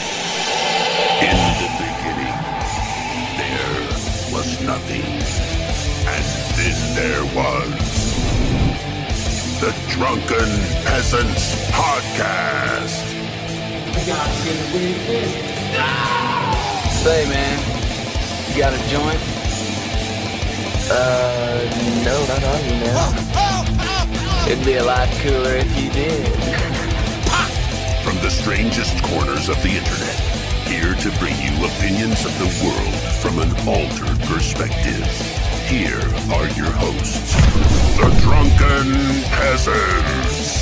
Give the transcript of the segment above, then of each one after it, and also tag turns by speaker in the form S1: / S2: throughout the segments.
S1: In the beginning, there was nothing. And then there was the Drunken Peasants Podcast.
S2: Say, man, you got a joint? Uh, no, not on you, man. It'd be a lot cooler if you did.
S1: From the strangest corners of the internet, here to bring you opinions of the world from an altered perspective. Here are your hosts, the Drunken Peasants.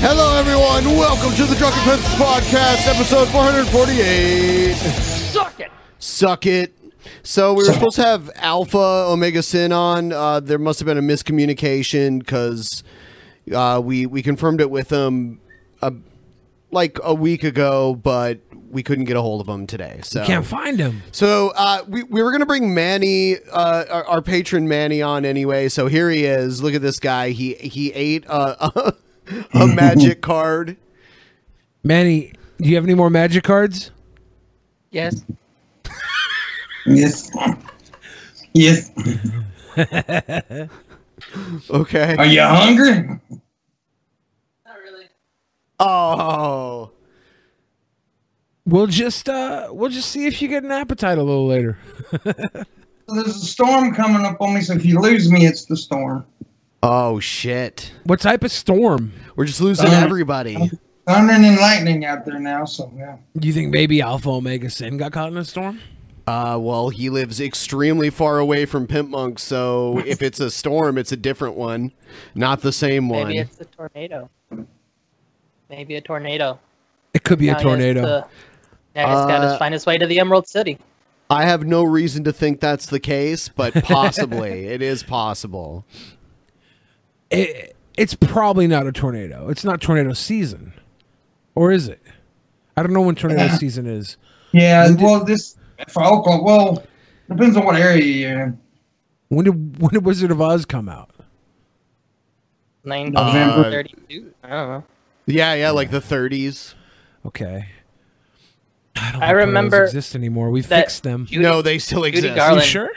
S3: Hello, everyone. Welcome to the Drunken Princess Podcast, episode 448. Suck it. So we were supposed to have Alpha Omega Sin on. Uh, there must have been a miscommunication because uh, we we confirmed it with him uh, like a week ago, but we couldn't get a hold of him today. So
S4: Can't find him.
S3: so uh, we, we were going to bring Manny, uh, our, our patron Manny, on anyway. So here he is. Look at this guy. He he ate a, a magic card.
S4: Manny, do you have any more magic cards?
S2: Yes.
S5: Yes. Yes.
S3: Okay.
S5: Are you hungry?
S3: Oh,
S4: We'll just uh we'll just see if you get an appetite a little later.
S5: There's a storm coming up on me, so if you lose me, it's the storm.
S3: oh shit.
S4: What type of storm?
S3: We're just losing
S5: Uh,
S3: everybody.
S5: Thunder and lightning out there now, so yeah.
S4: Do you think maybe Alpha Omega Sin got caught in a storm?
S3: Uh, well, he lives extremely far away from Pimp Monk, so if it's a storm, it's a different one, not the same one.
S6: Maybe it's a tornado. Maybe a tornado.
S4: It could be
S6: Now
S4: a
S6: he has
S4: tornado.
S6: to- Now he's got
S3: Uh,
S6: to find his way to the Emerald City.
S3: I have no reason to think that's the case, but possibly it is possible.
S4: It, it's probably not a tornado. It's not tornado season. Or is it? I don't know when tornado
S5: Uh-huh.
S4: season is.
S5: Yeah, well, this for Oklahoma, well, depends on what area you're in.
S4: When did when did Wizard of Oz come out?
S3: uh,
S6: 1932. I don't know.
S3: Yeah, yeah, like the 30s.
S4: Okay. I don't
S6: I
S4: think tornadoes
S6: remember
S4: exist anymore. We
S6: that
S4: fixed them.
S6: Judy,
S3: no, they still
S6: Judy
S3: exist.
S4: You
S6: Garland-
S4: sure?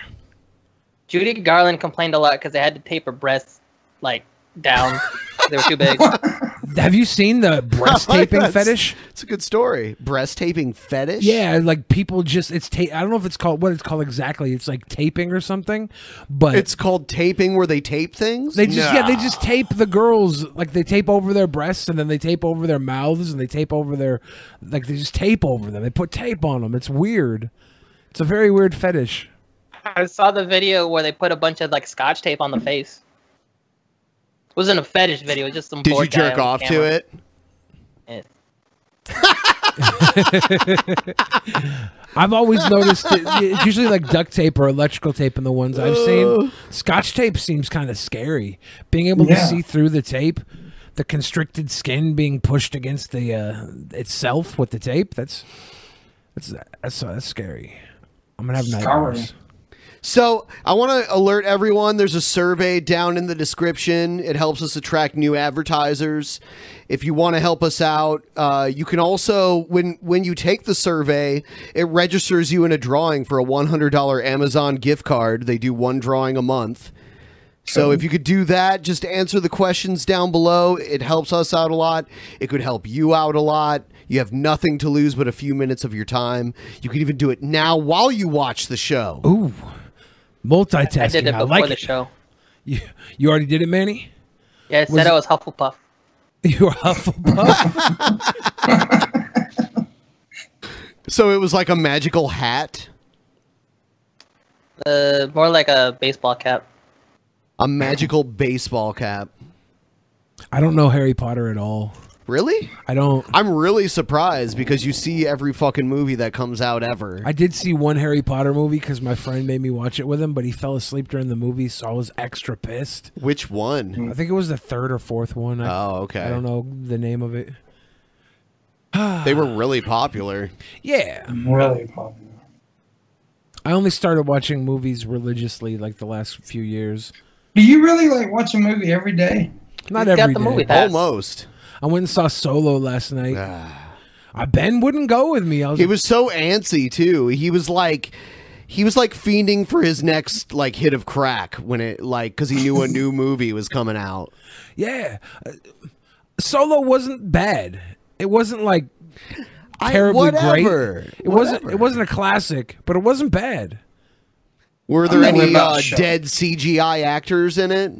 S6: Judy Garland complained a lot because they had to tape her breasts like down. 'cause they were too big.
S4: Have you seen the breast taping
S3: That's-
S4: fetish?
S3: It's a good story. Breast taping fetish.
S4: Yeah, like people just it's tape. I don't know if it's called what it's called exactly. It's like taping or something, but
S3: It's called taping where they tape things.
S4: they just yeah they just tape the girls like they tape over their breasts and then they tape over their mouths and they tape over their like they just tape over them. They put tape on them. It's weird. It's a very weird fetish.
S6: I saw the video where they put a bunch of like scotch tape on the face. It wasn't a fetish video. It was just some.
S3: Did you
S6: bored guy
S3: jerk
S6: on the
S3: off to
S6: camera.
S3: it?
S6: Yeah.
S4: I've always noticed it, it's usually like duct tape or electrical tape in the ones I've seen. Scotch tape seems kind of scary. Being able to
S5: Yeah.
S4: see through the tape, the constricted skin being pushed against the uh, itself with the tape. That's that's that's, uh, that's scary. I'm gonna have nightmares.
S3: So I want to alert everyone. There's a survey down in the description. It helps us attract new advertisers. If you want to help us out, uh, you can also when when you take the survey, it registers you in a drawing for a $100 Amazon gift card. They do one drawing a month. So if you could do that, just answer the questions down below. It helps us out a lot. It could help you out a lot. You have nothing to lose but a few minutes of your time. You can even do it now while you watch the show.
S4: Ooh, multitasking.
S6: I did it before
S4: like
S6: the
S4: it.
S6: show.
S4: You, you already did it, Manny.
S6: Yeah, it
S4: Was-
S6: said I was Hufflepuff.
S4: You were Hufflepuff.
S3: So it was like a magical hat.
S6: Uh, more like a baseball cap.
S3: A magical baseball cap.
S4: I don't know Harry Potter at all.
S3: Really?
S4: I don't.
S3: I'm really surprised because you see every fucking movie that comes out ever.
S4: I did see one Harry Potter movie because my friend made me watch it with him, but he fell asleep during the movie, so I was extra pissed.
S3: Which one?
S4: I think it was the third or fourth one. I,
S3: Oh, okay.
S4: I don't know the name of it.
S3: They were really popular.
S4: Yeah,
S5: Really popular.
S4: I only started watching movies religiously like the last few years.
S5: Do you really like watch a movie every day?
S4: Not
S6: He's got
S4: every
S6: the
S4: day.
S6: movie pass.
S3: Almost. Ah.
S4: I went and saw Solo last night. I Ben wouldn't go with me. I was,
S3: He was so antsy too. He was like he was like fiending for his next like hit of crack when it like cuz he knew a new movie was coming out.
S4: yeah. Uh, Solo wasn't bad. It wasn't like
S3: I-
S4: terribly
S3: whatever,
S4: great. It wasn't.
S3: whatever.
S4: It wasn't a classic, but it wasn't bad.
S3: Were there
S5: I'm not
S3: any
S5: about
S3: uh,
S5: to show.
S3: dead CGI actors in it?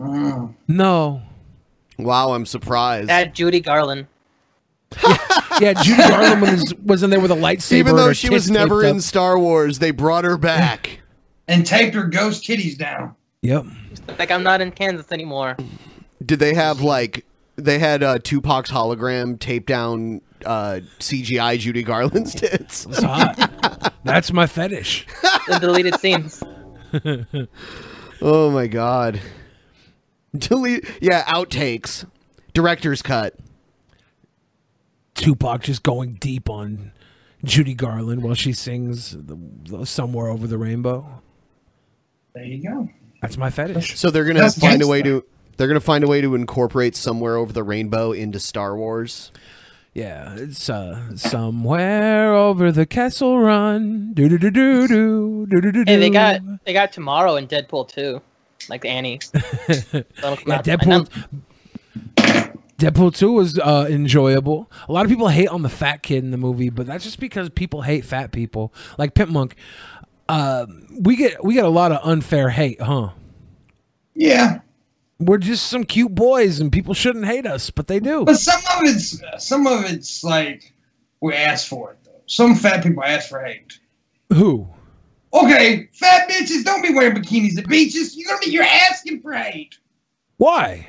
S4: Mm. No.
S3: Wow, I'm surprised.
S6: Add Judy Garland.
S4: Yeah, Judy Garland was, was in there with a lightsaber.
S3: Even
S4: and
S3: though
S4: her
S3: she was
S4: tits taped
S3: never
S4: up.
S3: in Star Wars, they brought her back.
S5: And taped her ghost titties down.
S4: Yep.
S6: Like I'm not in Kansas anymore.
S3: Did they have like they had uh, Tupac's hologram taped down uh, CGI Judy Garland's tits?
S4: It's hot. That's my fetish.
S6: The deleted scenes.
S3: Oh my god. Delete. Yeah, outtakes, director's cut.
S4: Tupac just going deep on Judy Garland while she sings the, the- somewhere over the rainbow.
S5: There you go.
S4: That's my fetish.
S3: So they're gonna
S5: That's
S3: find a
S5: gangsta.
S3: way to. They're gonna find a way to incorporate somewhere over the rainbow into Star Wars.
S4: Yeah, it's uh somewhere over the Kessel Run. Do do do do do do do do.
S6: Hey, they got they got tomorrow in Deadpool too, like Annie. That'll come
S4: yeah,
S6: out tonight.
S4: Deadpool. Deadpool 2 was uh, enjoyable. A lot of people hate on the fat kid in the movie, but that's just because people hate fat people. Like Pimp Monk, uh, we get we get a lot of unfair hate, huh?
S5: Yeah.
S4: We're just some cute boys, and people shouldn't hate us, but they do.
S5: But some of it's some of it's like we ask for it though. Some fat people ask for hate.
S4: Who?
S5: Okay, fat bitches, don't be wearing bikinis at beaches. You're gonna be you're asking for hate.
S4: Why?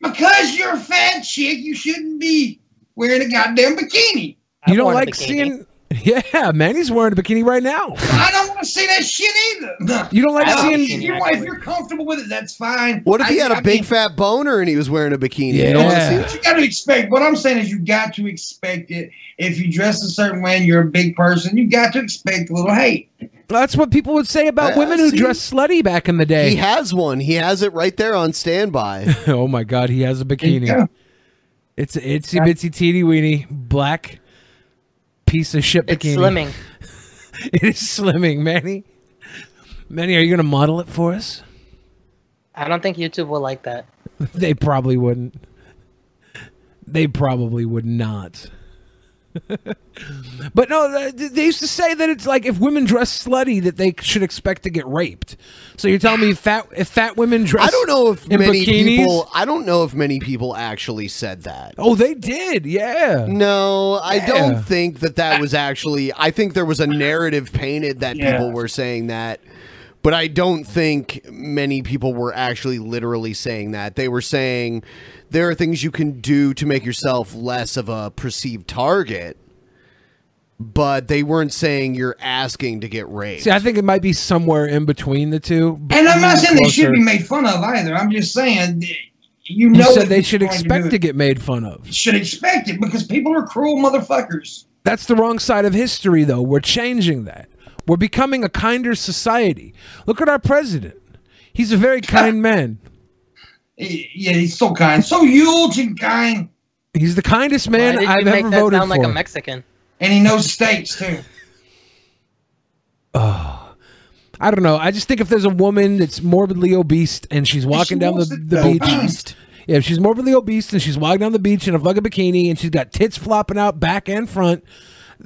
S5: Because you're a fat chick, you shouldn't be wearing a goddamn bikini.
S6: I've
S4: you don't
S6: worn a
S4: like
S6: bikini.
S4: seeing? Yeah, Manny's wearing a bikini right now.
S5: I don't want to see that shit either.
S4: You don't like
S6: I don't
S4: seeing?
S6: see-
S5: Your wife, you're comfortable with it. That's fine.
S3: What if he
S5: I-
S3: had a
S5: I
S3: big
S5: mean,
S3: fat boner and he was wearing a bikini? You don't wanna
S4: Yeah.
S3: see it?
S5: But you got to expect. What I'm saying is, you got to expect it. If you dress a certain way and you're a big person, you got to expect a little hate.
S4: That's what people would say about
S3: Yeah,
S4: women who
S3: see?
S4: dress slutty back in the
S3: He
S4: day.
S3: has one. He has it right there on standby.
S4: oh my God, he has a bikini.
S5: Yeah.
S4: It's a itsy bitsy teeny weeny black piece of shit
S6: It's
S4: bikini.
S6: slimming.
S4: It is slimming, Manny. Manny, are you gonna model it for us?
S6: I don't think YouTube will like that.
S4: They probably wouldn't. They probably would not. but no, uh, th- th- they used to say that it's like if women dress slutty that they should expect to get raped. So you're telling me fat if fat women dress
S3: I don't know if
S4: in
S3: many
S4: bikinis-
S3: people. I don't know if many people actually said that.
S4: Oh, they did. Yeah.
S3: No, I
S4: Yeah.
S3: don't think that that was actually. I think there was a narrative painted that
S5: Yeah.
S3: people were saying that, but I don't think many people were actually literally saying that. They were saying there are things you can do to make yourself less of a perceived target, but they weren't saying you're asking to get raped.
S4: See, I think it might be somewhere in between the two. but
S5: And I'm not saying they should
S4: closer.
S5: be made fun of either. I'm just saying, that you
S4: You
S5: know,
S4: said
S5: if
S4: they
S5: you're
S4: should
S5: going to
S4: expect
S5: do
S4: to
S5: it,
S4: get made fun of.
S5: should expect it because people are cruel motherfuckers.
S4: That's the wrong side of history, though. We're changing that. We're becoming a kinder society. Look at our president. He's a very kind man.
S5: Y- Yeah, he's so kind, so huge and kind,
S4: He's the kindest
S6: Why
S4: man
S6: did you
S4: I've
S6: make
S4: ever
S6: that
S4: voted
S6: sound
S4: for.
S6: like a Mexican?
S5: and he knows states too.
S4: I don't know. I just think if there's a woman that's morbidly obese and she's walking down the,
S5: wants it
S4: the
S5: so
S4: beach.
S5: fast.
S4: Yeah, if she's morbidly obese and she's walking down the beach in a fucking bikini and she's got tits flopping out back and front,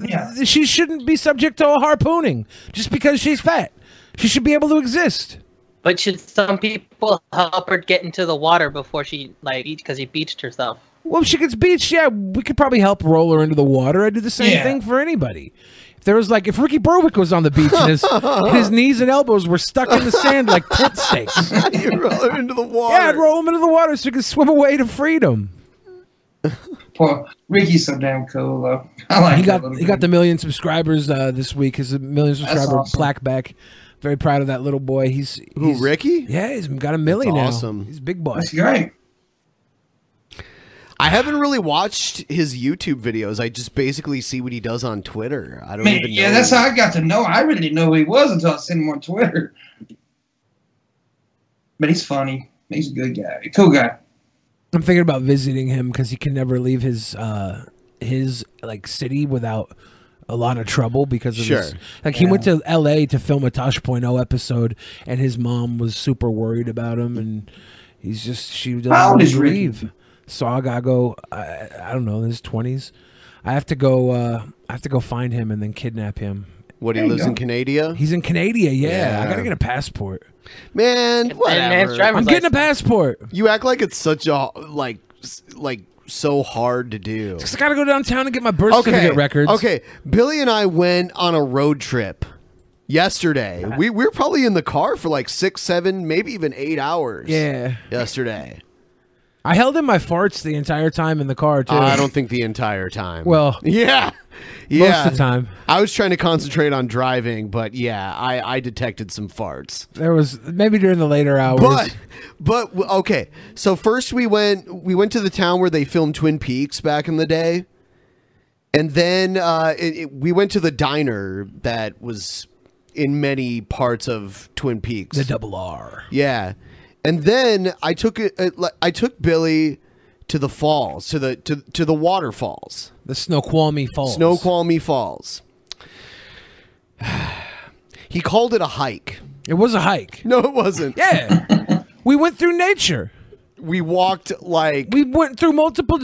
S5: Yeah.
S4: th- she shouldn't be subject to a harpooning just because she's fat. She should be able to exist.
S6: But should some people help her get into the water before she like eats because she beached herself?
S4: Well, if she gets beached, yeah, we could probably help roll her into the water. I do the same
S5: Yeah.
S4: thing for anybody. If There was like if Ricky Berwick was on the beach and his, and his knees and elbows were stuck in the sand like tent stakes.
S3: you roll it into the water.
S4: Yeah, I'd roll him into the water so he could swim away to freedom.
S5: Poor Ricky's so damn cool though. I like
S4: He
S5: that
S4: got
S5: little
S4: he got
S5: dude.
S4: the million subscribers uh, this week. His million subscriber
S5: awesome.
S4: plaque back. Very proud of that little boy. He's,
S3: Who,
S4: he's-
S3: Ricky?
S4: Yeah, he's got a million now.
S3: awesome.
S4: He's a big boy.
S5: That's great.
S3: I haven't really watched his YouTube videos. I just basically see what he does on Twitter. I don't
S5: Man,
S3: even
S5: yeah,
S3: know.
S5: that's how I got to know. I really didn't know who he was until I seen him on Twitter. But he's funny. He's a good guy. Cool guy.
S4: I'm thinking about visiting him because he can never leave his uh his like city without a lot of trouble because of
S3: Sure.
S4: his, like he went to L.A. to film a Tosh.0 episode and his mom was super worried about him and he's just she doesn't
S5: How old
S4: want
S5: is
S4: to
S5: Ricky?
S4: leave. So I gotta go. I, I don't know in his twenties. I have to go. uh I have to go find him and then kidnap him.
S3: What he
S5: There you
S3: lives in
S5: go.
S3: Canada,
S4: He's in Canada. Yeah, I
S3: Yeah.
S4: gotta get a passport.
S3: man.
S6: enhanced
S3: Whatever.
S6: driver-
S4: I'm getting a passport.
S3: You act like it's such a like s- like so hard to do.
S4: 'Cause I gotta go downtown and get my birth certificate records.
S3: Okay. Billy and I went on a road trip yesterday. We, we were probably in the car for like six, seven, maybe even eight hours.
S4: Yeah.
S3: Yesterday.
S4: I held in my farts the entire time in the car too.
S3: Uh, I don't think the entire time.
S4: Well,
S3: yeah.
S4: most
S3: Yeah.
S4: of the time
S3: I was trying to concentrate on driving, but yeah, I, I detected some farts.
S4: there was maybe during the later hours.
S3: But but w- okay. So first we went we went to the town where they filmed Twin Peaks back in the day, and then uh, it, it- we went to the diner that was in many parts of Twin Peaks.
S4: the double R.
S3: yeah, and then I took it. uh, li- I took Billy to the falls to the to to the waterfalls.
S4: The Snoqualmie Falls.
S3: Snoqualmie Falls. he called it a hike.
S4: It was a hike.
S3: No, it wasn't.
S4: Yeah. we went through nature.
S3: We walked like
S4: We went through multiple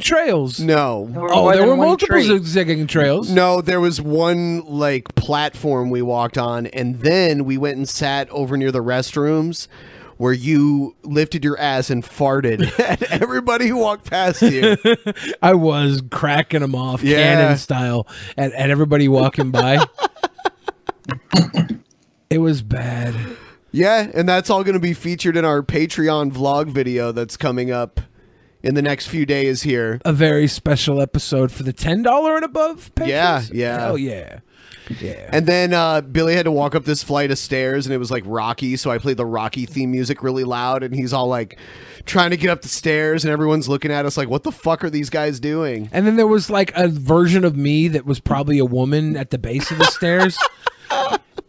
S4: trails.
S3: no.
S6: Or
S4: Oh,
S6: more
S4: there
S6: than
S4: were
S6: one
S4: multiple
S6: tree.
S4: zigzagging trails.
S3: No, there was one like platform we walked on and then we went and sat over near the restrooms where you lifted your ass and farted at everybody who walked past you.
S4: I was cracking them off
S3: Yeah.
S4: cannon style at, at everybody walking by. it was bad.
S3: yeah, and that's all going to be featured in our Patreon vlog video that's coming up in the next few days here.
S4: A very special episode for the ten dollar and above. patrons.
S3: Yeah, yeah.
S4: Hell yeah, yeah.
S3: And then uh, Billy had to walk up this flight of stairs, and it was like Rocky. So I played the Rocky theme music really loud, and he's all like trying to get up the stairs, and everyone's looking at us like, "What the fuck are these guys doing?"
S4: And then there was like a version of me that was probably a woman at the base of the stairs.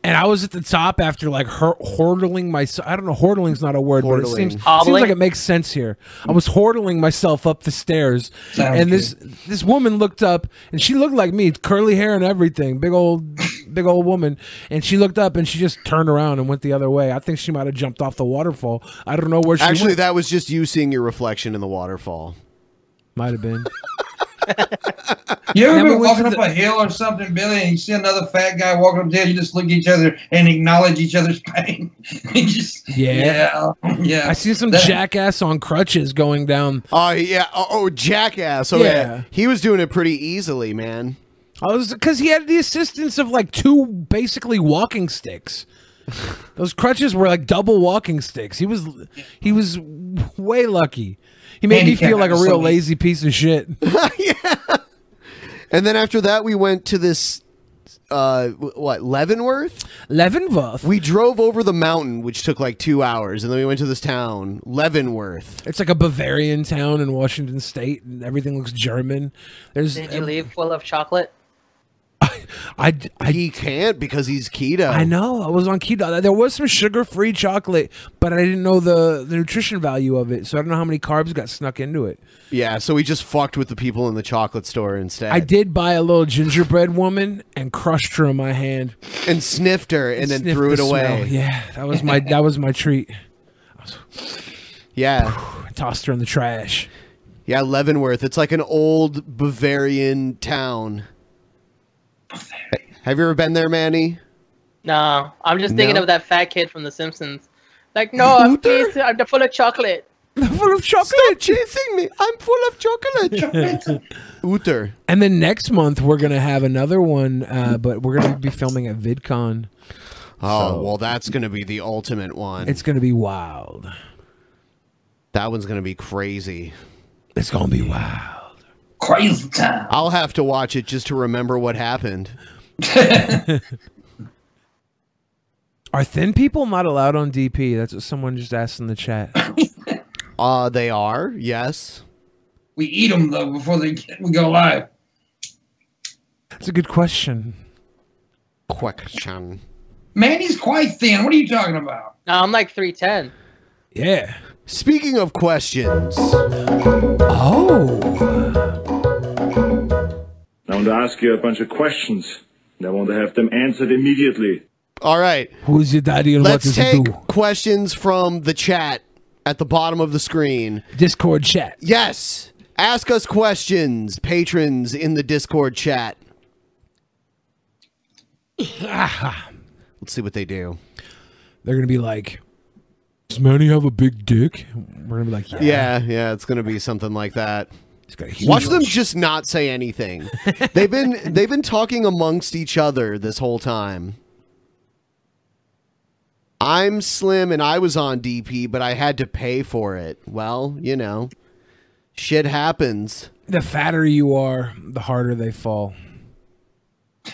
S4: And I was at the top after like hur- hordling myself. I don't know, hordling's not a word, but it
S3: Hordling.
S4: seems, seems
S6: Hobbling?
S4: like it makes sense here. I was hordling myself up the stairs,
S5: Sounds
S4: and this this woman looked up, and she looked like me, curly hair and everything, big old big old woman. And she looked up, and she just turned around and went the other way. I think she might have jumped off the waterfall. I don't know where she
S3: Actually,
S4: Oh, went.
S3: that was just you seeing your reflection in the waterfall.
S4: might have been.
S5: You ever
S4: Then we went to
S5: been walking up
S4: the-
S5: a hill or something, Billy, and you see another fat guy walking up there, you just look at each other and acknowledge each other's pain. You just-
S4: Yeah.
S5: yeah, yeah.
S4: I seen some
S5: That-
S4: jackass on crutches going down
S3: Oh yeah, oh, oh, jackass! Oh yeah.
S4: Yeah.
S3: he was doing it pretty easily, man.
S4: I was because he had the assistance of like two basically walking sticks. Those crutches were like double walking sticks. He was he was way lucky. He made me
S5: Handicap,
S4: feel like a real
S5: absolutely.
S4: lazy piece of shit.
S3: And then after that, we went to this. Uh, w- what Leavenworth?
S4: Leavenworth.
S3: We drove over the mountain, which took like two hours, and then we went to this town, Leavenworth.
S4: it's like a Bavarian town in Washington State, and everything looks German. There's
S6: Did you leave full of chocolate?
S4: I I
S3: He can't because he's keto.
S4: I know. I was on keto. There was some sugar-free chocolate, but I didn't know the, the nutrition value of it, so I don't know how many carbs got snuck into it.
S3: Yeah, so we just fucked with the people in the chocolate store instead.
S4: I did buy a little gingerbread woman and crushed her in my hand.
S3: and sniffed her and then
S4: sniff
S3: threw
S4: the
S3: it away.
S4: smell. Yeah, that was my that was my treat.
S3: Yeah.
S4: I tossed her in the trash.
S3: Yeah, Leavenworth. It's like an old Bavarian town. Have you ever been there, Manny?
S6: No, I'm just thinking
S3: No.
S6: of that fat kid from The Simpsons. Like, no, I'm,
S3: Luther?
S6: pleased- I'm full of chocolate.
S4: full of chocolate.
S3: Stop chasing me. I'm full of chocolate. Uter.
S4: And then next month we're gonna have another one, uh, but we're gonna be filming at VidCon.
S3: Oh, well, that's going to be the ultimate one.
S4: It's gonna be wild.
S3: that one's going to be crazy.
S4: It's gonna be wild.
S5: Crazy time.
S3: I'll have to watch it just to remember what happened.
S4: Are thin people not allowed on DP? That's what someone just asked in the chat.
S3: Uh, they are, yes.
S5: We eat them though before they get, we go live.
S4: That's a good question.
S3: Question.
S5: Man, he's quite thin. What are you talking about?
S6: No, I'm like 310.
S4: Yeah.
S3: Speaking of questions,
S4: Oh.
S7: I want to ask you a bunch of questions, and I want to have them answered immediately.
S3: all right,
S4: Who's your daddy and
S3: let's
S4: what does he
S3: take
S4: do?
S3: questions from the chat at the bottom of the screen.
S4: Discord chat.
S3: Yes, ask us questions, patrons in the Discord chat. Let's see what they do.
S4: They're gonna be like, "Does Manny have a big dick?" We're gonna be like, "Yeah."
S3: Yeah, yeah, it's gonna be something like that.
S4: He's got a huge
S3: Watch them just not say anything. they've been they've been talking amongst each other this whole time. I'm slim and I was on DP, but I had to pay for it. Well, you know, shit happens.
S4: the fatter you are, the harder they fall.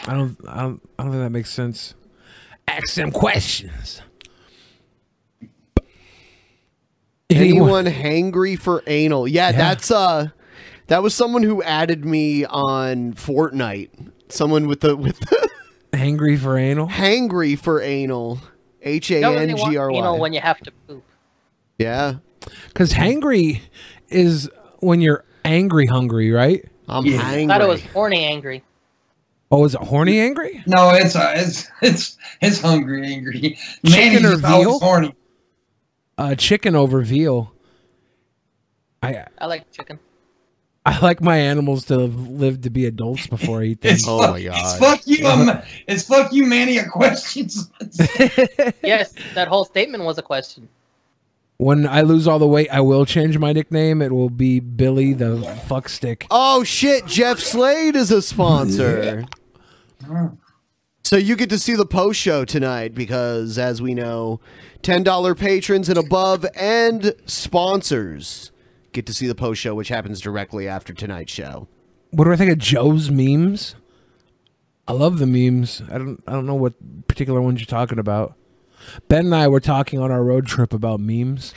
S4: I don't, I don't, I don't think that makes sense. Ask them questions.
S3: Anyone hangry for anal? Yeah,
S4: Yeah.
S3: that's uh that was someone who added me on Fortnite. Someone with the with the
S4: hangry for anal?
S3: hangry for anal. H A
S6: You don't really
S3: N
S6: want
S3: G R
S6: anal
S3: Y.
S6: when you have to poop.
S3: Yeah.
S4: Because hangry is when you're angry, hungry, right?
S3: I'm
S5: Yeah.
S3: hangry.
S6: I thought it was horny angry.
S4: Oh, is it horny angry?
S5: No, it's uh, it's it's it's hungry, angry.
S4: Chicken
S5: Man,
S4: or
S5: he's
S4: veal?
S5: always horny.
S4: Uh, chicken over veal. I
S6: I like chicken.
S4: I like my animals to live to be adults before I eat them.
S5: It's
S3: Oh
S5: fuck,
S3: my
S5: It's
S3: God.
S5: fuck you, um, it's fuck you, Manny. A question.
S6: Yes, that whole statement was a question.
S4: when I lose all the weight, I will change my nickname. It will be Billy the Fuck Stick.
S3: Oh shit, Jeff Slade is a sponsor. so you get to see the post show tonight because as we know, $10 patrons and above and sponsors get to see the post show which happens directly after tonight's show.
S4: what do I think of Joe's memes? I love the memes. I don't I don't know what particular ones you're talking about. Ben and I were talking on our road trip about memes.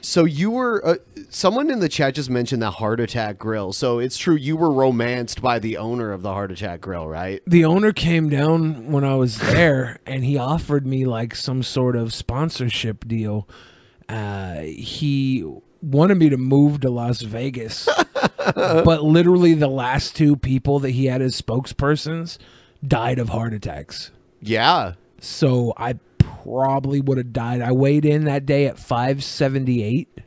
S3: So you were uh, someone in the chat just mentioned the Heart Attack Grill. So it's true you were romanced by the owner of the Heart Attack Grill, right?
S4: The owner came down when I was there and he offered me like some sort of sponsorship deal. Uh, he wanted me to move to Las Vegas. but literally the last two people that he had as spokespersons died of heart attacks.
S3: Yeah.
S4: so I probably would have died. I weighed in that day at 578,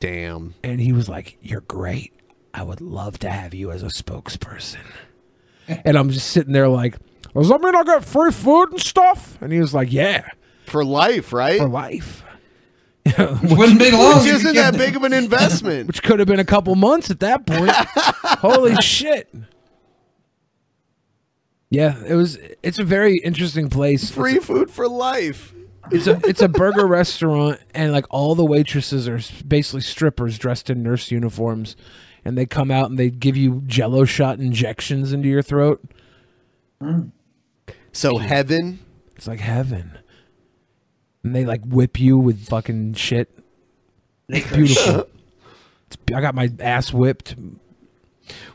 S3: Damn.
S4: and he was like, "You're great. I would love to have you as a spokesperson." and I'm just sitting there like, "Does that mean I got free food and stuff?" And he was like, "Yeah,
S3: For life, right?
S4: for life."
S5: Wouldn't be long.
S3: Which isn't that big of an investment.
S4: Which could have been a couple months at that point. Holy shit! Yeah, it was. It's a very interesting place. It's
S3: Free food for life.
S4: it's a it's a burger restaurant and like all the waitresses are s- basically strippers dressed in nurse uniforms and they come out and they give you jello shot injections into your throat
S5: Hmm.
S3: So heaven.
S4: it's like heaven and they like whip you with fucking shit it's beautiful it's, i got my ass whipped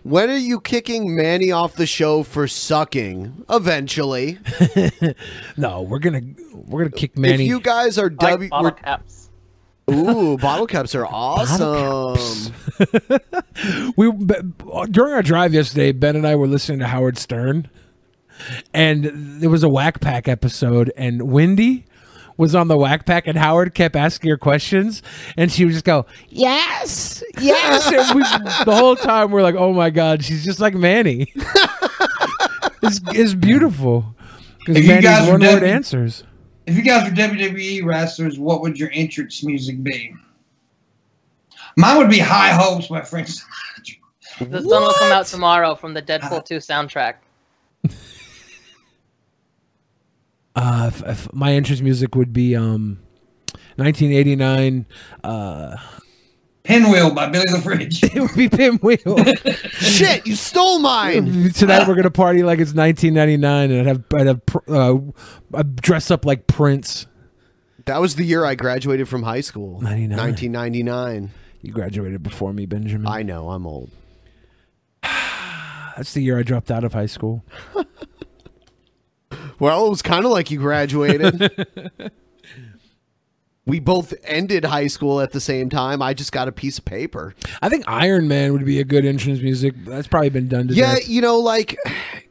S3: When are you kicking Manny off the show for sucking? Eventually,
S4: no we're gonna we're gonna kick manny
S3: if you guys are
S6: I like
S3: W,
S6: bottle caps.
S3: ooh, bottle caps are
S4: Bottle
S3: awesome.
S4: we b- Uh, during our drive yesterday, Ben and I were listening to Howard Stern, and there was a Whack Pack episode, and Wendy was on the Whack Pack, and Howard kept asking her questions, and she would just go, "Yes, yes," and we, the whole time we're like, "Oh my god, she's just like Manny." it's, it's beautiful
S5: If
S4: because
S5: you guys
S4: Manny's
S5: were E
S4: one word
S5: dead-
S4: answers.
S5: E If you guys were WWE wrestlers, what would your entrance music be? Mine would be High Hopes by Frank Sinatra.
S6: The sun will come out tomorrow from the Deadpool 2 soundtrack.
S4: Uh, if, if my interest music would be um, 1989. Uh,
S5: Pinwheel by Billy the Fridge.
S4: it would be Pinwheel.
S3: Shit, you stole mine.
S4: Tonight we're gonna party like it's 1999, and I'd have I'd have pr- uh, I'd dress up like Prince.
S3: That was the year I graduated from high school.
S4: 99.
S3: 1999.
S4: You graduated before me, Benjamin.
S3: I know, I'm old.
S4: That's the year I dropped out of high school.
S3: Well, it was kind of like you graduated. we both ended high school at the same time. I just got a piece of paper.
S4: I think Iron Man would be a good entrance music. That's probably been done to
S3: Yeah,
S4: death.
S3: you know, like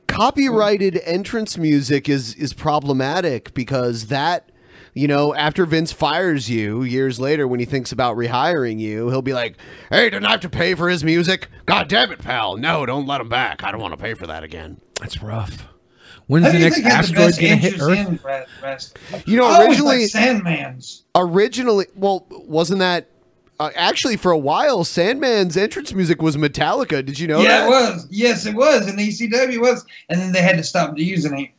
S3: copyrighted entrance music is is problematic because that, you know, after Vince fires you years later when he thinks about rehiring you, he'll be like, "Hey, didn't I have to pay for his music? God damn it, pal! No, don't let him back. I don't want to pay for that again."
S4: That's rough. When's
S5: Who do
S4: the
S5: you
S4: next
S5: think has the
S4: asteroid
S5: best
S4: gonna hit
S5: interest
S4: Earth?
S5: in Brad- Brad-
S3: You know,
S5: I always
S3: originally-
S5: Oh, like Sandman's.
S3: Originally, well, wasn't that uh, actually for a while? Sandman's entrance music was Metallica. Did you know
S5: yeah,
S3: that?
S5: it was. Yes, it was. And the ECW was. And then they had to stop using it.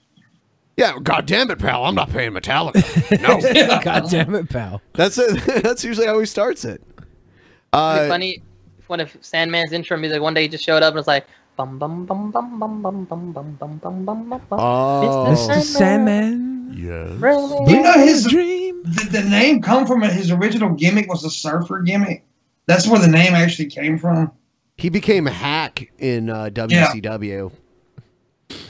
S3: Yeah, god damn it, pal! I'm not paying Metallica. No,
S4: God damn it, pal!
S3: that's it. that's usually how he starts it.
S6: It'd
S3: Uh,
S6: be funny if one of Sandman's intro music one day he just showed up and was like bum bum bum bum bum bum bum bum bum bum bum bum bum.
S3: Oh.
S4: Mr. Sandman,
S6: Really?
S5: Do you know his
S4: dream.
S5: the, the name come from his original gimmick was a surfer gimmick? That's where the name actually came from.
S3: He became a hack in uh, WCW.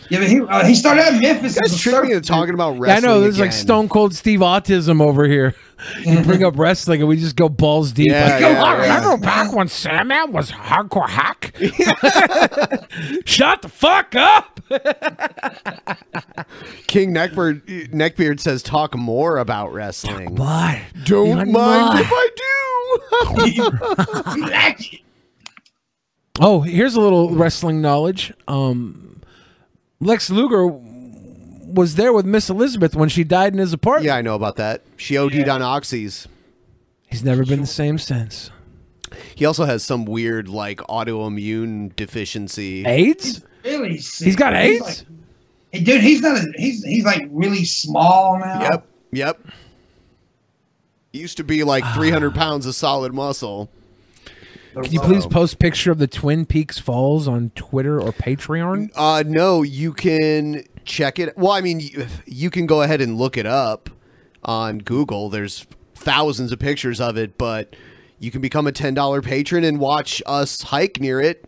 S5: Yeah, but he uh, he started out in Memphis.
S3: You
S5: as a
S3: guys tricked me
S5: surfer.
S3: into talking about
S4: Yeah, I
S3: wrestling.
S4: know. This is like
S3: again.
S4: Stone Cold Steve Autism over here. You bring up wrestling and we just go balls deep.
S3: Yeah,
S4: Like,
S3: yeah,
S4: "Yo, I
S3: yeah.
S4: remember back when Sandman was hardcore hack. Shut the fuck up.
S3: King Neckbeard, Neckbeard says, "Talk more about wrestling."
S4: Why?
S3: Don't
S4: You're
S3: mind
S4: not.
S3: if I do.
S5: He liked it.
S4: Oh, here's a little wrestling knowledge. Um, Lex Luger was there with Miss Elizabeth when she died in his apartment.
S3: yeah, I know about that. She OD'd on oxys.
S4: He's never been the same since.
S3: He also has some weird like autoimmune deficiency.
S4: AIDS?
S5: Really sick.
S4: He's got
S5: He's
S4: AIDS?
S5: like- Hey, dude, he's not. A, he's he's like really small now.
S3: Yep, yep. He used to be like 300 pounds of solid muscle.
S4: Can you please post picture of the Twin Peaks Falls on Twitter or Patreon?
S3: Uh, no, you can check it. Well, I mean, you, you can go ahead and look it up on Google. There's thousands of pictures of it, but you can become a ten dollar patron and watch us hike near it.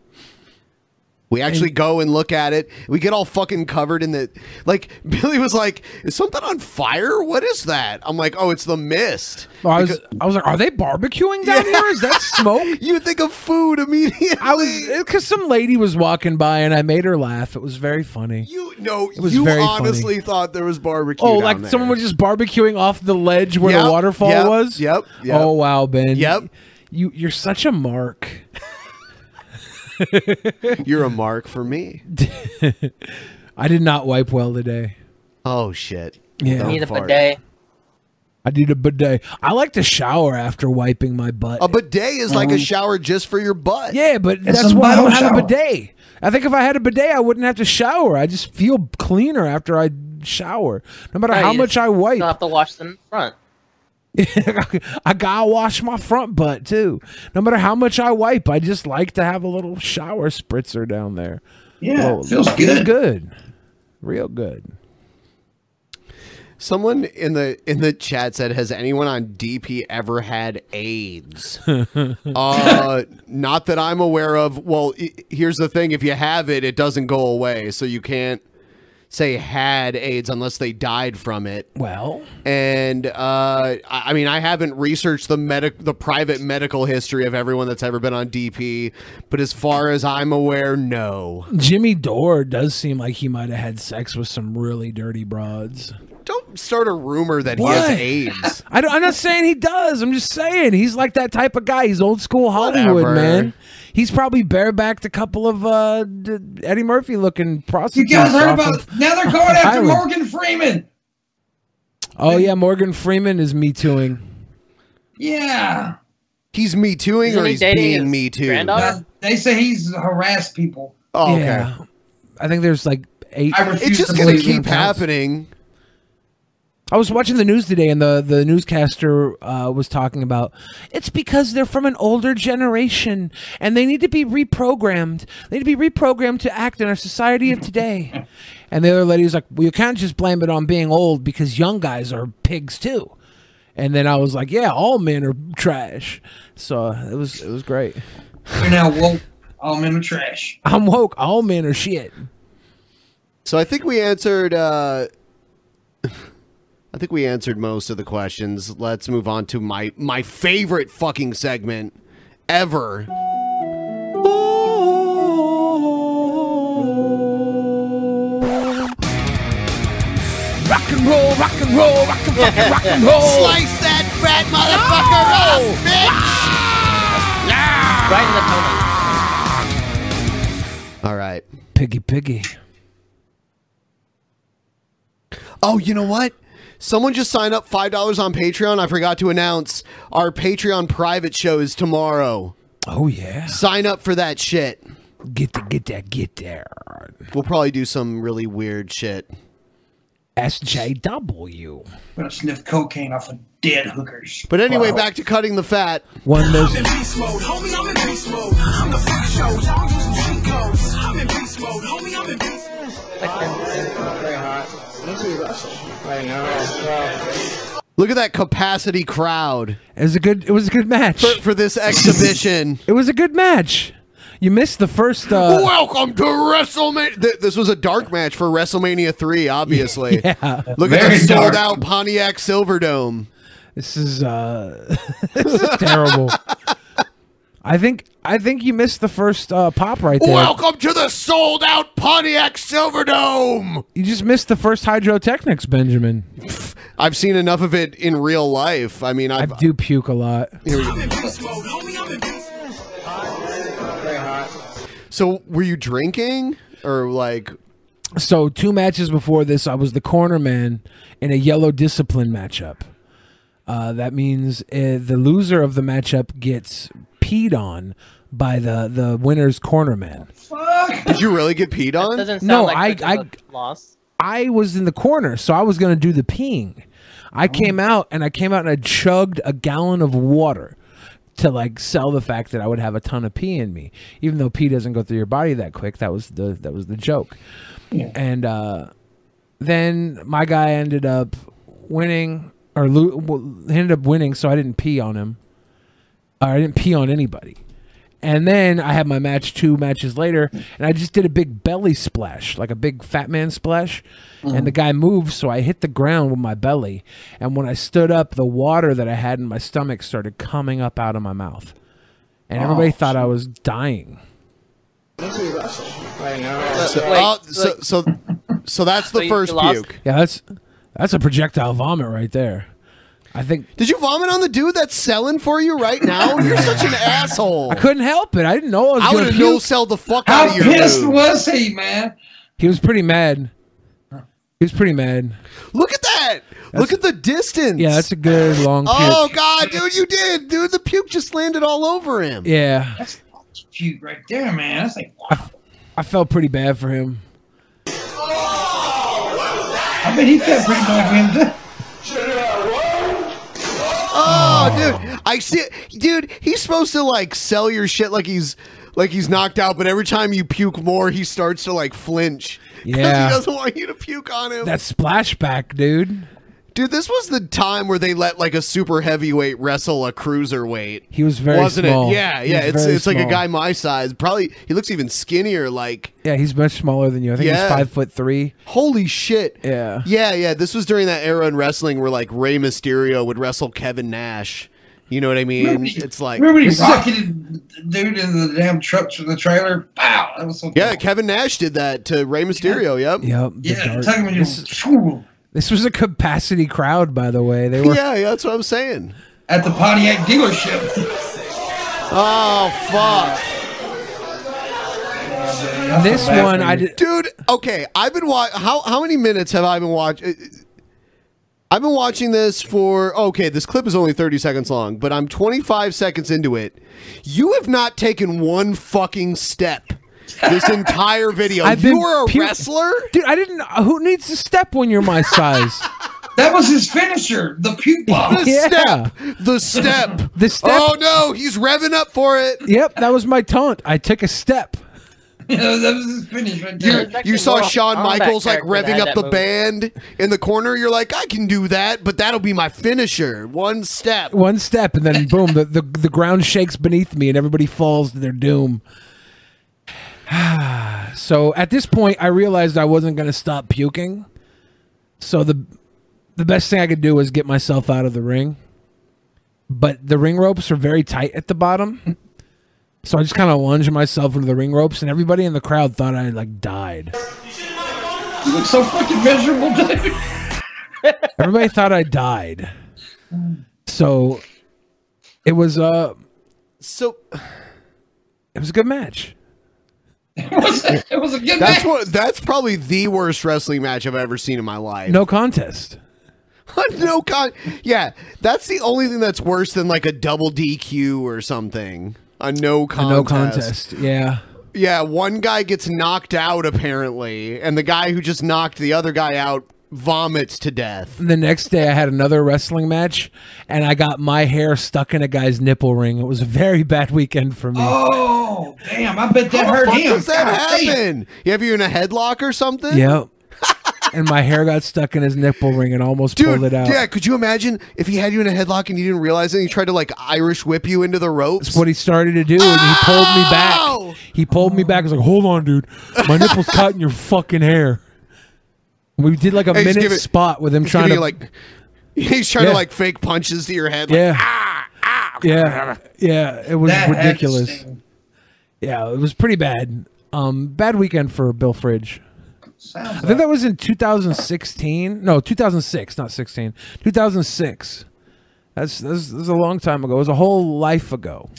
S3: We actually go and look at it. We get all fucking covered in the like. Billy was like, "Is something on fire? What is that?" I'm like, "Oh, it's the mist."
S4: Oh, I was, I was like, are they barbecuing down here? Is that smoke?
S3: You think of food immediately.
S4: I was because some lady was walking by and I made her laugh. It was very funny.
S3: You no.
S4: was
S3: You
S4: very
S3: honestly thought there was barbecue.
S4: Oh,
S3: down
S4: like
S3: there.
S4: someone was just barbecuing off the ledge where
S3: Yep,
S4: the waterfall
S3: yep,
S4: was.
S3: yep, yep.
S4: Oh wow, Ben.
S3: Yep.
S4: You you're such a mark.
S3: You're a mark for me.
S4: I did not wipe well today.
S3: Oh shit.
S4: Yeah.
S3: Don't
S6: Need a
S3: fart.
S6: bidet.
S4: I need a bidet. I like to shower after wiping my butt. Um,
S3: A bidet is like a shower just for your butt.
S4: yeah, but that's
S5: a
S4: why I don't
S5: bottle
S4: have a
S5: shower.
S4: bidet. I think if I had a bidet, I wouldn't have to shower. I just feel cleaner after I shower. No matter
S6: Right,
S4: how
S6: you
S4: much
S6: just-
S4: I wipe,
S6: You'll have to wash them in front.
S4: I gotta wash my front butt too. No matter how much I wipe, I just like to have a little shower spritzer down there.
S5: Yeah,
S4: Well,
S5: feels
S4: Feels
S5: good.
S4: good, real good.
S3: Someone in the in the chat said, "Has anyone on DP ever had AIDS?" uh, not that I'm aware of. Well, i- here's the thing: if you have it, it doesn't go away, so you can't say had AIDS unless they died from it.
S4: Well,
S3: And uh, I I mean, I haven't researched the medic, the private medical history of everyone that's ever been on DP, but as far as I'm aware, no.
S4: Jimmy Dore does seem like he might have had sex with some really dirty broads.
S3: Don't start a rumor that he
S4: Why?
S3: has AIDS.
S4: I don't, I'm not saying he does. I'm just saying he's like that type of guy. He's old school Hollywood
S3: Whatever.
S4: man. He's probably barebacked a couple of uh, d- Eddie Murphy looking
S5: You
S4: prostitutes.
S5: guys heard
S4: off
S5: about?
S4: of-
S5: now they're going after
S4: Island.
S5: Morgan Freeman.
S4: oh yeah, Morgan Freeman is me tooing.
S5: Yeah.
S3: He's me tooing
S6: Isn't
S3: or
S6: he
S3: he's
S6: dating
S3: being
S6: his
S3: me too.
S6: granddaughter?
S5: Uh, they say he's harassed people.
S3: Oh, okay.
S4: Yeah. I think there's like eight.
S5: I refuse
S3: It's just
S5: to
S3: gonna
S5: believe
S3: keep
S5: him.
S3: happening.
S4: I was watching the news today, and the the newscaster uh, was talking about it's because they're from an older generation, and they need to be reprogrammed. They need to be reprogrammed to act in our society of today. and the other lady was like, "Well, you can't just blame it on being old because young guys are pigs too." And then I was like, "Yeah, all men are trash." So it was it was great.
S5: You're now woke. I'm in the trash.
S4: I'm woke. All men are shit.
S3: So I think we answered. Uh, I think we answered most of the questions. Let's move on to my my favorite fucking segment ever.
S4: Rock and roll, rock and roll, rock and fucking rock and roll.
S3: Slice that fat motherfucker up, bitch!
S6: Right in the tummy.
S3: All right.
S4: Piggy, piggy.
S3: Oh, you know what? Someone just signed up five dollars on Patreon. I forgot to announce our Patreon private show is tomorrow.
S4: Oh yeah.
S3: Sign up for that shit.
S4: Get the get that get there.
S3: We'll probably do some really weird shit.
S4: SJW.
S5: I'm gonna sniff cocaine off of dead hookers.
S3: But anyway, back to cutting the fat.
S4: One those
S3: Look at that capacity crowd
S4: it was a good it was a good match.
S3: for, for this exhibition.
S4: It was a good match. You missed the first uh
S3: Welcome to WrestleMania. Th- this was a dark match for WrestleMania 3, obviously.
S4: yeah.
S3: Look at
S5: Very
S3: the sold
S5: dark.
S3: out Pontiac Silverdome.
S4: This is uh this is terrible. I think I think you missed the first uh pop right there.
S3: Welcome to the sold out Pontiac Silverdome.
S4: You just missed the first hydrotechnics, Benjamin.
S3: I've seen enough of it in real life. I mean,
S4: I
S3: I've,
S4: do puke a lot.
S3: so were you drinking or like
S4: So two matches before this, I was the corner man in a yellow discipline matchup. Uh, that means uh, the loser of the matchup gets peed on by the the winner's corner man.
S5: Fuck.
S3: did you really get peed on?
S6: Doesn't sound
S4: No, I-
S6: like such a
S4: I-
S6: good loss.
S4: I was in the corner, so I was going to do the peeing. I came out and I came out and I chugged a gallon of water to like sell the fact that I would have a ton of pee in me, even though pee doesn't go through your body that quick. That was the that was the joke. And uh, then my guy ended up winning or lo- well, he ended up winning, so I didn't pee on him. Or I didn't pee on anybody. And then I had my match two matches later, and I just did a big belly splash, like a big fat man splash. And
S6: Mm-hmm.
S4: the guy moved, so I hit the ground with my belly. And when I stood up, the water that I had in my stomach started coming up out of my mouth.
S6: Oh,
S4: And everybody thought I was dying.
S3: So,
S6: Wait,
S3: oh, so, so, so that's the
S6: you
S3: first
S6: lost?
S3: puke.
S4: Yeah, that's that's a projectile vomit right there. I think
S3: Did you vomit on the dude that's selling for you right now? You're such an asshole.
S4: couldn't help it. I didn't know I was
S3: I would
S4: going to
S3: have
S4: puke.
S3: no sell the fuck out of
S5: How
S3: your
S5: pissed
S3: dude.
S5: was he, man?
S4: He was pretty mad. He was pretty mad.
S3: Look at that. Look at the distance.
S4: Yeah, that's a good long puke.
S3: Oh god, dude, you did, dude. The puke just landed all over him.
S4: Yeah.
S5: That's cute right there, man. That's like, wow.
S4: I felt pretty bad for him.
S5: I bet he felt pretty bad for him too.
S3: Oh, dude, I see. Dude, he's supposed to like sell your shit like he's like he's knocked out, but every time you puke more, he starts to like flinch. 'Cause
S4: Yeah.
S3: he doesn't want you to puke on him.
S4: That splashback, dude.
S3: dude, this was the time where they let like a super heavyweight wrestle a cruiserweight.
S4: He was very
S3: wasn't
S4: small.
S3: it? Yeah,
S4: He
S3: yeah.
S4: was
S3: It's
S4: very
S3: it's like a
S4: small.
S3: guy my size. Probably he looks even skinnier. Like
S4: Yeah, he's much smaller than you. I think
S3: Yeah.
S4: he's five foot three.
S3: holy shit.
S4: Yeah.
S3: Yeah, yeah. This was during that era in wrestling where like Rey Mysterio would wrestle Kevin Nash. You know what I mean? It's like
S5: remember he
S3: This is-
S5: rocketed the dude into the damn trucks from the trailer. Wow, that was so.
S3: Yeah,
S5: cool.
S3: Kevin Nash did that to Rey Mysterio. Yep.
S4: Yep. the
S5: yeah.
S4: dart.
S5: Talking about
S4: This,
S5: you
S4: this was a capacity crowd, by the way. They were
S3: Yeah, yeah, that's what I'm saying.
S5: at the Pontiac dealership.
S3: Oh fuck,
S4: and this
S5: Bad
S4: one.
S5: for
S4: I
S5: you.
S4: did.
S3: dude. Okay, I've been watching. How how many minutes have I been watching? uh, I've been watching this for okay. This clip is only thirty seconds long, but I'm 25 seconds into it. You have not taken one fucking step this entire video. you are a
S4: pu-
S3: wrestler.
S4: dude. I didn't. Who needs to step when you're my size?
S5: That was his finisher, the pupa.
S3: The
S4: Yeah.
S3: step. The step.
S4: The step.
S3: Oh no, he's revving up for it.
S4: Yep, that was my taunt. I took a step.
S5: that was his finish right
S3: You,
S5: there.
S6: There's actually
S3: you saw
S6: more
S3: Shawn
S6: combat
S3: Michaels like
S6: character that
S3: revving
S6: had
S3: up
S6: that
S3: the
S6: move.
S3: band in the corner. You're like, I can do that, but that'll be my finisher. One step.
S4: One step, and then boom, the, the the ground shakes beneath me, and everybody falls to their doom. so at this point, I realized I wasn't going to stop puking. So the the best thing I could do was get myself out of the ring. But the ring ropes are very tight at the bottom. So I just kind of lunged myself into the ring ropes, and everybody in the crowd thought I like died.
S5: You look so fucking miserable, dude.
S4: Everybody thought I died. So it was uh
S3: So
S4: it was a good match.
S5: It was, it was a good
S3: that's
S5: match.
S3: what. That's probably the worst wrestling match I've ever seen in my life.
S4: No contest.
S3: no con. Yeah, that's the only thing that's worse than like a double DQ or something. A no
S4: A
S3: contest.
S4: no contest. Yeah.
S3: Yeah, one guy gets knocked out apparently, and the guy who just knocked the other guy out vomits to death.
S4: The next day I had another wrestling match and I got my hair stuck in a guy's nipple ring. It was a very bad weekend for me.
S5: Oh, damn. I bet that
S3: How the
S5: hurt
S3: fuck
S5: him.
S3: does that
S5: God damn.
S3: happen? You have you in a headlock or something?
S4: Yep. and my hair got stuck in his nipple ring and almost
S3: Dude,
S4: pulled it out.
S3: yeah, could you imagine if he had you in a headlock and you didn't realize it and he tried to like Irish whip you into the ropes?
S4: That's what he started to do, and he pulled me
S3: Ow!
S4: back. He pulled me back. I was like, "Hold on, dude, my nipple's caught in your fucking hair." We did like a
S3: Hey, just
S4: minute
S3: give it-
S4: spot with him
S3: He's giving
S4: trying to
S3: you, like he's trying to
S4: Yeah.
S3: like fake punches to your head. like,
S4: yeah, yeah, yeah. It was
S5: That had to
S4: ridiculous.
S5: sting.
S4: Yeah, it was pretty bad. Um, bad weekend for Bill Fridge.
S5: Sounds
S4: I think that was in 2016. No, 2006, not 16. 2006. That's that's, that's a long time ago. It was a whole life ago.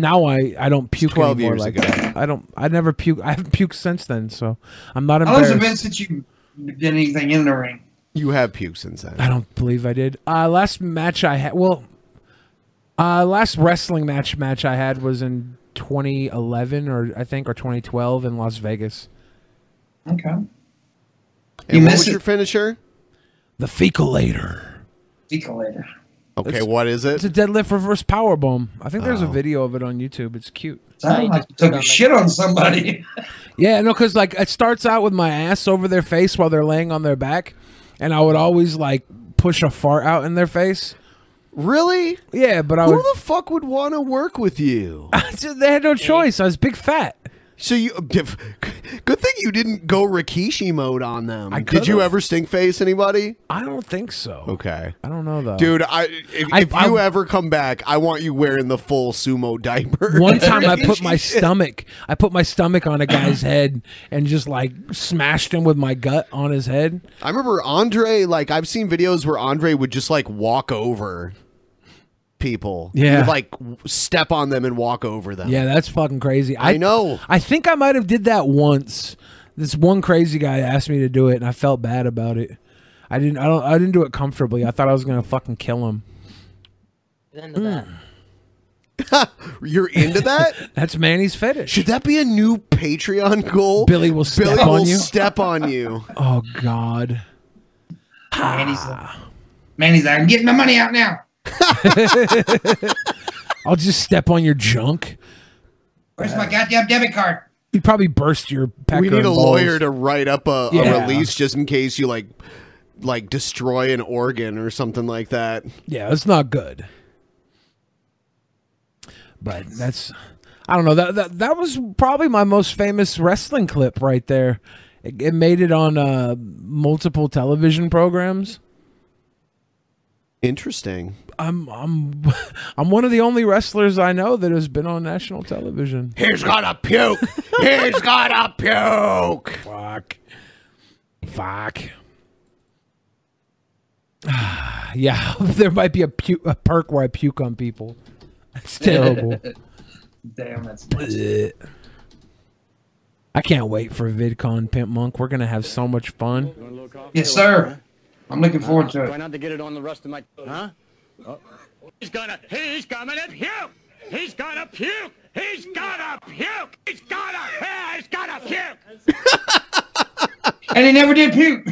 S4: Now I I don't puke
S3: 12
S4: anymore
S3: years
S4: like
S3: ago.
S4: that. I don't. I never puke. I haven't puked since then, so I'm not
S5: How long has it
S4: embarrassed.
S5: been since you did anything in the ring?
S3: You have pukes inside.
S4: I don't believe I did. Uh, last match I had. Well, uh, last wrestling match match I had was in 2011 or I think or 2012 in Las Vegas.
S5: Okay.
S3: And
S5: You
S3: what
S5: miss
S3: was
S5: it.
S3: your finisher?
S4: The fecalator.
S5: Decolator.
S3: Okay, what is it?
S4: It's a deadlift reverse power bomb. I think there's a
S3: Oh.
S4: video of it on YouTube. It's cute.
S5: Sounds like you took a shit on somebody.
S4: Yeah, no, because like it starts out with my ass over their face while they're laying on their back, and I would always like push a fart out in their face.
S3: really?
S4: Yeah, but I
S3: Who
S4: would.
S3: the fuck would want to work with you?
S4: they had no choice. I was big fat.
S3: so you, good thing you didn't go Rikishi mode on them.
S4: I
S3: Did you
S4: could've.
S3: ever stink face anybody?
S4: I don't think so.
S3: Okay,
S4: I don't know though,
S3: dude. I if,
S4: I-
S3: if you
S4: I-
S3: ever come back, I want you wearing the full sumo diaper.
S4: One time I put my stomach, I put my stomach on a guy's head and just like smashed him with my gut on his head.
S3: I remember Andre. Like I've seen videos where Andre would just like walk over people. He
S4: Yeah.
S3: would, like w- step on them and walk over them.
S4: Yeah, that's fucking crazy.
S3: I know.
S4: I think I might have did that once. This one crazy guy asked me to do it, and I felt bad about it. I didn't. I don't. I didn't do it comfortably. I thought I was gonna fucking kill him.
S6: Into that.
S5: Mm.
S3: You're into that?
S4: That's Manny's fetish.
S3: Should that be a new Patreon goal?
S4: Billy will step
S3: Billy
S4: on
S3: will
S4: you.
S3: step on you.
S4: oh God.
S5: Manny's like, Manny's like, I'm getting my money out now.
S4: I'll just step on your junk.
S5: Where's my goddamn debit card?
S4: You'd probably burst your. Pecker
S3: we need a
S4: and balls.
S3: lawyer to write up a, a
S4: Yeah.
S3: release just in case you like like destroy an organ or something like that.
S4: Yeah, it's not good. But that's I don't know. That that, that was probably my most famous wrestling clip right there. It, it made it on uh, multiple television programs.
S3: Interesting.
S4: I'm I'm I'm one of the only wrestlers I know that has been on national television.
S3: He's gonna puke. He's gonna puke.
S4: Fuck. Fuck. yeah, there might be a, pu- a perk where I puke on people. That's terrible.
S5: Damn, that's nuts.
S4: I can't wait for VidCon Pimp Monk. We're gonna have so much fun.
S5: Yes, sir. I'm looking forward to
S8: Try
S5: it.
S8: not to get it on the rest of my. Huh? Oh. He's gonna. He's gonna puke. He's gonna puke. He's gonna puke. He's gonna. He's gonna puke.
S5: And he never did puke.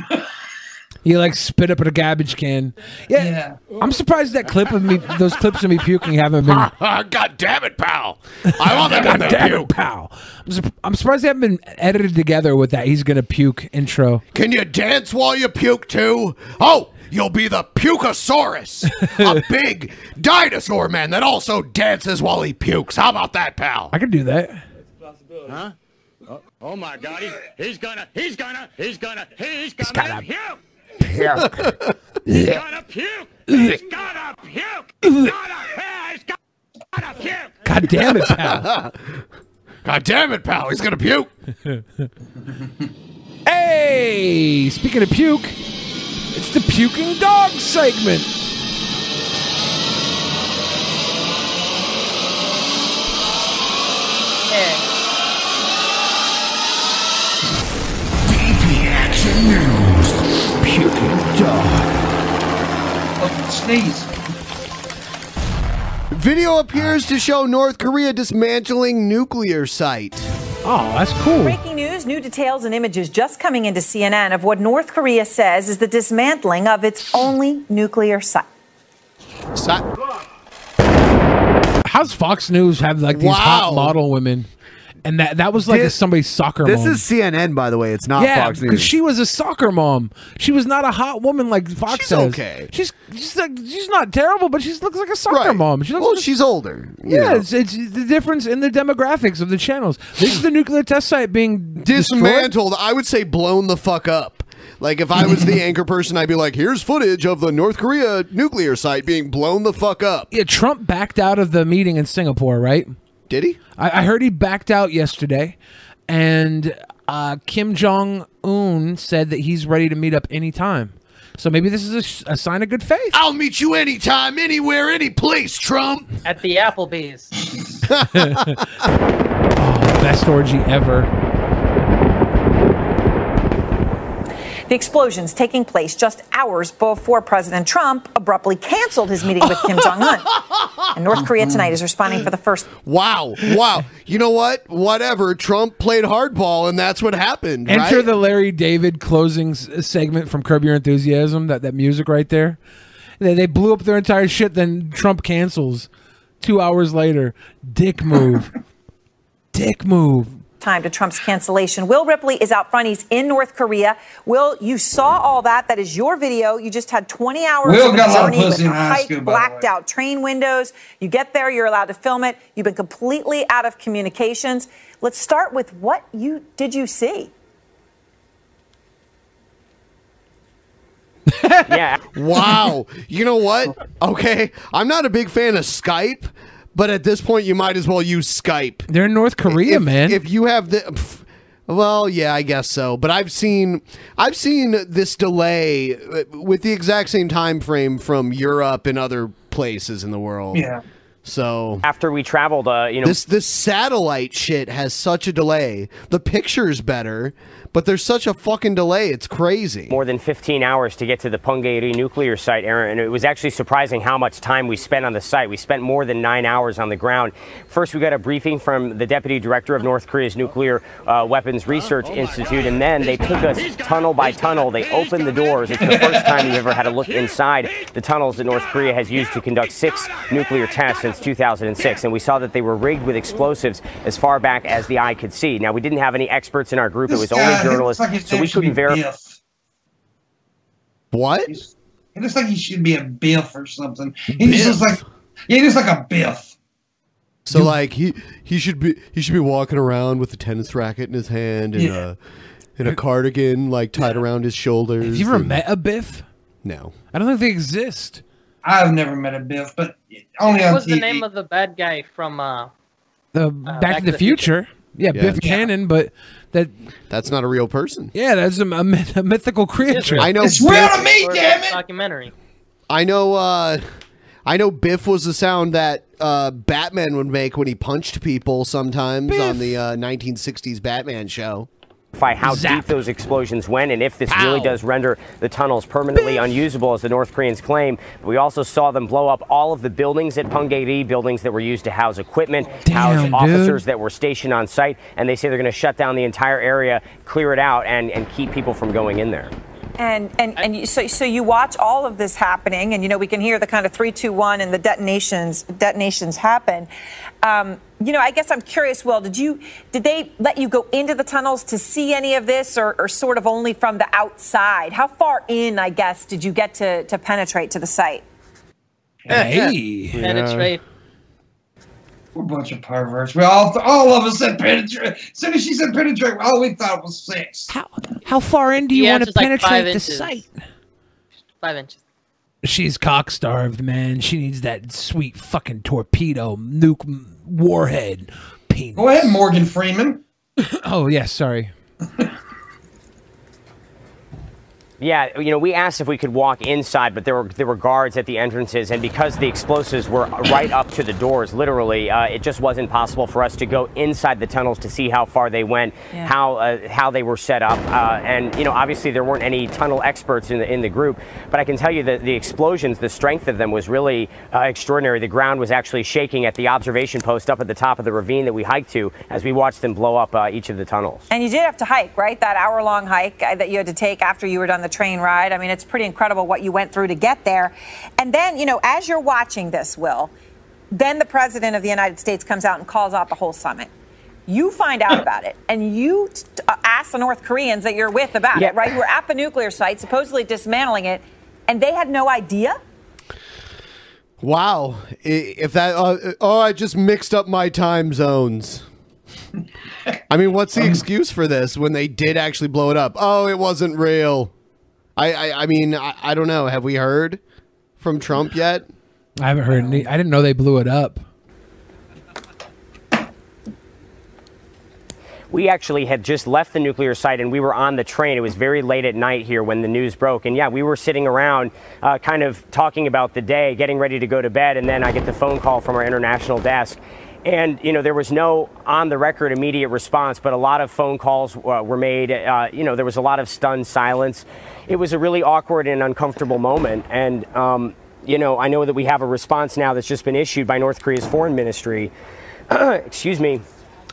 S4: You like spit up at a garbage can. Yeah, I'm surprised that clip of me, those clips of me puking haven't been.
S9: God damn it, pal! I want that
S4: God
S9: goddamn
S4: damn
S9: puke.
S4: it, pal! I'm, sur- I'm surprised they haven't been edited together with that. He's gonna puke intro.
S9: Can you dance while you puke too? Oh, you'll be the pukeosaurus, a big dinosaur man that also dances while he pukes. How about that, pal?
S4: I could do that.
S8: Huh? Oh, oh my God. He's, he's gonna. He's gonna. He's gonna. He's gonna puke. He's gonna puke. He's gonna puke. He's gonna. He's gonna puke.
S4: God damn it, pal!
S9: God damn it, pal! He's gonna puke.
S4: hey, speaking of puke, it's the puking dog segment.
S6: Yeah.
S5: Oh, sneeze.
S3: Video appears to show North Korea dismantling nuclear site.
S4: Oh, that's cool.
S10: Breaking news, new details and images just coming into CNN of what North Korea says is the dismantling of its only nuclear site.
S3: Si-
S4: How's Fox News have like these hot
S3: Wow.
S4: model women? And that that was like
S3: This-
S4: a, somebody's soccer.
S11: This
S4: mom.
S11: is CNN, by the way. It's not
S4: yeah,
S11: Fox
S4: 'cause
S11: News.
S4: she was a soccer mom. She was not a hot woman like Fox
S3: She's
S4: says.
S3: okay.
S4: She's she's like she's not terrible, but she looks like a soccer
S3: Right.
S4: mom. She looks
S3: well,
S4: like a-
S3: she's older. you
S4: yeah,
S3: know.
S4: it's, it's the difference in the demographics of the channels. This is the nuclear test site being destroyed.
S3: dismantled. I would say blown the fuck up. Like if I was the anchor person, I'd be like, "Here's footage of the North Korea nuclear site being blown the fuck up."
S4: Yeah, Trump backed out of the meeting in Singapore, right?
S3: Did he?
S4: I, I heard he backed out yesterday, and uh, Kim Jong Un said that he's ready to meet up anytime. So maybe this is a, s- a sign of good faith.
S9: I'll meet you anytime, anywhere, any place, Trump.
S6: At the Applebee's.
S4: Best orgy ever.
S10: The explosions taking place just hours before President Trump abruptly canceled his meeting with Kim Jong Un. And North Korea tonight is responding for the first
S3: Wow, wow. you know what? Whatever. Trump played hardball, and that's what happened.
S4: Enter
S3: right?
S4: the Larry David closing s- uh, segment from Curb Your Enthusiasm. That that music right there. They, they blew up their entire shit. Then Trump cancels. Two hours later, dick move. dick move.
S10: time to Trump's cancellation. Will Ripley is out front. He's in North Korea. Will, you saw all that. That is your video. You just had 20 hours
S5: Will
S10: of
S5: got a lot of
S10: journey with
S5: pussy
S10: a
S5: in high
S10: hike,
S5: school, by the
S10: blacked
S5: way.
S10: out train windows. You get there, you're allowed to film it. You've been completely out of communications. Let's start with what you did you see?
S3: Wow. you know what? Okay, I'm not a big fan of Skype, but at this point, you might as well use Skype.
S4: They're in North Korea,
S3: if,
S4: man.
S3: If you have the, pff, well, yeah, I guess so. But I've seen, I've seen this delay uh, with the exact same time frame from Europe and other places in the world.
S5: Yeah.
S3: So
S8: After we traveled, uh, you know,
S3: this this satellite shit has such a delay. The picture's better, but there's such a fucking delay. It's crazy.
S8: more than 15 hours to get to the Punggye-ri nuclear site, Aaron, and it was actually surprising how much time we spent on the site. We spent more than nine hours on the ground. First, we got a briefing from the deputy director of North Korea's Nuclear uh, Weapons Research Institute, and then they took us tunnel by tunnel. They opened the doors. It's the first time you've ever had a look inside the tunnels that North Korea has used to conduct six nuclear tests since 2006, and we saw that they were rigged with explosives as far back as the eye could see. Now, we didn't have any experts in our group. It
S5: This
S8: was
S5: guy,
S8: only
S5: he looks like
S8: journalists,
S5: his
S8: so
S5: name
S8: we
S5: should be
S8: couldn't verify.
S5: Biff.
S3: What?
S5: He's- He looks like he should be a biff or something. He just looks like yeah, he looks like a biff.
S3: So like he he should be he should be walking around with a tennis racket in his hand and
S5: Yeah.
S3: a and a cardigan like tied around his shoulders.
S4: Have you ever
S3: and-
S4: met a Biff?
S3: No.
S4: I don't think they exist.
S5: I've never met a biff, but only on
S6: What was the
S5: TV.
S6: name of the bad guy from uh
S4: The Back, to the, Future. Yeah,
S3: Yeah.
S4: Biff Cannon, but that
S3: That's not a real person.
S4: yeah, that's a, a myth- a mythical creature.
S3: I know
S5: It's real to
S3: Biff,
S5: me, damn it!
S6: documentary?
S3: I know uh I know Biff was the sound that uh, Batman would make when he punched people sometimes on the uh, 1960s Batman show.
S8: how deep those explosions went and if this really does render the tunnels permanently unusable, as the North Koreans claim. But we also saw them blow up all of the buildings at Punggye-ri, buildings that were used to house equipment, house
S11: dude.
S8: officers that were stationed on site, and they say they're going to shut down the entire area, clear it out, and, and keep people from going in there.
S10: And and and you, so so you watch all of this happening, and you know we can hear the kind of three, two, one, and the detonations detonations happen. Um, you know, I guess I'm curious, Will. Did you did they let you go into the tunnels to see any of this, or, or sort of only from the outside? How far in, I guess, did you get to to penetrate to the site?
S4: Hey.
S5: Penetrate. We're a bunch of perverts. We all, all of us said penetrate. As soon as she said penetrate, all we thought was sex.
S12: How, how far in do you
S6: Yeah,
S12: want to
S6: just like
S12: penetrate
S6: five
S12: the
S6: inches.
S12: site?
S6: Five inches.
S4: She's cock starved, man. She needs that sweet fucking torpedo nuke m- warhead penis. Go
S5: ahead, Morgan Freeman.
S4: oh yes, sorry.
S8: Yeah, you know, we asked if we could walk inside, but there were there were guards at the entrances, and because the explosives were right up to the doors, literally, uh, it just wasn't possible for us to go inside the tunnels to see how far they went, how uh, how they were set up, uh, and you know, obviously there weren't any tunnel experts in the in the group, but I can tell you that the explosions, the strength of them was really uh, extraordinary. The ground was actually shaking at the observation post up at the top of the ravine that we hiked to as we watched them blow up uh, each of the tunnels.
S10: And you did have to hike, right? That hour long hike uh, that you had to take after you were done the train ride. I mean, it's pretty incredible what you went through to get there. And then, you know, as you're watching this, Will, then the president of the United States comes out and calls out the whole summit. You find out about it, and you t- uh, ask the North Koreans that you're with about
S8: Yeah.
S10: it, right? Who are at the nuclear site, supposedly dismantling it, and they had no idea.
S3: Wow. I- If that, uh, oh, I just mixed up my time zones. I mean, what's the excuse for this when they did actually blow it up? Oh, it wasn't real. I, I, I mean, I, I don't know. Have we heard from Trump yet?
S4: I haven't heard any. I didn't know they blew it up.
S8: We actually had just left the nuclear site and we were on the train. It was very late at night here when the news broke. And yeah, we were sitting around uh, kind of talking about the day, getting ready to go to bed. And then I get the phone call from our international desk. And, you know, there was no on the record immediate response, but a lot of phone calls uh, were made. Uh, you know, there was a lot of stunned silence. It was a really awkward and uncomfortable moment. And, um, you know, I know that we have a response now that's just been issued by North Korea's foreign ministry. Excuse me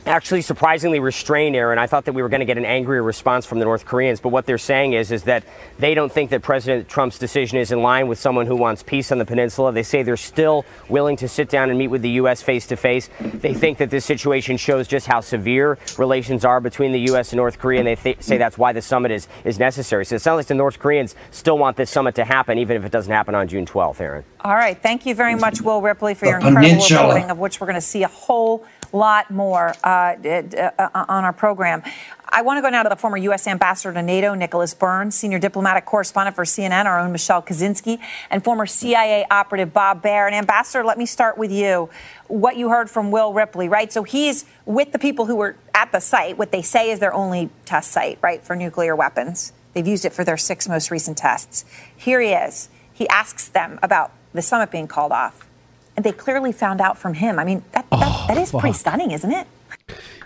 S8: actually surprisingly restrained, Aaron. I thought that we were going to get an angrier response from the North Koreans, but what they're saying is is that they don't think that President Trump's decision is in line with someone who wants peace on the peninsula. They say they're still willing to sit down and meet with the U.S. face to face. They think that this situation shows just how severe relations are between the U.S. and North Korea, and they th- say that's why the summit is is necessary. So it sounds like the North Koreans still want this summit to happen, even if it doesn't happen on June 12th, Aaron.
S10: All right. Thank you very much, Will Ripley, for your
S8: The
S10: incredible
S8: peninsula.
S10: reporting, of which we're going to see a whole lot more uh, d- d- uh, on our program. I want to go now to the former U.S. ambassador to NATO, Nicholas Burns, senior diplomatic correspondent for CNN, our own Michelle Kaczynski, and former CIA operative Bob Baer. And Ambassador, let me start with you. What you heard from Will Ripley, right? So he's with the people who were at the site. What they say is their only test site, right, for nuclear weapons. They've used it for their six most recent tests. Here he is he asks them about the summit being called off. And they clearly found out from him. I mean, that, that,
S4: Oh,
S10: that is pretty stunning, isn't it?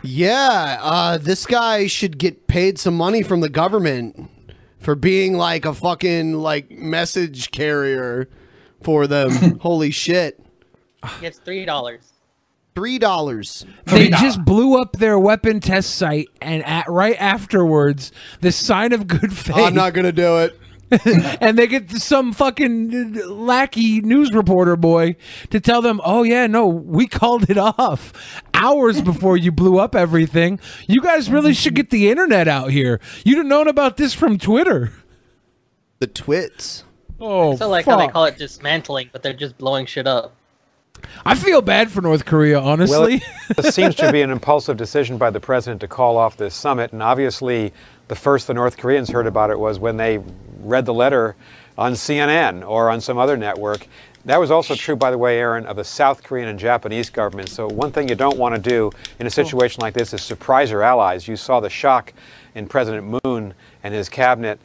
S3: Yeah, uh, this guy should get paid some money from the government for being like a fucking like message carrier for them. Holy shit.
S6: Gets three dollars.
S3: Three dollars.
S4: They just blew up their weapon test site, and at, right afterwards, the sign of good faith.
S3: I'm not gonna do it.
S4: and they get some fucking lackey news reporter boy to tell them, "Oh yeah, no, we called it off hours before you blew up everything. You guys really should get the internet out here. You'd have known about this from Twitter."
S3: The twits.
S4: Oh,
S6: so like how they
S4: fuck.
S6: call it dismantling, but they're just blowing shit up.
S4: I feel bad for North Korea, honestly.
S13: Well, it seems to be an impulsive decision by the president to call off this summit. And obviously, the first the North Koreans heard about it was when they read the letter on CNN or on some other network. That was also true, by the way, Aaron, of the South Korean and Japanese governments. So, one thing you don't want to do in a situation like this is surprise your allies. You saw the shock in President Moon and his cabinet.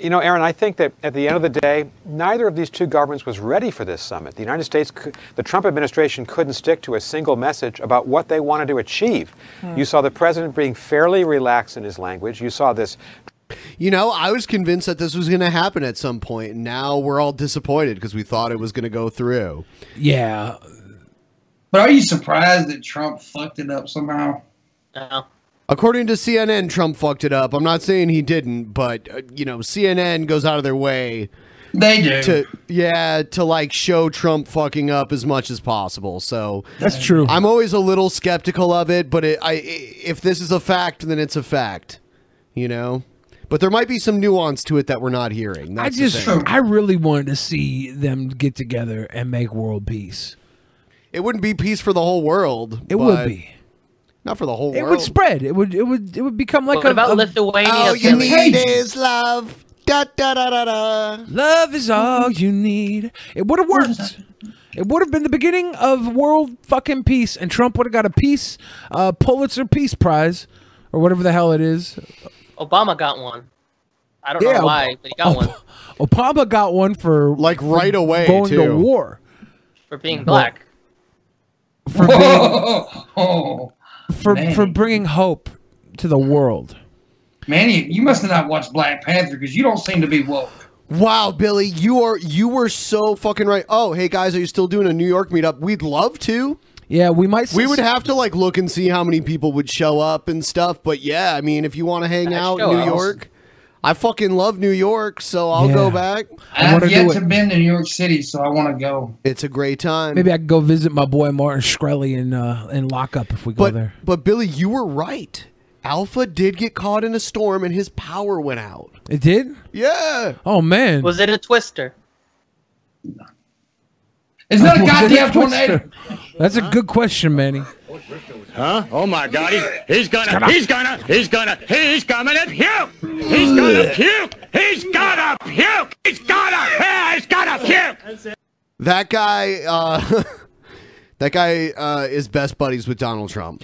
S13: you know, Aaron, I think that at the end of the day, neither of these two governments was ready for this summit. The United States, cou- the Trump administration couldn't stick to a single message about what they wanted to achieve.
S3: Hmm.
S13: You saw the president being fairly relaxed in his language. You saw this
S3: You know, I was convinced that this was going to happen at some point, and now we're all disappointed because we thought it was going to go through.
S4: Yeah.
S5: But are you surprised that Trump fucked it up somehow?
S6: No.
S3: According to CNN, Trump fucked it up. I'm not saying he didn't, but uh, you know, CNN goes out of their way.
S5: They do.
S3: To, yeah, to like show Trump fucking up as much as possible. So
S4: That's true.
S3: I'm always a little skeptical of it, but it, I, i- if this is a fact, then it's a fact. You know, but there might be some nuance to it that we're not hearing.
S4: I
S3: That's the
S4: just,
S3: thing.
S4: I really wanted to see them get together and make world peace.
S3: It wouldn't be peace for the whole world.
S4: It would
S3: but-
S4: be.
S3: Not for the whole
S4: It
S3: world.
S4: would spread. It would. It would. It would become like
S6: What
S4: a,
S6: about
S4: a-
S6: Lithuania?
S4: Oh,
S3: All you
S6: Billy?
S3: need is love. Da da da da da.
S4: Love is all you need. It would have worked. It would have been the beginning of world fucking peace, and Trump would have got a peace, uh, Pulitzer Peace Prize, or whatever the hell it is.
S6: Obama got one. I don't
S4: Yeah,
S6: know why,
S4: Ob-
S6: but he got
S4: Ob-
S6: one
S4: Obama got one for like
S3: right away,
S4: going to
S3: too.
S4: war
S6: for being black.
S4: for being,
S5: Oh,
S4: for
S5: man.
S4: for bringing hope to the world.
S5: Manny, you must have not watched Black Panther because you don't seem to be woke.
S3: Wow, Billy, you are you were so fucking right. Oh, hey guys, are you still doing a New York meetup? We'd love to.
S4: Yeah, we might.
S3: We would have to like look and see how many people would show up and stuff. But yeah, I mean, if you want to hang
S5: I'd
S3: out in
S5: show
S3: New
S5: up.
S3: York, I fucking love New York, so I'll go
S4: Yeah.
S3: back.
S4: I wanna
S5: I've yet
S4: do it.
S5: to been to New York City, so I want to go.
S3: It's a great time.
S4: Maybe I could go visit my boy Martin Shkreli in uh, in lockup if we go
S3: but
S4: there.
S3: but Billy, you were right. Alpha did get caught in a storm and his power went out.
S4: It did.
S3: Yeah.
S4: Oh man.
S6: Was it a twister?
S5: It's not a
S4: Was it
S5: goddamn
S4: twister?
S5: tornado.
S4: That's a good question, Manny.
S11: Huh? Oh my God! He, he's gonna! He's gonna! He's gonna! He's coming to puke! He's gonna puke! He's gonna puke! He's gonna! He's gonna puke!
S3: That guy, uh, that guy uh, is best buddies with Donald Trump.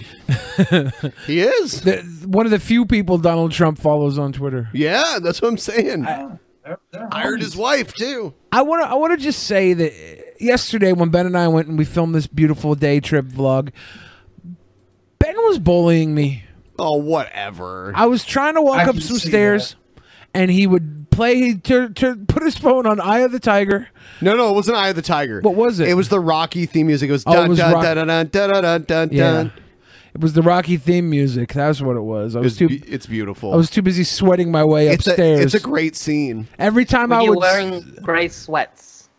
S3: he is
S4: The, one of the few people Donald Trump follows on Twitter.
S3: Yeah, that's what I'm saying. Hired his wife too.
S4: I want to. I want to just say that yesterday, when Ben and I went and we filmed this beautiful day trip vlog, Ben was bullying me.
S3: Oh, whatever.
S4: I was trying to
S3: I
S4: walk up
S3: can
S4: some
S3: see
S4: stairs, and he would play. He tur tur put his phone on Eye of the Tiger.
S3: No, no, it wasn't Eye of the Tiger. What
S4: was it?
S3: It was the Rocky theme music. It was
S4: Oh, it
S3: dun
S4: was
S3: dun
S4: Rock-
S3: dun dun dun dun dun dun.
S4: Yeah.
S3: dun.
S4: It was the Rocky theme music. That's what it was. I was
S3: It's,
S4: too.
S3: be- it's beautiful.
S4: I was too busy sweating my way
S3: it's
S4: upstairs.
S3: A, it's a great scene.
S4: Every time
S6: Were
S4: I
S6: you
S4: would.
S6: wearing gray sweats?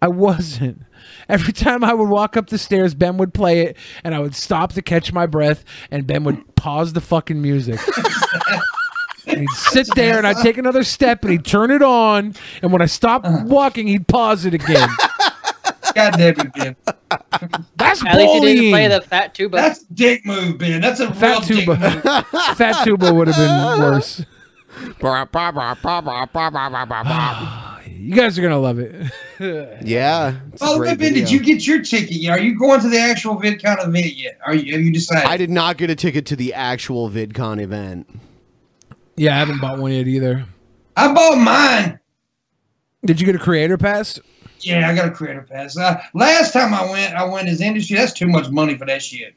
S4: I wasn't. Every time I would walk up the stairs, Ben would play it, and I would stop to catch my breath, and Ben would pause the fucking music. and he'd sit there, and I'd take another step, and he'd turn it on, and when I stopped
S3: Uh-huh.
S4: walking, he'd pause it again.
S5: God damn it, Ben.
S4: That's
S6: At least he didn't play
S4: bullying.
S6: the fat tuba.
S5: That's dick move, Ben. That's a real
S4: Fat
S5: dick move.
S4: tuba. Fat tuba would have been worse. You guys are gonna love it.
S3: yeah. it's a
S5: By the way,
S3: great
S5: Ben, did
S3: video.
S5: you get your ticket? Are you going to the actual VidCon event yet? Are you? Have you decided?
S3: I did not get a ticket to the actual VidCon event.
S4: Yeah, I haven't bought one yet either.
S5: I bought mine.
S4: Did you get a creator pass?
S5: Yeah, I got a creator pass. Uh, last time I went, I went as industry. That's too much money for that shit.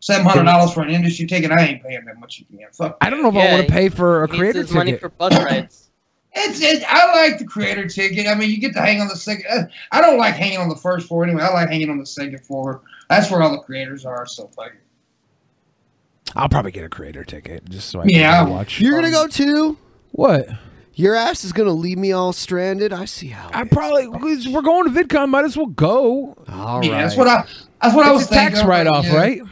S5: Seven hundred dollars for an industry ticket. I ain't paying that much again. Fuck.
S4: I don't know if I
S6: Yeah,
S4: want to pay for a
S6: He needs
S4: creator
S6: his money
S4: ticket.
S6: for bus rides.
S5: It's it. I like the creator ticket. I mean, you get to hang on the second. uh, I don't like hanging on the first floor anyway. I like hanging on the second floor. That's where all the creators are. So fuck it.
S4: I'll probably get a creator ticket just so I
S5: Yeah,
S4: can watch.
S3: You're gonna go too?
S4: What?
S3: Your ass is gonna leave me all stranded. I see how.
S4: I probably 'cause we're going to VidCon. Might as well go.
S3: All right.
S5: Yeah, that's what I. That's what I
S4: It's
S5: was
S4: a
S5: thinking.
S4: tax
S5: I'm like,
S4: write-off,
S5: yeah.
S4: right?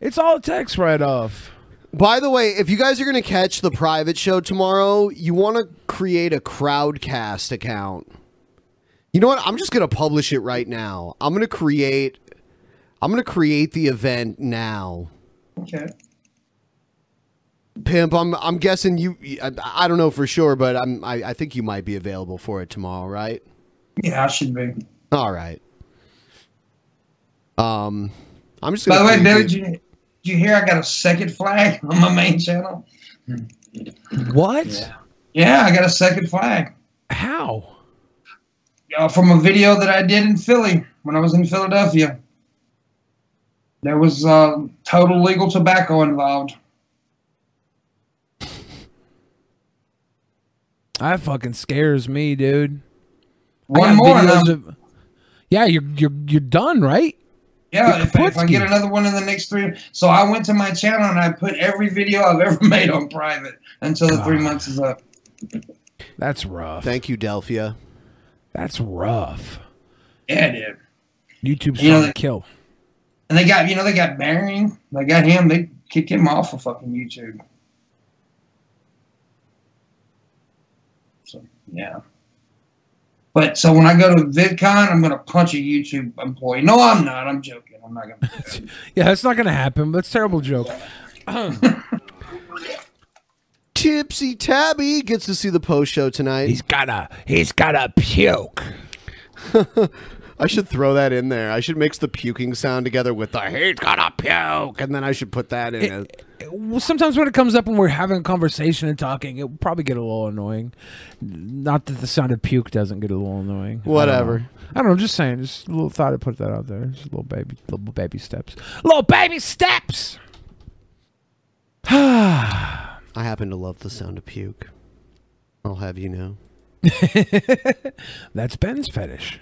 S4: It's all a tax write-off.
S3: By the way, if you guys are going to catch the private show tomorrow, you want to create a Crowdcast account. You know what? I'm just going to publish it right now. I'm going to create I'm going to create the event now.
S5: Okay.
S3: Pimp, I'm I'm guessing you I, I don't know for sure, but I'm I, I think you might be available for it tomorrow, right?
S5: Yeah, I should be.
S3: All right. Um I'm just
S5: By
S3: gonna
S5: the way,
S3: create
S5: Billy, did you, did you hear I got a second flag on my main channel?
S4: What?
S5: Yeah, I got a second flag.
S4: How?
S5: Uh, from a video that I did in Philly when I was in Philadelphia. There was uh, total legal tobacco involved.
S4: That fucking scares me, dude. I
S5: One
S4: got
S5: more, and
S4: videos
S5: I'm-
S4: of- yeah, you're you're you're done, right?
S5: Yeah, if, if I
S4: Kaputsky.
S5: get another one in the next three, so I went to my channel and I put every video I've ever made on private until the
S4: Ah.
S5: three months is up.
S4: That's rough.
S3: Thank you, Delphia.
S4: That's rough.
S5: Yeah, dude.
S4: YouTube's
S5: You know
S4: trying to
S5: that-
S4: kill.
S5: And they got, you know, they got Baring. They got him. They kicked him off of fucking YouTube. So yeah. But so when I go to VidCon, I'm gonna punch a YouTube employee. No, I'm not. I'm joking. I'm not gonna.
S4: Yeah, that's not gonna happen. That's a terrible joke.
S3: Tipsy Tabby gets to see the post show tonight. He's
S4: gotta, he's gotta puke.
S3: I should throw that in there. I should mix the puking sound together with the he's gotta puke, and then I should put that in. as-
S4: Well, sometimes when it comes up when we're having a conversation and talking, it will probably get a little annoying. Not that the sound of puke doesn't get a little annoying. I don't
S3: Whatever.
S4: know. I don't know. I'm just saying. Just a little thought I put that out there. Just little baby, little baby steps. Little baby steps.
S3: I happen to love the sound of puke. I'll have you know.
S4: That's Ben's fetish.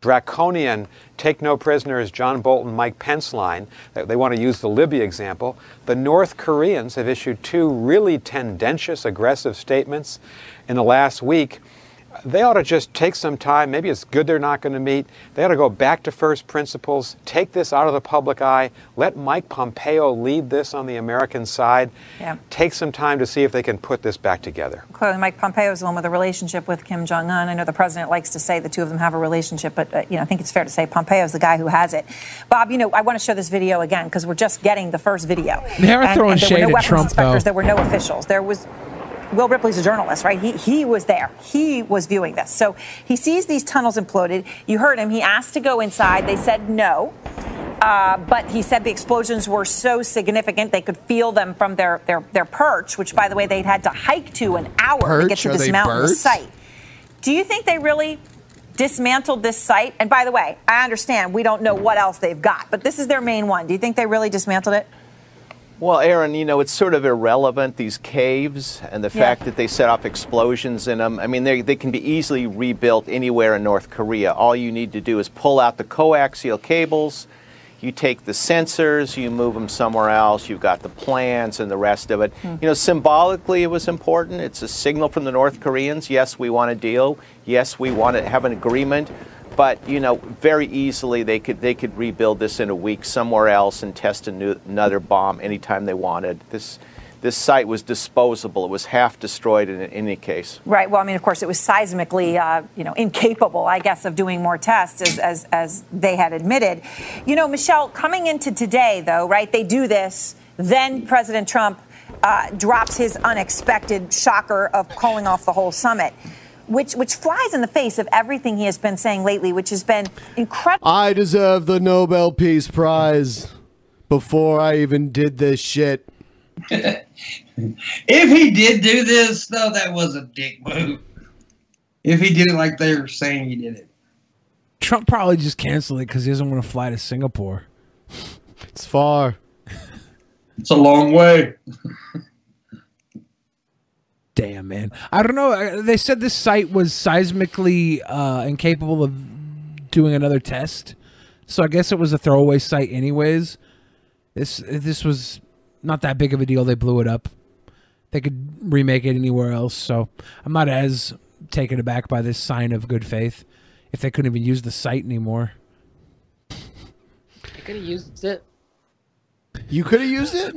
S13: draconian take no prisoners, John Bolton, Mike Pence line. They- They want to use the Libya example. The North Koreans have issued two really tendentious, aggressive statements in the last week. They ought to just take some time. Maybe it's good they're not going to meet. They ought to go back to first principles, take this out of the public eye, let Mike Pompeo lead this on the American side,
S10: Yeah.
S13: take some time to see if they can put this back together.
S10: Clearly, Mike Pompeo is the one with a relationship with Kim Jong Un. I know the president likes to say the two of them have a relationship, but uh, you know I think it's fair to say Pompeo is the guy who has it. Bob, you know I want to show this video again because we're just getting the first video.
S4: They are
S10: and,
S4: throwing
S10: and there
S4: shade
S10: were no
S4: at
S10: weapons
S4: Trump,
S10: inspectors.
S4: though.
S10: There were no officials. There was Will Ripley's a journalist, right? He, he was there. He was viewing this. So he sees these tunnels imploded. You heard him. He asked to go inside. They said no. Uh, but he said the explosions were so significant they could feel them from their, their, their perch, which, by the way, they'd had to hike to an hour to get
S3: Perch?
S10: to
S3: Are
S10: this
S3: they
S10: mountain
S3: birds?
S10: site. Do you think they really dismantled this site? And by the way, I understand we don't know what else they've got, but this is their main one. Do you think they really dismantled it?
S12: Well, Aaron, you know, it's sort of irrelevant, these caves and the
S10: Yeah.
S12: fact that they set off explosions in them. I mean, they, they can be easily rebuilt anywhere in North Korea. All you need to do is pull out the coaxial cables, you take the sensors, you move them somewhere else, you've got the plans and the rest of it. You know, symbolically, it was important. It's a signal from the North Koreans yes, we want a deal, yes, we want to have an agreement. But you know, very easily they could they could rebuild this in a week somewhere else and test a new, another bomb anytime they wanted. This this site was disposable. It was half destroyed in, any case.
S10: Right. Well, I mean, of course, it was seismically, uh, you know, incapable, I guess, of doing more tests, as, as as they had admitted. You know, Michelle, coming into today, though, right? They do this, then President Trump uh, drops his unexpected shocker of calling off the whole summit, which which flies in the face of everything he has been saying lately, which has been incredible.
S3: I deserve the Nobel Peace Prize before I even did this shit.
S5: If he did do this, though, that was a dick move. If he did it like they were saying he did it.
S4: Trump probably just canceled it because he doesn't want to fly to Singapore.
S3: It's far.
S5: It's a long way.
S4: Damn, man. I don't know. I- They said this site was seismically uh, incapable of doing another test, so I guess it was a throwaway site, anyways. This this was not that big of a deal. They blew it up. They could remake it anywhere else. So I'm not as taken aback by this sign of good faith. If they couldn't even use the site anymore,
S6: They could have used it.
S3: You could have used it.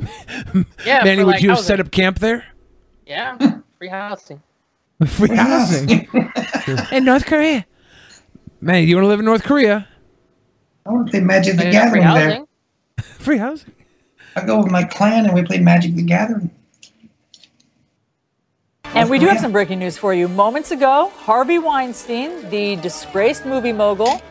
S6: Yeah,
S4: Manny,
S6: for,
S4: would
S6: like,
S4: you have
S6: housing.
S4: set up camp there?
S6: Yeah, free housing.
S4: Free housing in North Korea. Man, you want to live in North Korea?
S5: I want to play Magic the
S4: Free
S5: Gathering there.
S4: housing? Free housing.
S5: I go with my clan and we play Magic the Gathering.
S14: And we do have some breaking news for you. Moments ago, Harvey Weinstein, the disgraced movie mogul,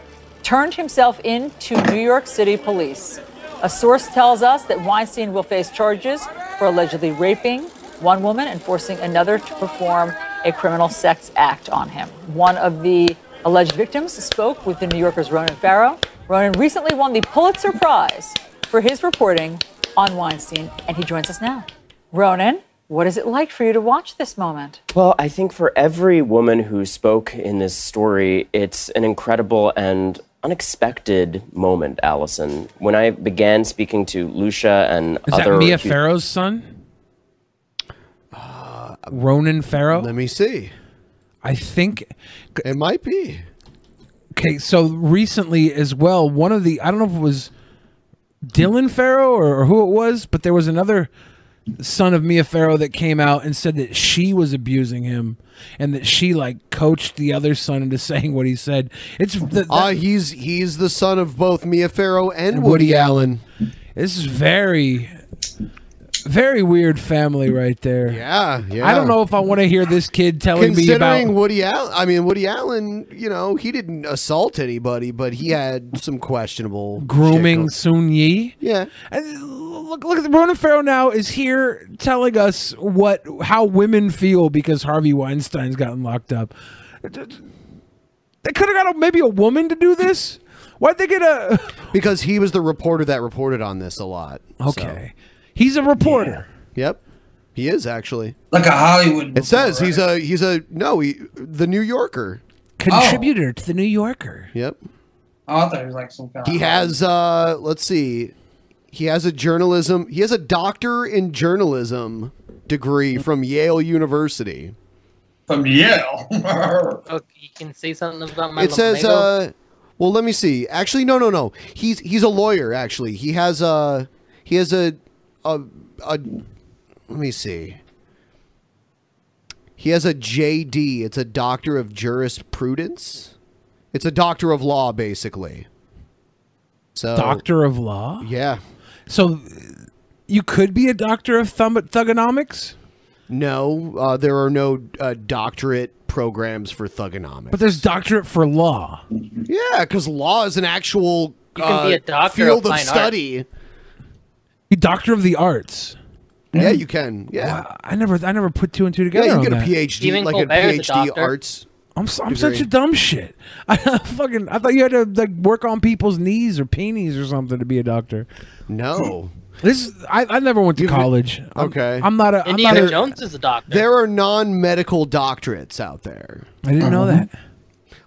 S14: turned himself in to New York City police. A source tells us that Weinstein will face charges for allegedly raping, one woman and forcing another to perform a criminal sex act on him. One of the alleged victims spoke with the New Yorker's Ronan Farrow. Ronan recently won the Pulitzer Prize for his reporting on Weinstein, and he joins us now. Ronan, what is it like for you to watch this moment?
S15: Well, I think for every woman who spoke in this story, it's an incredible and unexpected moment, Allison. When I began speaking to Lucia and
S4: Is
S15: other
S4: that Mia
S15: hu-
S4: Farrow's son? Uh, Ronan Farrow? Let
S3: me see.
S4: I think
S3: it might be.
S4: Okay, so recently as well, one of the I don't know if it was Dylan Farrow or, or who it was, but there was another son of Mia Farrow that came out and said that she was abusing him and that she like coached the other son into saying what he said. It's the,
S3: Ah, he's he's the son of both Mia Farrow and Woody, Allen.
S4: This is very, very weird family right there.
S3: Yeah, yeah.
S4: I don't know if I want to hear this kid telling me about.
S3: Considering Woody Allen, I mean Woody Allen, you know, he didn't assault anybody, but he had some questionable
S4: grooming Sun Yi. uh,
S3: Yeah.
S4: look, look at Ronan Farrow now is here telling us what how women feel because Harvey Weinstein's gotten locked up.
S5: Oh,
S4: They could have got a, maybe a woman to do this. Why'd they get a?
S3: Because he was the reporter that reported on this a lot.
S4: Okay, he's a reporter.
S3: Yep, he is actually
S5: like a Hollywood.
S3: It says he's a he's a no, he, the New Yorker.
S4: Contributor to the New Yorker.
S3: Yep.
S5: Oh, I thought he was like some kind
S3: He
S5: of.
S3: has uh let's see. He has a journalism he has a doctor in journalism degree from Yale University.
S5: Mm-hmm. From Yale.
S6: Oh, you can say something about my.
S3: It says
S6: lumbago?
S3: uh well let me see. Actually no no no. He's he's a lawyer actually. He has a he has a a, a let me see. He has a JD. It's a doctor of jurisprudence. It's a doctor of law basically. So
S4: Doctor of law.
S3: Oh. Yeah.
S4: So you could be a doctor of thumb- thugonomics.
S3: No, uh, there are no uh, doctorate programs for thugonomics.
S4: But there's doctorate for law.
S3: Yeah, because law is an actual
S4: You can be
S3: uh,
S4: a doctor of
S3: field of,
S4: fine art.
S3: study.
S4: You doctor of the arts.
S3: Yeah, you can. Yeah,
S4: I never, I never put two and two together.
S3: Yeah, you
S4: on
S3: get a
S4: that.
S3: PhD, Stephen like a Colbert's a PhD doctor. arts
S4: I'm, so, I'm
S3: degree.
S4: such a dumb shit. I fucking, I thought you had to like work on people's knees or peenies or something to be a doctor.
S3: No,
S4: this I, I never went to college. I'm-
S3: okay.
S4: I'm not a. I'm not a
S6: Jones is a doctor.
S3: There are non-medical doctorates out there. Uh-huh.
S4: I didn't know that.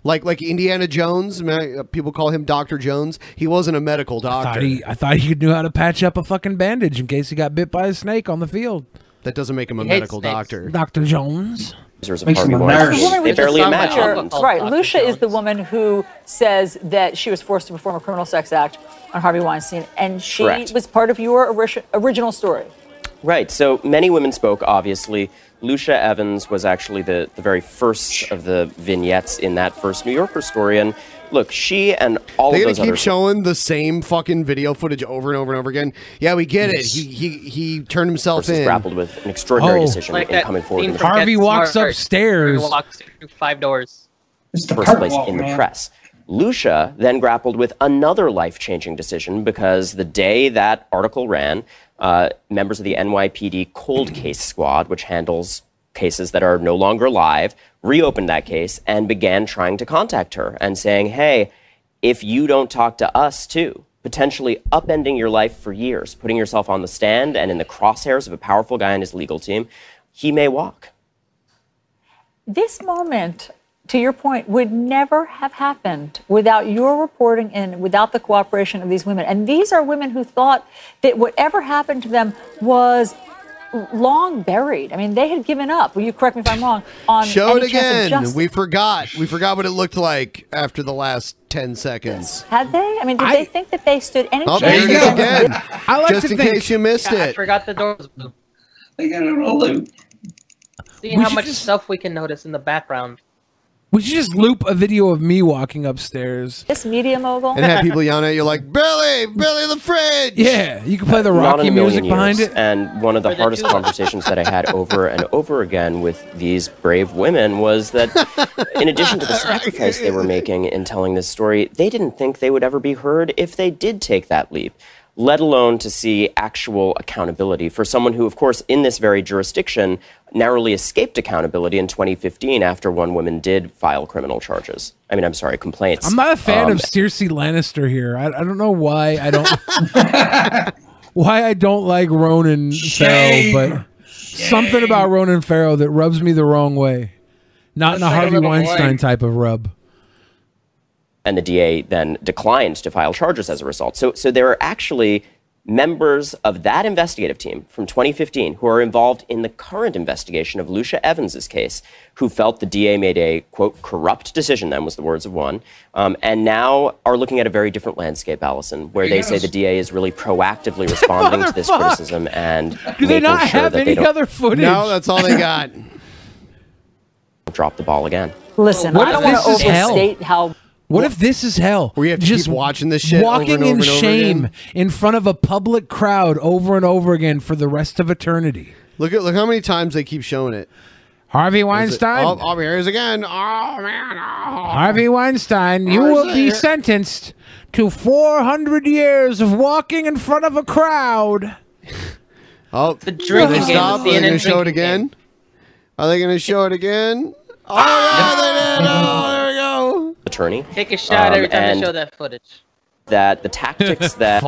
S3: Like like Indiana Jones, ma- uh, people call him Doctor Jones. He wasn't a medical
S4: I
S3: doctor.
S4: thought he, I thought he knew how to patch up a fucking bandage in case he got bit by a snake on the field.
S3: that doesn't make him a
S4: He hates
S3: medical
S4: snakes.
S3: doctor.
S4: Doctor Jones.
S15: users of
S3: Makes
S15: Harvey
S3: them a
S15: Weinstein.
S3: nurse. The woman
S15: They
S3: we just
S15: barely
S3: saw
S15: match
S3: Sure.
S15: on them.
S14: Right. Lucia is the woman who says that she was forced to perform a criminal sex act on Harvey Weinstein, and she
S15: Correct.
S14: was part of your ori- original story.
S15: Right. So many women spoke, obviously. Lucia Evans was actually the, the very first of the vignettes in that first New Yorker story. And look, she and all
S3: They're
S15: of
S3: gonna
S15: those
S3: keep
S15: other
S3: showing the same fucking video footage over and over and over again. Yeah, we get it.
S15: Yes.
S3: He he he turned himself
S15: sources
S3: in.
S15: grappled with an extraordinary
S3: Oh.
S15: decision
S3: Like
S15: in
S3: that
S15: coming forward
S3: scene
S15: in the
S3: from
S15: first-
S3: Harvey walks
S6: Harvey
S4: upstairs.
S6: walks through five doors.
S15: first place
S6: walk,
S15: in the
S6: man.
S15: press. Lucia then grappled with another life changing decision because the day that article ran, uh, members of the NYPD Cold Case Squad, which handles cases that are no longer live, reopened that case and began trying to contact her and saying, hey, if you don't talk to us too, potentially upending your life for years, putting yourself on the stand and in the crosshairs of a powerful guy and his legal team, he may walk.
S14: This moment, to your point, would never have happened without your reporting and without the cooperation of these women. And these are women who thought that whatever happened to them was long buried. I mean, they had given up. Will you correct me if I'm wrong? On
S3: Show it
S14: any chance of
S3: again.
S14: justice.
S3: We forgot. We forgot what it looked like after the last ten seconds.
S14: Had they? I mean, did they think that they stood any
S3: Oh,
S14: chance?
S3: there you
S14: of
S3: go
S14: justice?
S3: again.
S4: I like
S3: Just
S4: to
S3: in
S4: think-
S3: case you missed
S6: Yeah, I
S3: it.
S6: forgot the door was blue.
S5: They got it on loop.
S6: See
S4: We
S6: how
S4: should
S6: much stuff we can notice in the background.
S4: We should just loop a video of me walking upstairs.
S14: This media mogul.
S3: And had people yelling at you like Billy, Billy the fridge.
S4: Yeah, you can play the
S15: Not in
S4: Rocky
S15: a
S4: music
S15: million
S4: behind
S15: years.
S4: it.
S15: And one of the hardest conversations that I had over and over again with these brave women was that, in addition to the sacrifice they were making in telling this story, they didn't think they would ever be heard if they did take that leap. let alone to see actual accountability for someone who, of course, in this very jurisdiction, narrowly escaped accountability in 2015 after one woman did file criminal charges. I mean, I'm sorry, complaints.
S4: I'm not a fan
S15: Um,
S4: of Cersei Lannister here. I, I don't know why I don't why I don't like Ronan Farrow,
S11: Shame.
S4: but something about Ronan Farrow that rubs me the wrong way. Not in a
S15: Let's take a
S4: Harvey
S15: little
S4: Weinstein
S15: break.
S4: type of rub.
S15: and the DA then declined to file charges as a result. So, so there are actually members of that investigative team from 2015 who are involved in the current investigation of Lucia Evans's case, who felt the DA made a quote corrupt decision. Then was the words of one, um, and now are looking at a very different landscape, Allison, where they say
S4: Yes.
S15: the DA is really proactively responding to this
S4: Motherfuck.
S15: criticism and
S4: Do they
S15: making
S4: not
S15: sure
S4: have
S15: that they
S4: any
S15: don't
S4: other footage?
S3: No, that's all they got.
S15: drop the ball again.
S14: Listen,
S4: What
S14: I
S4: if
S14: don't want to
S4: this is hell?
S14: overstate how
S4: What if this is hell? Where you have
S3: to keep watching this shit over
S4: walking
S3: and over
S4: in
S3: and over
S4: shame
S3: again?
S4: in front of a public crowd over and over again for the rest of eternity.
S3: Look at look how many times they keep showing it.
S4: Harvey
S3: Is it-
S4: Weinstein.
S3: Oh, oh, here it is again. Oh man.
S4: Harvey Weinstein, you will be sentenced to 400 years of walking in front of a crowd.
S3: Oh, the
S4: drinking game,
S3: Stop. Are
S4: the
S3: they going to
S4: CNN
S3: show it
S4: drinking Ah!
S3: again? Are they going to show it again? Oh yeah, they did. Oh, there we go.
S15: Attorney,
S6: Take a shot
S15: Um,
S6: every time
S15: and-
S6: you show that footage.
S15: that the tactics that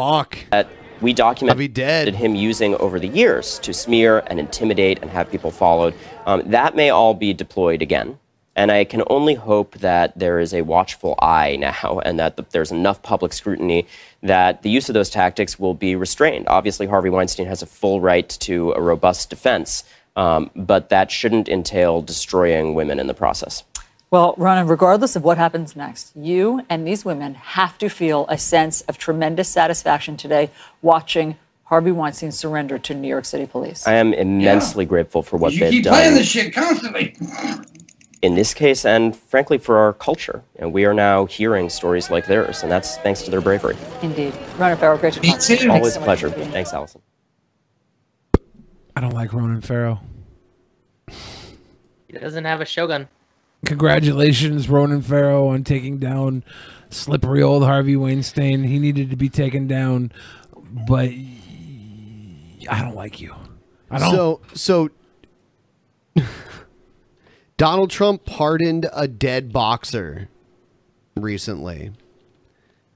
S15: that we documented
S3: dead.
S15: him using over the years to smear and intimidate and have people followed, um, that may all be deployed again. And I can only hope that there is a watchful eye now and that th- there's enough public scrutiny that the use of those tactics will be restrained. Obviously, Harvey Weinstein has a full right to a robust defense, um, but that shouldn't entail destroying women in the process.
S14: Well, Ronan, regardless of what happens next, you and these women have to feel a sense of tremendous satisfaction today watching Harvey Weinstein surrender to New York City police.
S15: I am immensely grateful for what
S6: You
S15: they've
S6: keep
S15: done.
S6: playing this shit constantly.
S15: in this case, and frankly for our culture. And we are now hearing stories like theirs, and that's thanks to their bravery.
S14: Indeed. Ronan Farrow, great to talk to you.
S15: Always
S14: Thanks so
S15: a
S14: much
S15: pleasure.
S14: for being here.
S15: Thanks, Allison.
S4: I don't like Ronan Farrow.
S6: He doesn't have a shogun.
S4: Congratulations, Ronan Farrow, on taking down slippery old Harvey Weinstein. He needed to be taken down, but I don't like you. I don't.
S3: So Oh, so Donald Trump pardoned a dead boxer recently.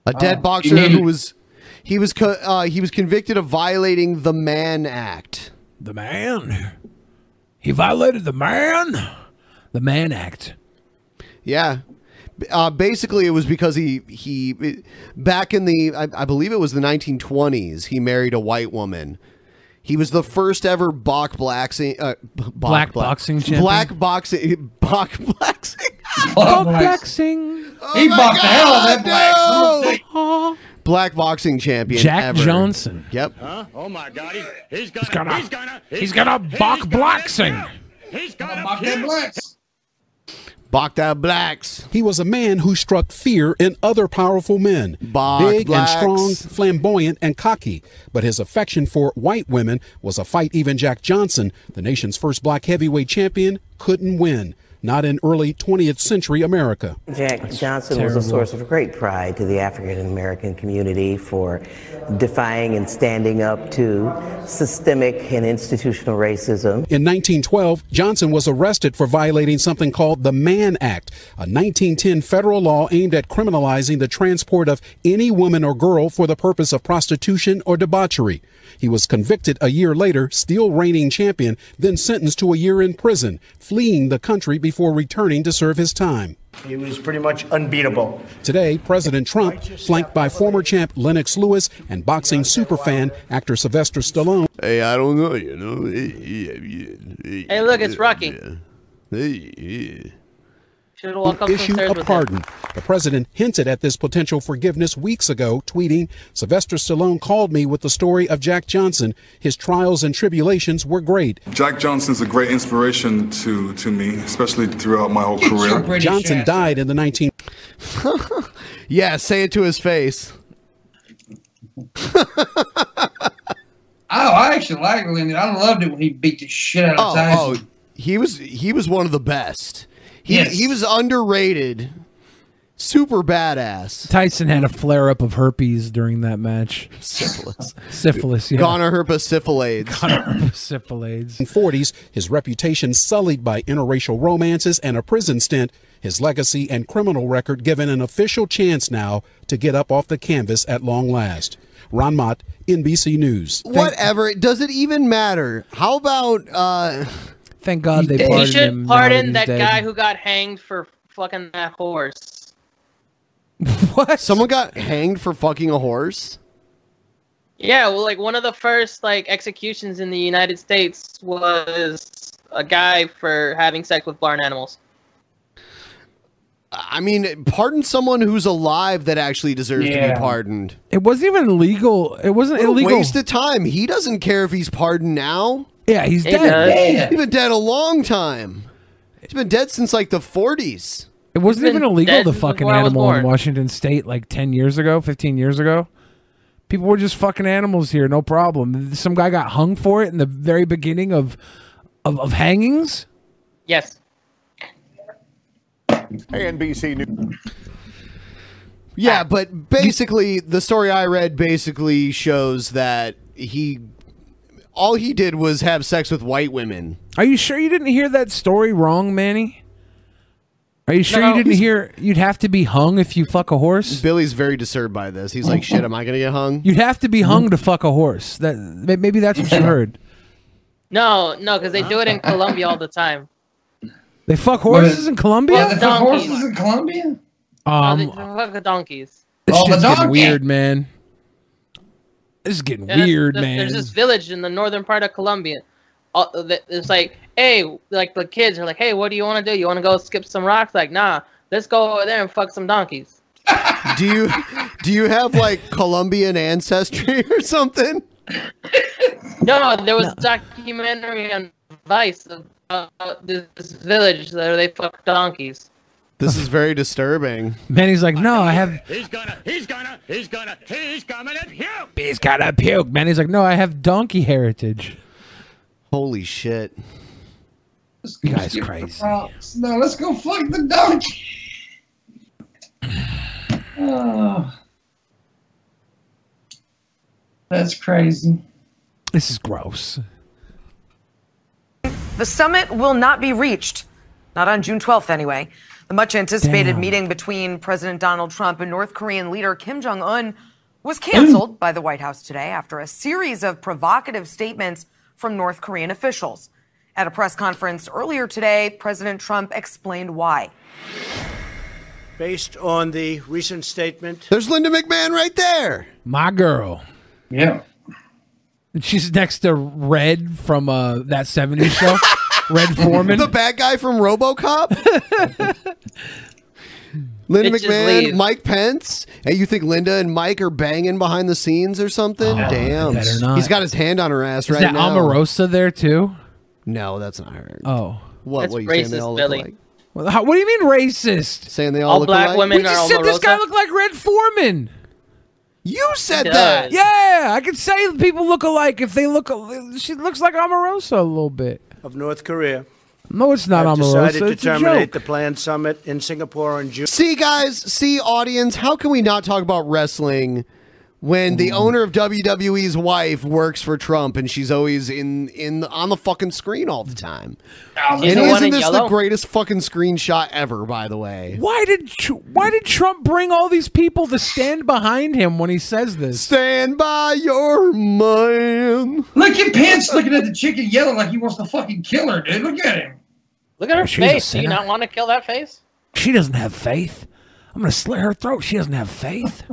S3: A dead
S9: Oh.
S3: boxer
S9: Mhm.
S3: who was he was co- uh, he was convicted of violating the Mann Act.
S4: The man. He violated the man. The Mann Act.
S3: Yeah. B- Uh, basically, it was because he he it- back in the I, I believe it was the 1920s he married a white woman. He was the first ever Bach boxing uh, b- Bach,
S4: Black boxing champion?
S3: black boxing Bach boxing
S4: Buck boxing.
S3: He my boxed the hell out of God,
S11: that
S4: black.
S3: black boxing champion
S4: Jack
S3: ever.
S4: Johnson.
S3: Yep.
S11: Huh? Oh my God! He, he's gonna.
S4: He's gonna.
S11: He's gonna.
S4: He's gonna Bach boxing.
S11: He's gonna.
S5: Fuck
S11: puke.
S5: them blacks.
S3: Bach that blacks.
S16: He was a man who struck fear in other powerful men. Big
S3: blacks.
S16: and strong, flamboyant and cocky. But his affection for white women was a fight even Jack Johnson, the nation's first black heavyweight champion, couldn't win. Not in early 20th century America.
S17: Jack Johnson
S16: terrible.
S17: was a source of great pride to the African American community for defying and standing up to systemic and institutional racism.
S16: In 1912, Johnson was arrested for violating something called the Mann Act, a 1910 federal law aimed at criminalizing the transport of any woman or girl for the purpose of prostitution or debauchery. He was convicted a year later, still reigning champion, then sentenced to a year in prison, fleeing the country before returning to serve his time.
S18: He was pretty much unbeatable.
S16: Today, President Trump, flanked by former champ Lennox Lewis and boxing superfan actor Sylvester Stallone,
S9: Hey, I don't know, you know. Hey,
S6: Hey, look, it's Rocky. Should have walked up the
S16: issue
S6: stairs
S16: a
S6: with him.
S16: pardon. The president hinted at this potential forgiveness weeks ago, tweeting, Sylvester Stallone called me with the story of Jack Johnson. His trials and tribulations were great.
S19: Jack Johnson's a great inspiration to, to me, especially throughout my whole career.
S16: Johnson died in the 19...
S3: yeah, say it to his face.
S5: Oh, I actually liked Lenny. I loved it when he beat the shit out of
S3: Oh,
S5: Tyson.
S3: oh, he was he was one of the best. He
S5: Yes.
S3: he was underrated. super badass.
S4: Tyson had a flare up of herpes during that match.
S3: Syphilis.
S4: Syphilis, yeah.
S3: Gonorrhea syphilades.
S4: syphilades.
S16: In 40s, his reputation sullied by interracial romances and a prison stint, his legacy and criminal record given an official chance now to get up off the canvas at long last. Ron Mott, NBC News.
S3: Whatever. Does it even matter? How about? uh
S4: Thank God they
S6: You
S4: pardoned
S6: should
S4: him. now
S6: pardon that
S4: that he's dead.
S6: guy who got hanged for fucking that horse.
S3: What? Someone got hanged for fucking a horse.
S6: Yeah, well, like one of the first like executions in the United States was a guy for having sex with barn animals.
S3: I mean, pardon someone who's alive that actually deserves to
S4: Yeah.
S3: be pardoned.
S4: It wasn't even legal. It wasn't
S3: What a
S4: illegal.
S3: waste of time. He doesn't care if he's pardoned now.
S4: Yeah, he's He dead. does. Yeah.
S3: He's been dead a long time. He's been dead since like the 40s.
S4: It wasn't
S3: He's
S4: even
S3: been
S4: illegal
S3: dead
S4: to
S3: since
S4: fucking
S3: before I was
S4: animal in
S3: born.
S4: Washington State like ten years ago, fifteen years ago. People were just fucking animals here, no problem. Some guy got hung for it in the very beginning of of, of hangings.
S6: Yes.
S3: NBC News. Yeah, but basically, the story I read basically shows that he, all he did was have sex with white women.
S4: Are you sure you didn't hear that story wrong, Manny? Are you sure
S3: No.
S4: you didn't hear you'd have to be hung if you fuck a horse?
S3: Billy's very disturbed by this. He's like, "Shit, am I gonna get hung?"
S4: You'd have to be hung to fuck a horse. That may- maybe that's what you heard.
S6: No, no, because they do it in Colombia all the time.
S4: They fuck horses in Colombia.
S5: The horses in Colombia?
S6: Oh, they
S4: Um,
S6: do fuck the donkeys.
S4: this
S5: Oh, the
S4: shit's getting
S5: donkey.
S4: weird, man. This is getting
S6: Yeah, there's-
S4: weird,
S6: there's,
S4: man.
S6: There's this village in the northern part of Colombia. All- th- It's like, hey, like the kids are like, hey, what do you want to do? You want to go skip some rocks? Like, nah, let's go over there and fuck some donkeys.
S3: do you do you have like Colombian ancestry or something?
S6: No, there was a documentary on Vice about this village where they fuck donkeys.
S3: This is very disturbing.
S4: Manny's like, no, I have.
S11: He's gonna, he's gonna, he's gonna, he's coming at you!
S4: He's got a puke. Manny's like, no, I have donkey heritage.
S3: Holy shit!
S4: You guys crazy.
S5: Rocks. No, let's go fuck the donkey. Oh. That's crazy.
S4: This is gross.
S20: The summit will not be reached, not on June 12th anyway. The much anticipated
S4: Damn.
S20: meeting between President Donald Trump and North Korean leader Kim Jong un was canceled by the White House today after a series of provocative statements from North Korean officials. At a press conference earlier today, President Trump explained why.
S18: Based on the recent statement,
S3: There's Linda McMahon right there.
S4: My girl.
S5: Yeah.
S4: She's next to Red from uh, that 70s show. Red Foreman.
S3: the bad guy from RoboCop. Linda
S4: Bitches
S3: McMahon,
S4: leave.
S3: Mike Pence. Hey, you think Linda and Mike are banging behind the scenes or something? Damn,
S4: better not.
S3: he's got his hand on her ass
S4: Is
S3: right
S4: that
S3: now.
S4: Omarosa there too?
S3: No, that's not her.
S4: Oh.
S3: What?
S4: That's
S3: what are you saying? They
S4: racist,
S3: all look
S4: Billy.
S3: alike.
S4: Well, how- what do you mean racist?
S3: Saying they all All look black alike? women
S4: We just
S3: are
S4: said this
S3: Omarosa?
S4: guy looked like Red Foreman.
S3: You said
S4: Yeah.
S3: that.
S4: Yeah, I could say people look alike if they look. al- She looks like Omarosa a little bit.
S18: of North Korea
S4: No, it's not
S18: have decided
S4: Omarosa.
S18: to
S4: It's a joke.
S18: terminate the planned summit in Singapore in June.
S3: See, guys, see, audience, how can we not talk about wrestling when the owner of WWE's wife works for Trump and she's always in in the, on the fucking screen all the time?
S5: And
S4: She's the one
S3: isn't
S4: in
S3: this the
S4: yellow?
S3: greatest fucking screenshot ever? By the way,
S4: Why did Tr- Why did Trump bring all these people to stand behind him when he says this?
S3: Stand by your man.
S5: Look at Pence looking at the chicken yelling like he wants to fucking kill her, dude. Look at him.
S6: Look at her
S4: Oh, She's a
S6: face. Do you
S4: sinner.
S6: not want to kill that face?
S4: She doesn't have faith. I'm gonna slit her throat. She doesn't have faith.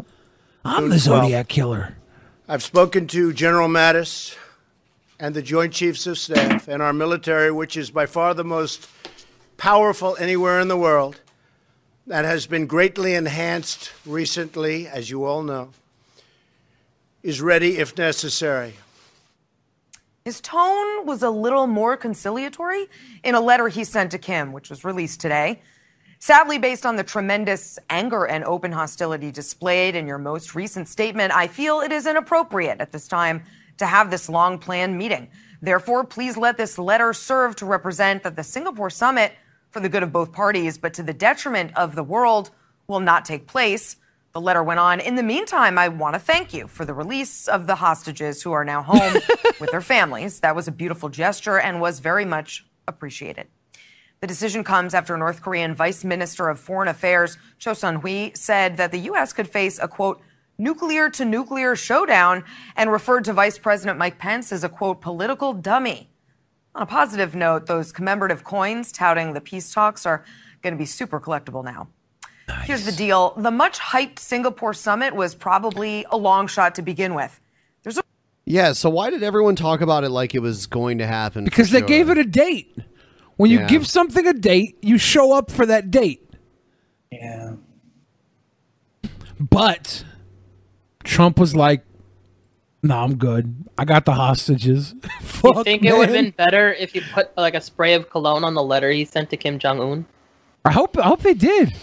S4: I'm the
S18: Well-
S4: Zodiac killer.
S18: I've spoken to General Mattis and the Joint Chiefs of Staff and our military, which is by far the most powerful anywhere in the world, that has been greatly enhanced recently, as you all know, is ready if necessary.
S20: His tone was a little more conciliatory in a letter he sent to Kim, which was released today. Sadly, based on the tremendous anger and open hostility displayed in your most recent statement, I feel it is inappropriate at this time to have this long planned meeting. Therefore, please let this letter serve to represent that the Singapore summit, for the good of both parties, but to the detriment of the world, will not take place. The letter went on In the meantime, I want to thank you for the release of the hostages who are now home with their families. That was a beautiful gesture and was very much appreciated. The decision comes after North Korean Vice Minister of Foreign Affairs Cho Sun-hui said that the U.S. could face a quote nuclear to nuclear showdown and referred to Vice President Mike Pence as a quote political dummy. On a positive note, those commemorative coins touting the peace talks are going to be super collectible now. Here's the deal: the much hyped Singapore summit was probably a long shot to begin with. There's a
S3: Yeah, so why did everyone talk about it like it was going to happen?
S4: because they gave it a date. When you
S3: Yeah.
S4: give something a date, you show up for that date.
S5: Yeah.
S4: But Trump was like, "No, I'm good. I got the hostages."
S6: you think it would have been better if you put like a spray of cologne on the letter he sent to Kim Jong Un?
S4: I hope I hope they did.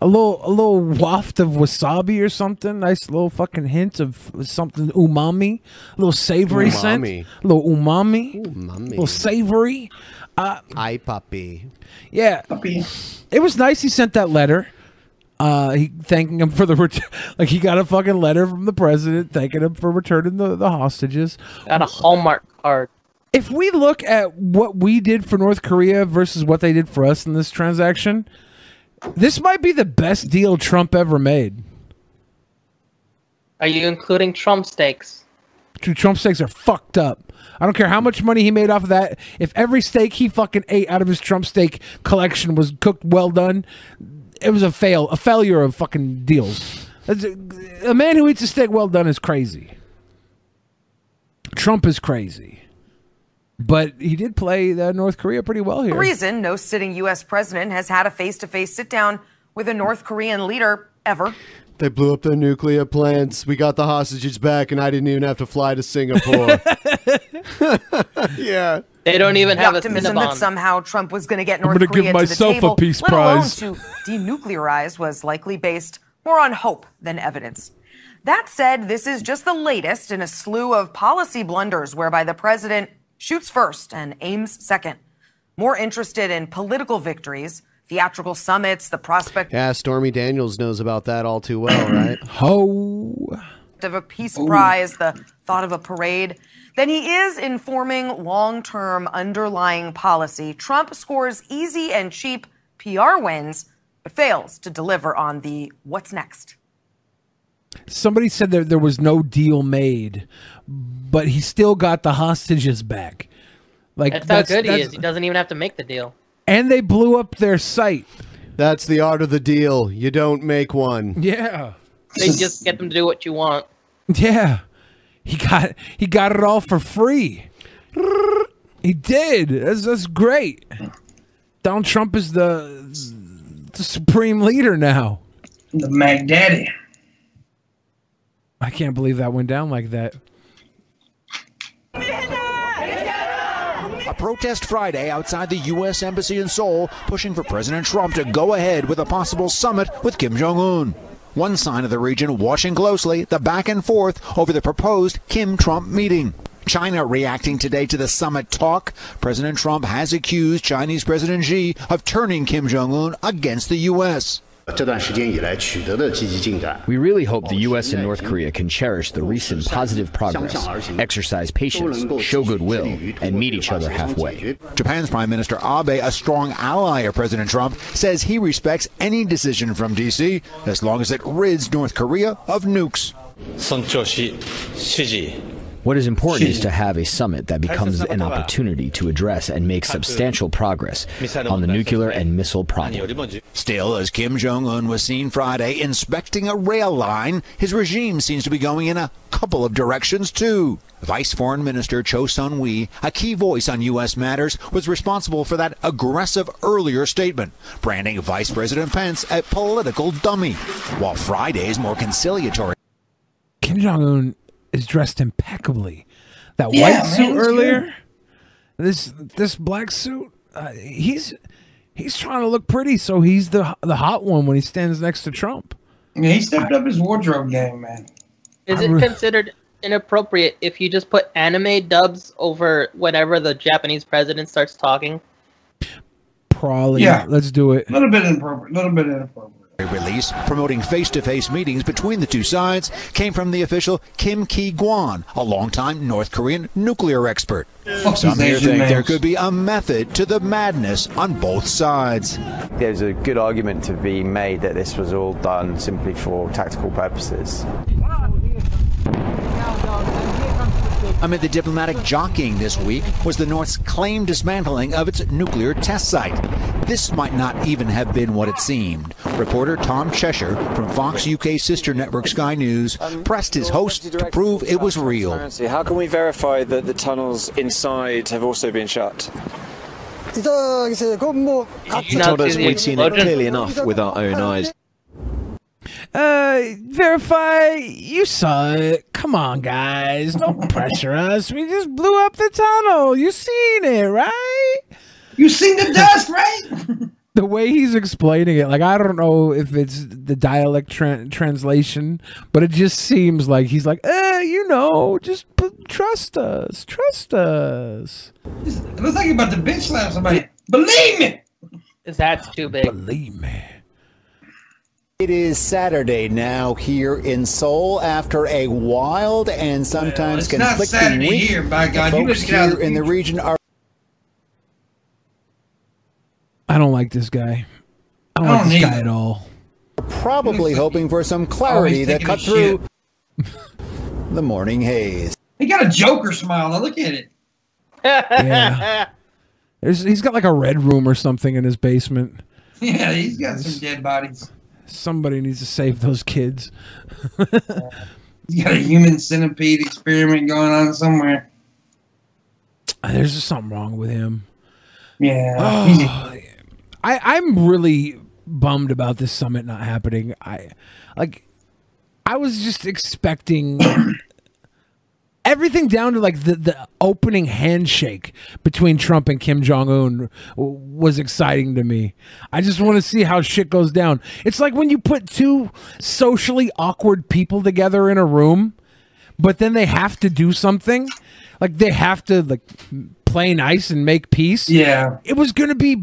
S4: A little a little waft of wasabi or something. Nice little fucking hint of something umami. A little savory scent.
S3: Umami.
S4: A little umami. A little savory. Uh,
S3: I puppy.
S4: Yeah. It was nice he sent that letter. Uh, he thanking him for the ret- like he got a fucking letter from the president thanking him for returning the, the hostages.
S6: Got a Hallmark card.
S4: If we look at what we did for North Korea versus what they did for us in this transaction, this might be the best deal Trump ever made.
S6: Are you including Trump stakes?
S4: Dude, Trump steaks are fucked up. I don't care how much money he made off of that. If every steak he fucking ate out of his Trump steak collection was cooked well done, it was a fail, a failure of fucking deals. That's a, a man who eats a steak well done is crazy. Trump is crazy, but he did play uh, North Korea pretty well here.
S20: reason no sitting U.S. president has had a face-to-face sit-down with a North Korean leader ever.
S3: They blew up their nuclear plants. We got the hostages back, and I didn't even have to fly to Singapore. yeah.
S6: They don't even
S20: the
S6: have a
S20: optimism that
S6: Cinnabon.
S20: somehow Trump was going to get
S3: I'm
S20: North
S3: gonna
S20: Korea
S3: give
S20: to the
S3: myself a
S20: table,
S3: peace
S20: let
S3: prize.
S20: alone to denuclearize, was likely based more on hope than evidence. That said, this is just the latest in a slew of policy blunders whereby the president shoots first and aims second. More interested in political victories, theatrical summits, the prospect
S3: Yeah, Stormy Daniels knows about that all too well, right?
S4: Ho.
S20: of a peace prize, the thought of a parade, then he is informing long term underlying policy. Trump scores easy and cheap PR wins, but fails to deliver on the what's next.
S4: Somebody said that there was no deal made, but he still got the hostages back. Like
S6: that's how good he
S4: that's-
S6: is. He doesn't even have to make the deal.
S4: and they blew up their site.
S3: That's the art of the deal. You don't make one.
S4: Yeah.
S6: They just get them to do what you want.
S4: Yeah. He got he got it all for free. He did. That's that's great. Donald Trump is the, the supreme leader now.
S5: The Mac Daddy.
S4: I can't believe that went down like that.
S21: A protest Friday outside the U.S. Embassy in Seoul pushing for President Trump to go ahead with a possible summit with Kim Jong un. One sign of the region watching closely the back and forth over the proposed Kim Trump meeting. China reacting today to the summit talk. President Trump has accused Chinese President Xi of turning Kim Jong un against the U.S.
S22: We really hope the U.S. and North Korea can cherish the recent positive progress, exercise patience, show goodwill, and meet each other halfway.
S21: Japan's Prime Minister Abe, a strong ally of President Trump, says he respects any decision from D.C. as long as it rids North Korea of nukes.
S22: What is important is to have a summit that becomes an opportunity to address and make substantial progress on the nuclear and missile problem.
S21: Still, as Kim Jong un was seen Friday inspecting a rail line, his regime seems to be going in a couple of directions, too. Vice Foreign Minister Cho Sun Hui, a key voice on U.S. matters, was responsible for that aggressive earlier statement, branding Vice President Pence a political dummy. While Friday's more conciliatory.
S4: Kim Jong Un is dressed impeccably. That
S21: Yeah,
S4: white
S21: man,
S4: suit
S21: it's
S4: earlier, this this black suit. Uh, he's he's trying to look pretty, so he's the the hot one when he stands next to Trump.
S5: Yeah, he stepped up his wardrobe game, man.
S6: Is
S4: I
S6: it
S4: re-
S6: considered inappropriate if you just put anime dubs over whenever the Japanese president starts talking?
S4: Probably.
S5: Yeah.
S4: Let's do it.
S5: A little bit inappropriate. A little bit inappropriate.
S21: Release promoting face to face meetings between the two sides came from the official Kim Ki Gwan, a longtime North Korean nuclear expert.
S5: Fuck
S21: Some
S5: these
S21: here
S5: Asian
S21: think there
S5: names.
S21: could be a method to the madness on both sides.
S23: There's a good argument to be made that this was all done simply for tactical purposes.
S21: Amid the diplomatic jockeying this week was the North's claimed dismantling of its nuclear test site. This might not even have been what it seemed. Reporter Tom Cheshire from Fox UK sister network Sky News pressed his host to prove it was real.
S2: Transparency. How can we verify that the tunnels inside have also been shut?
S12: He told us we'd seen it clearly enough with our own eyes.
S4: Uh, verify. You saw it. Come on, guys. Don't pressure us. We just blew up the tunnel. You seen it, right?
S5: You seen the dust, right?
S4: the way he's explaining it, like I don't know if it's the dialect tran translation, but it just seems like he's like, eh, you know, just p- trust us, trust us.
S5: It looks like you're about to bitch slap somebody. Believe me.
S6: That's too big.
S4: Believe me.
S24: It is Saturday now here in Seoul after a wild and sometimes
S5: Well, it's
S24: conflicting
S5: not Saturday
S24: week.
S5: here, by God.
S24: The
S5: You
S24: folks
S5: just get out of
S24: here
S5: the
S24: in the region are
S4: I don't like this guy. I don't,
S24: I
S4: like
S24: don't
S4: this guy
S24: either.
S4: at all.
S24: probably hoping for some clarity
S5: Always
S24: that
S5: Oh, taking
S24: cut
S5: a
S24: through the morning haze.
S5: He got a Joker smile. Now look at it.
S4: Yeah. There's, he's got like a red room or something in his basement.
S5: Yeah, he's got some dead bodies.
S4: Somebody needs to save those kids.
S5: He's got a human centipede experiment going on somewhere.
S4: There's just something wrong with him.
S5: Yeah.
S4: Ah, I, I'm really bummed about this summit not happening. I like I was just expecting everything down to like the, the opening handshake between Trump and Kim Jong Un was exciting to me. I just want to see how shit goes down. It's like when you put two socially awkward people together in a room, but then they have to do something. Like they have to like play nice and make peace.
S5: Yeah.
S4: It was gonna be it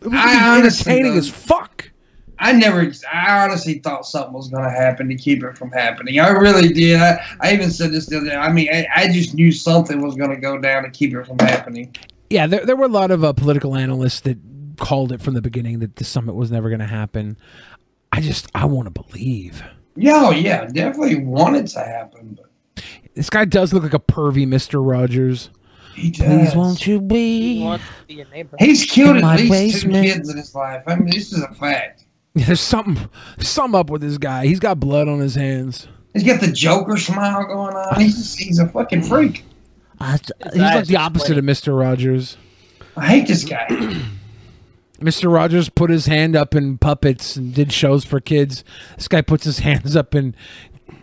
S4: was gonna
S5: I
S4: be
S5: honestly
S4: entertaining
S5: don't-
S4: as fuck.
S5: I never, I honestly thought something was going to happen to keep it from happening. I really did. I, I even said this the other day. I mean, I, I just knew something was going to go down to keep it from happening.
S4: Yeah, there, there were a lot of uh, political analysts that called it from the beginning that the summit was never going to happen. I just, I want to believe.
S5: Yeah, oh, yeah, definitely want it to happen.
S4: This guy does look like a pervy Mr. Rogers.
S5: He
S4: Please
S5: does.
S4: won't you be?
S5: He's killed
S4: in my
S5: at least two
S4: basement.
S5: kids in his life. I mean, this is a fact.
S4: There's something, something up with this guy. He's got blood on his hands.
S5: He's got the Joker smile going on. He's just, he's a fucking freak.
S4: He's like the opposite of Mr. Rogers.
S5: I hate this guy.
S4: Mr. Rogers put his hand up in puppets and did shows for kids. This guy puts his hands up in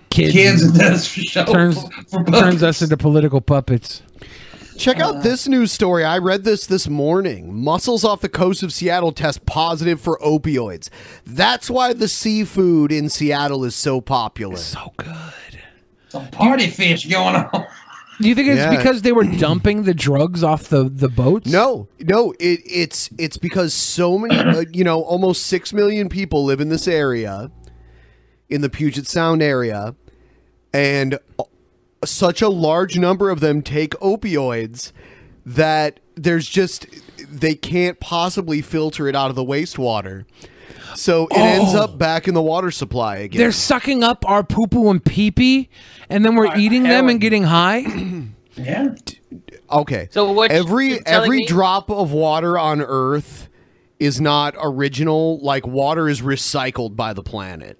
S4: kids.
S5: Kids and does show
S4: turns
S5: for
S4: turns us into political puppets.
S3: Check out this news story. I read this this morning. Mussels off the coast of Seattle test positive for opioids. That's why the seafood in Seattle is so popular. so
S4: good.
S5: Some party fish going on.
S4: Do you think it's
S3: Yeah.
S4: because they were dumping the drugs off the, the boats?
S3: No, no, it, it's it's because so many, uh, you know, almost six million people live in this area, in the Puget Sound area, and uh, such a large number of them take opioids that there's just they can't possibly filter it out of the wastewater, so it ends
S4: Oh.
S3: up back in the water supply again.
S4: They're sucking up our poo poo and pee pee, and then we're eating them and getting high.
S5: yeah.
S3: Okay.
S4: So what you're
S3: every
S4: telling
S3: every
S4: me-
S3: drop of water on Earth is not original. Like water is recycled by the planet.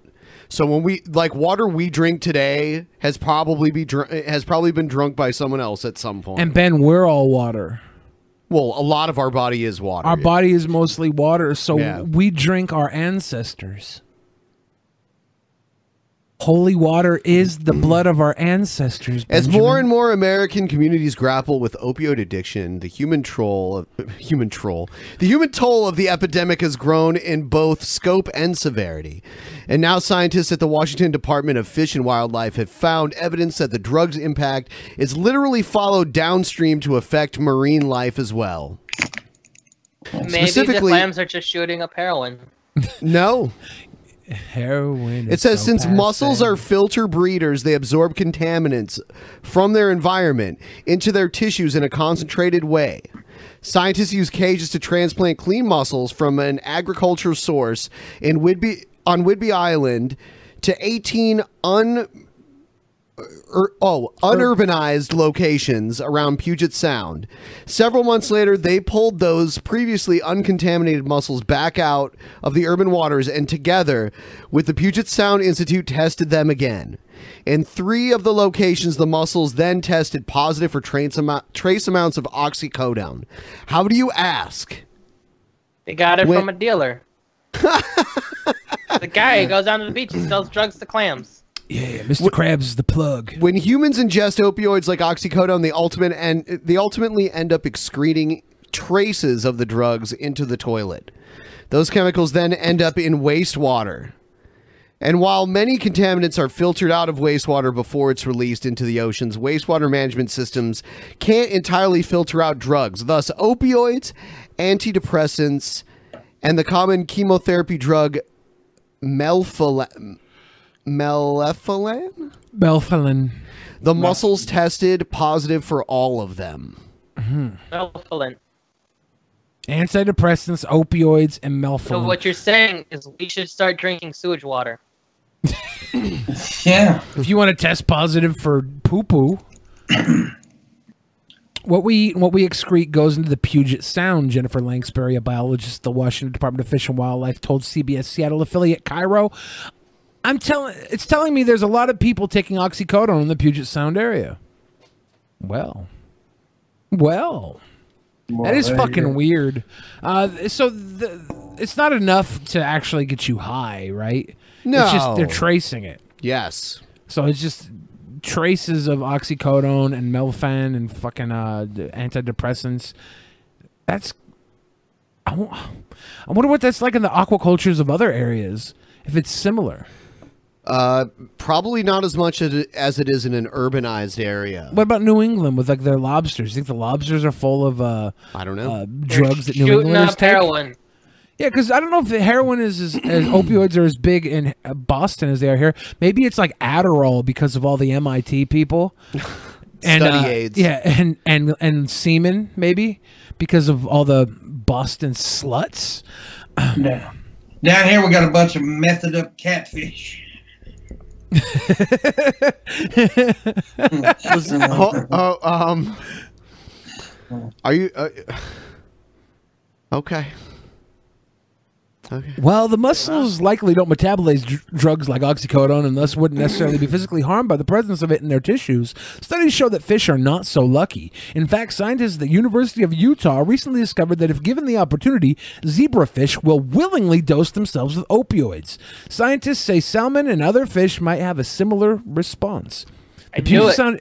S3: So when we like water we drink today has probably be dr- has probably been drunk by someone else at some point.
S4: And Ben, we're all water.
S3: well, a lot of our body is water.
S4: Our body is mostly water, so
S3: Yeah.
S4: we drink our ancestors. Holy water is the blood of our ancestors.
S3: As
S4: Benjamin.
S3: more and more American communities grapple with opioid addiction, the human troll of human troll, the human toll of the epidemic has grown in both scope and severity. And now scientists at the Washington Department of Fish and Wildlife have found evidence that the drug's impact is literally followed downstream to affect marine life as well.
S6: Maybe the
S3: Specifically-
S6: clams are just shooting up heroin.
S3: No.
S4: Heroin.
S3: It
S4: is
S3: says
S4: so
S3: since
S4: passe.
S3: mussels are filter breeders, they absorb contaminants from their environment into their tissues in a concentrated way. Scientists use cages to transplant clean mussels from an agricultural source in Whidbey on Whidbey Island to 18 un ur- oh, unurbanized locations around Puget Sound. Several months later, they pulled those previously uncontaminated mussels back out of the urban waters and together with the Puget Sound Institute tested them again. In three of the locations, the mussels then tested positive for trace, amou- trace amounts of oxycodone. How do you ask?
S6: They got it
S3: When-
S6: from a dealer. the guy who goes down to the beach and sells drugs to clams.
S4: Yeah, Mr. Krabs is the plug.
S3: When humans ingest opioids like oxycodone, they ultimate and they ultimately end up excreting traces of the drugs into the toilet. Those chemicals then end up in wastewater. And while many contaminants are filtered out of wastewater before it's released into the oceans, wastewater management systems can't entirely filter out drugs. Thus, opioids, antidepressants, and the common chemotherapy drug melphala- melefilan?
S4: Belfelin.
S3: The muscles tested positive for all of them.
S4: Mm-hmm.
S6: Melphalan.
S4: Antidepressants, opioids, and melphalan.
S6: So what you're saying is we should start drinking sewage water.
S4: Yeah. If you want to test positive for poo poo, what we eat and what we excrete goes into the Puget Sound, Jennifer Langsbury, a biologist at the Washington Department of Fish and Wildlife, told CBS Seattle affiliate Cairo. I'm telling it's telling me there's a lot of people taking oxycodone in the Puget Sound area. Well. Well.
S7: Well,
S4: that is
S7: there you go.
S4: fucking weird. Uh, so the, it's not enough to actually get you high, right? It's just they're
S3: No.
S4: tracing it.
S3: Yes.
S4: So it's just traces of oxycodone and melphan and fucking uh, d- antidepressants. That's. I, wo- I wonder what that's like in the aquacultures of other areas. If it's similar.
S3: Uh, probably not as much as it- as it is in an urbanized area.
S4: What about New England with like their lobsters? You think the lobsters are full of uh
S3: I don't know
S4: uh, drugs that New
S6: Shooting
S4: Englanders
S6: up
S4: take?
S6: heroin.
S4: Yeah, because I don't know if the heroin is as, as opioids are as big in uh, Boston as they are here. Maybe it's like Adderall because of all the MIT people. And,
S3: Study
S4: uh,
S3: aids.
S4: yeah, and and and semen maybe because of all the Boston sluts.
S5: No. Down here, we got a bunch of method up catfish.
S3: Was- oh, oh, um, are you uh, okay?
S4: Well, the muscles likely don't metabolize dr- drugs like oxycodone and thus wouldn't necessarily be physically harmed by the presence of it in their tissues. Studies show that fish are not so lucky. In fact, scientists at the University of Utah recently discovered that if given the opportunity, zebrafish will willingly dose themselves with opioids. Scientists say salmon and other fish might have a similar response.
S6: I
S4: The Puget
S6: knew it.
S4: Sound-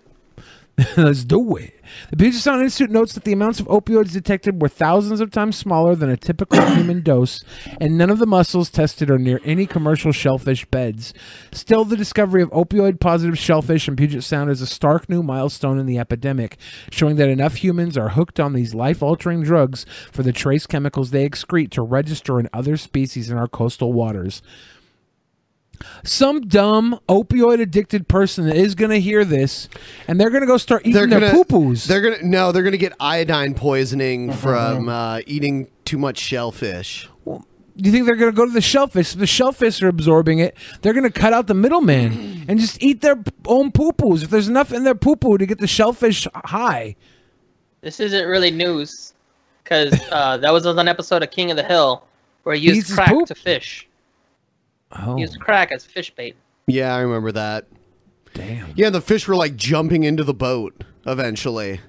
S4: Let's do it. The Puget Sound Institute notes that the amounts of opioids detected were thousands of times smaller than a typical human dose, and none of the mussels tested are near any commercial shellfish beds. Still, the discovery of opioid positive shellfish in Puget Sound is a stark new milestone in the epidemic, showing that enough humans are hooked on these life altering drugs for the trace chemicals they excrete to register in other species in our coastal waters some dumb opioid addicted person is going to hear this and they're going to go start eating their poo poo-poos.
S3: They're gonna no. They're gonna get iodine poisoning from uh, eating too much shellfish.
S4: Do you think they're going to go to the shellfish? The shellfish are absorbing it. They're going to cut out the middleman and just eat their own poo-poos. If there's enough in their poo-poo to get the shellfish high.
S6: This isn't really news, because uh, that was on an episode of King of the Hill where he used
S3: Jesus
S6: crack
S3: poop.
S6: to fish.
S4: Oh.
S6: He used crack as fish bait.
S3: Yeah, I remember that.
S4: Damn.
S3: Yeah, the fish were like jumping into the boat eventually.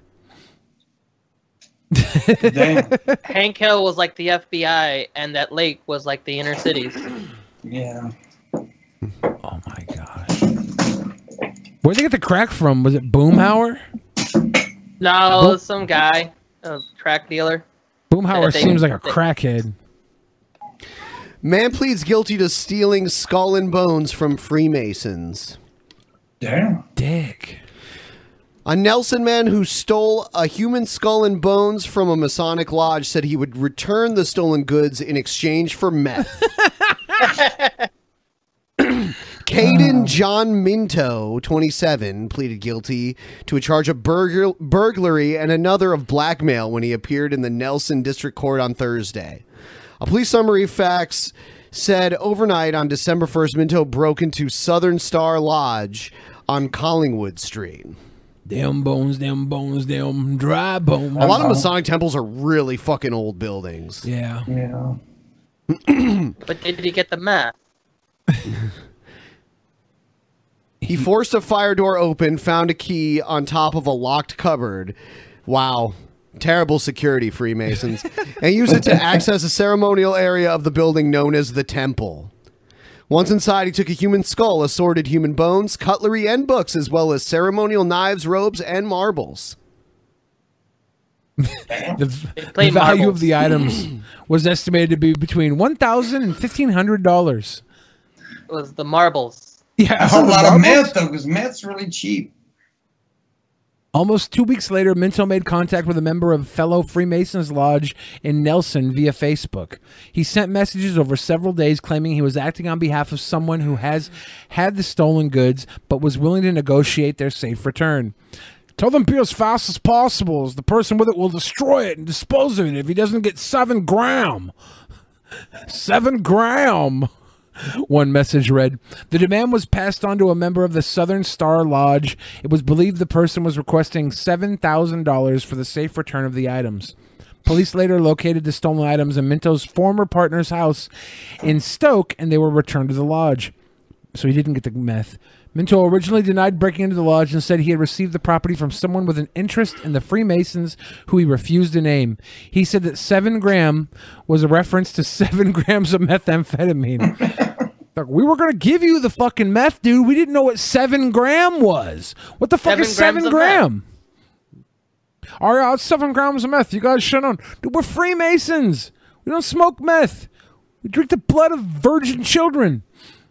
S6: Hank Hill was like the FBI, and that lake was like the inner cities.
S5: Yeah.
S4: Where'd they get the crack from? Was it Boomhauer?
S6: No,
S4: Boom-
S6: some guy, a crack dealer.
S4: Boomhauer
S6: They-
S4: seems like a
S6: they-
S4: crackhead.
S3: Man pleads guilty to stealing skull and bones from Freemasons.
S5: Damn.
S4: Dick.
S3: A Nelson man who stole a human skull and bones from a Masonic lodge said he would return the stolen goods in exchange for meth. Caden John Minto, 27, pleaded guilty to a charge of burgl- burglary and another of blackmail when he appeared in the Nelson District Court on Thursday. A police summary fax said overnight on December 1st, Minto broke into Southern Star Lodge on Collingwood Street.
S4: Damn bones, damn bones, damn dry bones.
S3: A lot of Masonic temples are really fucking old buildings.
S4: Yeah.
S5: Yeah.
S6: But did he get the map?
S3: He forced a fire door open, found a key on top of a locked cupboard. Wow. Terrible security, Freemasons. and used it to access a ceremonial area of the building known as the Temple. Once inside, he took a human skull, assorted human bones, cutlery, and books, as well as ceremonial knives, robes, and marbles.
S4: The, the value of the items was estimated to be between one thousand and fifteen hundred dollars.
S6: It was the marbles.
S4: Yeah,
S5: That's a lot
S4: marbles?
S5: of meth though, because meth's really cheap.
S4: Almost two weeks later, Minto made contact with a member of fellow Freemasons Lodge in Nelson via Facebook. He sent messages over several days claiming he was acting on behalf of someone who has had the stolen goods but was willing to negotiate their safe return. Tell them be as fast as possible, as the person with it will destroy it and dispose of it if he doesn't get seven gram. Seven gram. One message read The demand was passed on to a member of the Southern Star Lodge. It was believed the person was requesting $7,000 for the safe return of the items. Police later located the stolen items in Minto's former partner's house in Stoke and they were returned to the lodge. So he didn't get the meth. Minto originally denied breaking into the lodge and said he had received the property from someone with an interest in the Freemasons who he refused to name. He said that seven gram was a reference to seven grams of methamphetamine. Like, we were gonna give you the fucking meth, dude. We didn't know what seven gram was. What the fuck
S6: Seven
S4: is seven
S6: grams of meth.
S4: gram? All right, it's seven grams of meth. You guys shut on. Dude, we're Freemasons. We don't smoke meth. We drink the blood of virgin children.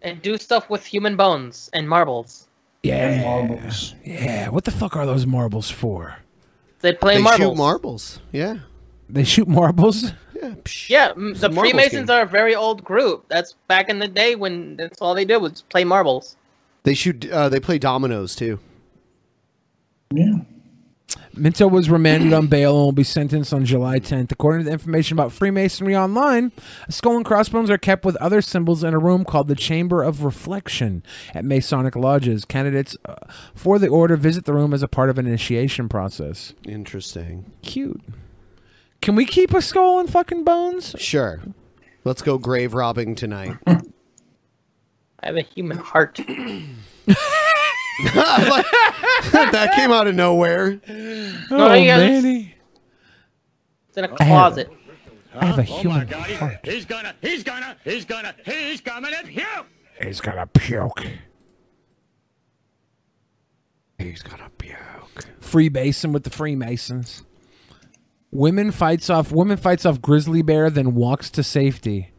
S6: And do stuff with human bones and marbles.
S4: Yeah. marbles. Yeah. What the fuck are those marbles for?
S6: They play
S3: they
S6: marbles.
S3: shoot marbles. Yeah.
S4: They shoot marbles?
S6: Yeah, m- the
S3: marbles
S6: Freemasons
S3: game.
S6: are a very old group. That's back in the day when that's all they did was play marbles.
S3: They shoot. Uh, they play dominoes too.
S4: Minto was remanded on bail and will be sentenced on July 10th. According to the information about Freemasonry Online, a skull and crossbones are kept with other symbols in a room called the Chamber of Reflection at Masonic lodges. Candidates uh, for the order visit the room as a part of an initiation process.
S3: Interesting.
S4: Cute. Can we keep a skull and fucking bones?
S3: Sure. Let's go grave robbing tonight.
S6: I have a human heart.
S3: that came out of nowhere.
S6: Oh, you guys- It's in a
S3: I have-
S6: closet.
S4: I have a
S11: oh
S4: human
S11: my God, he-
S4: heart.
S11: he's gonna, he's gonna, he's gonna, he's coming at you!
S4: He's gonna puke.
S3: He's gonna puke.
S4: Freemason with the Freemasons. Women fights off woman fights off grizzly bear, then walks to safety.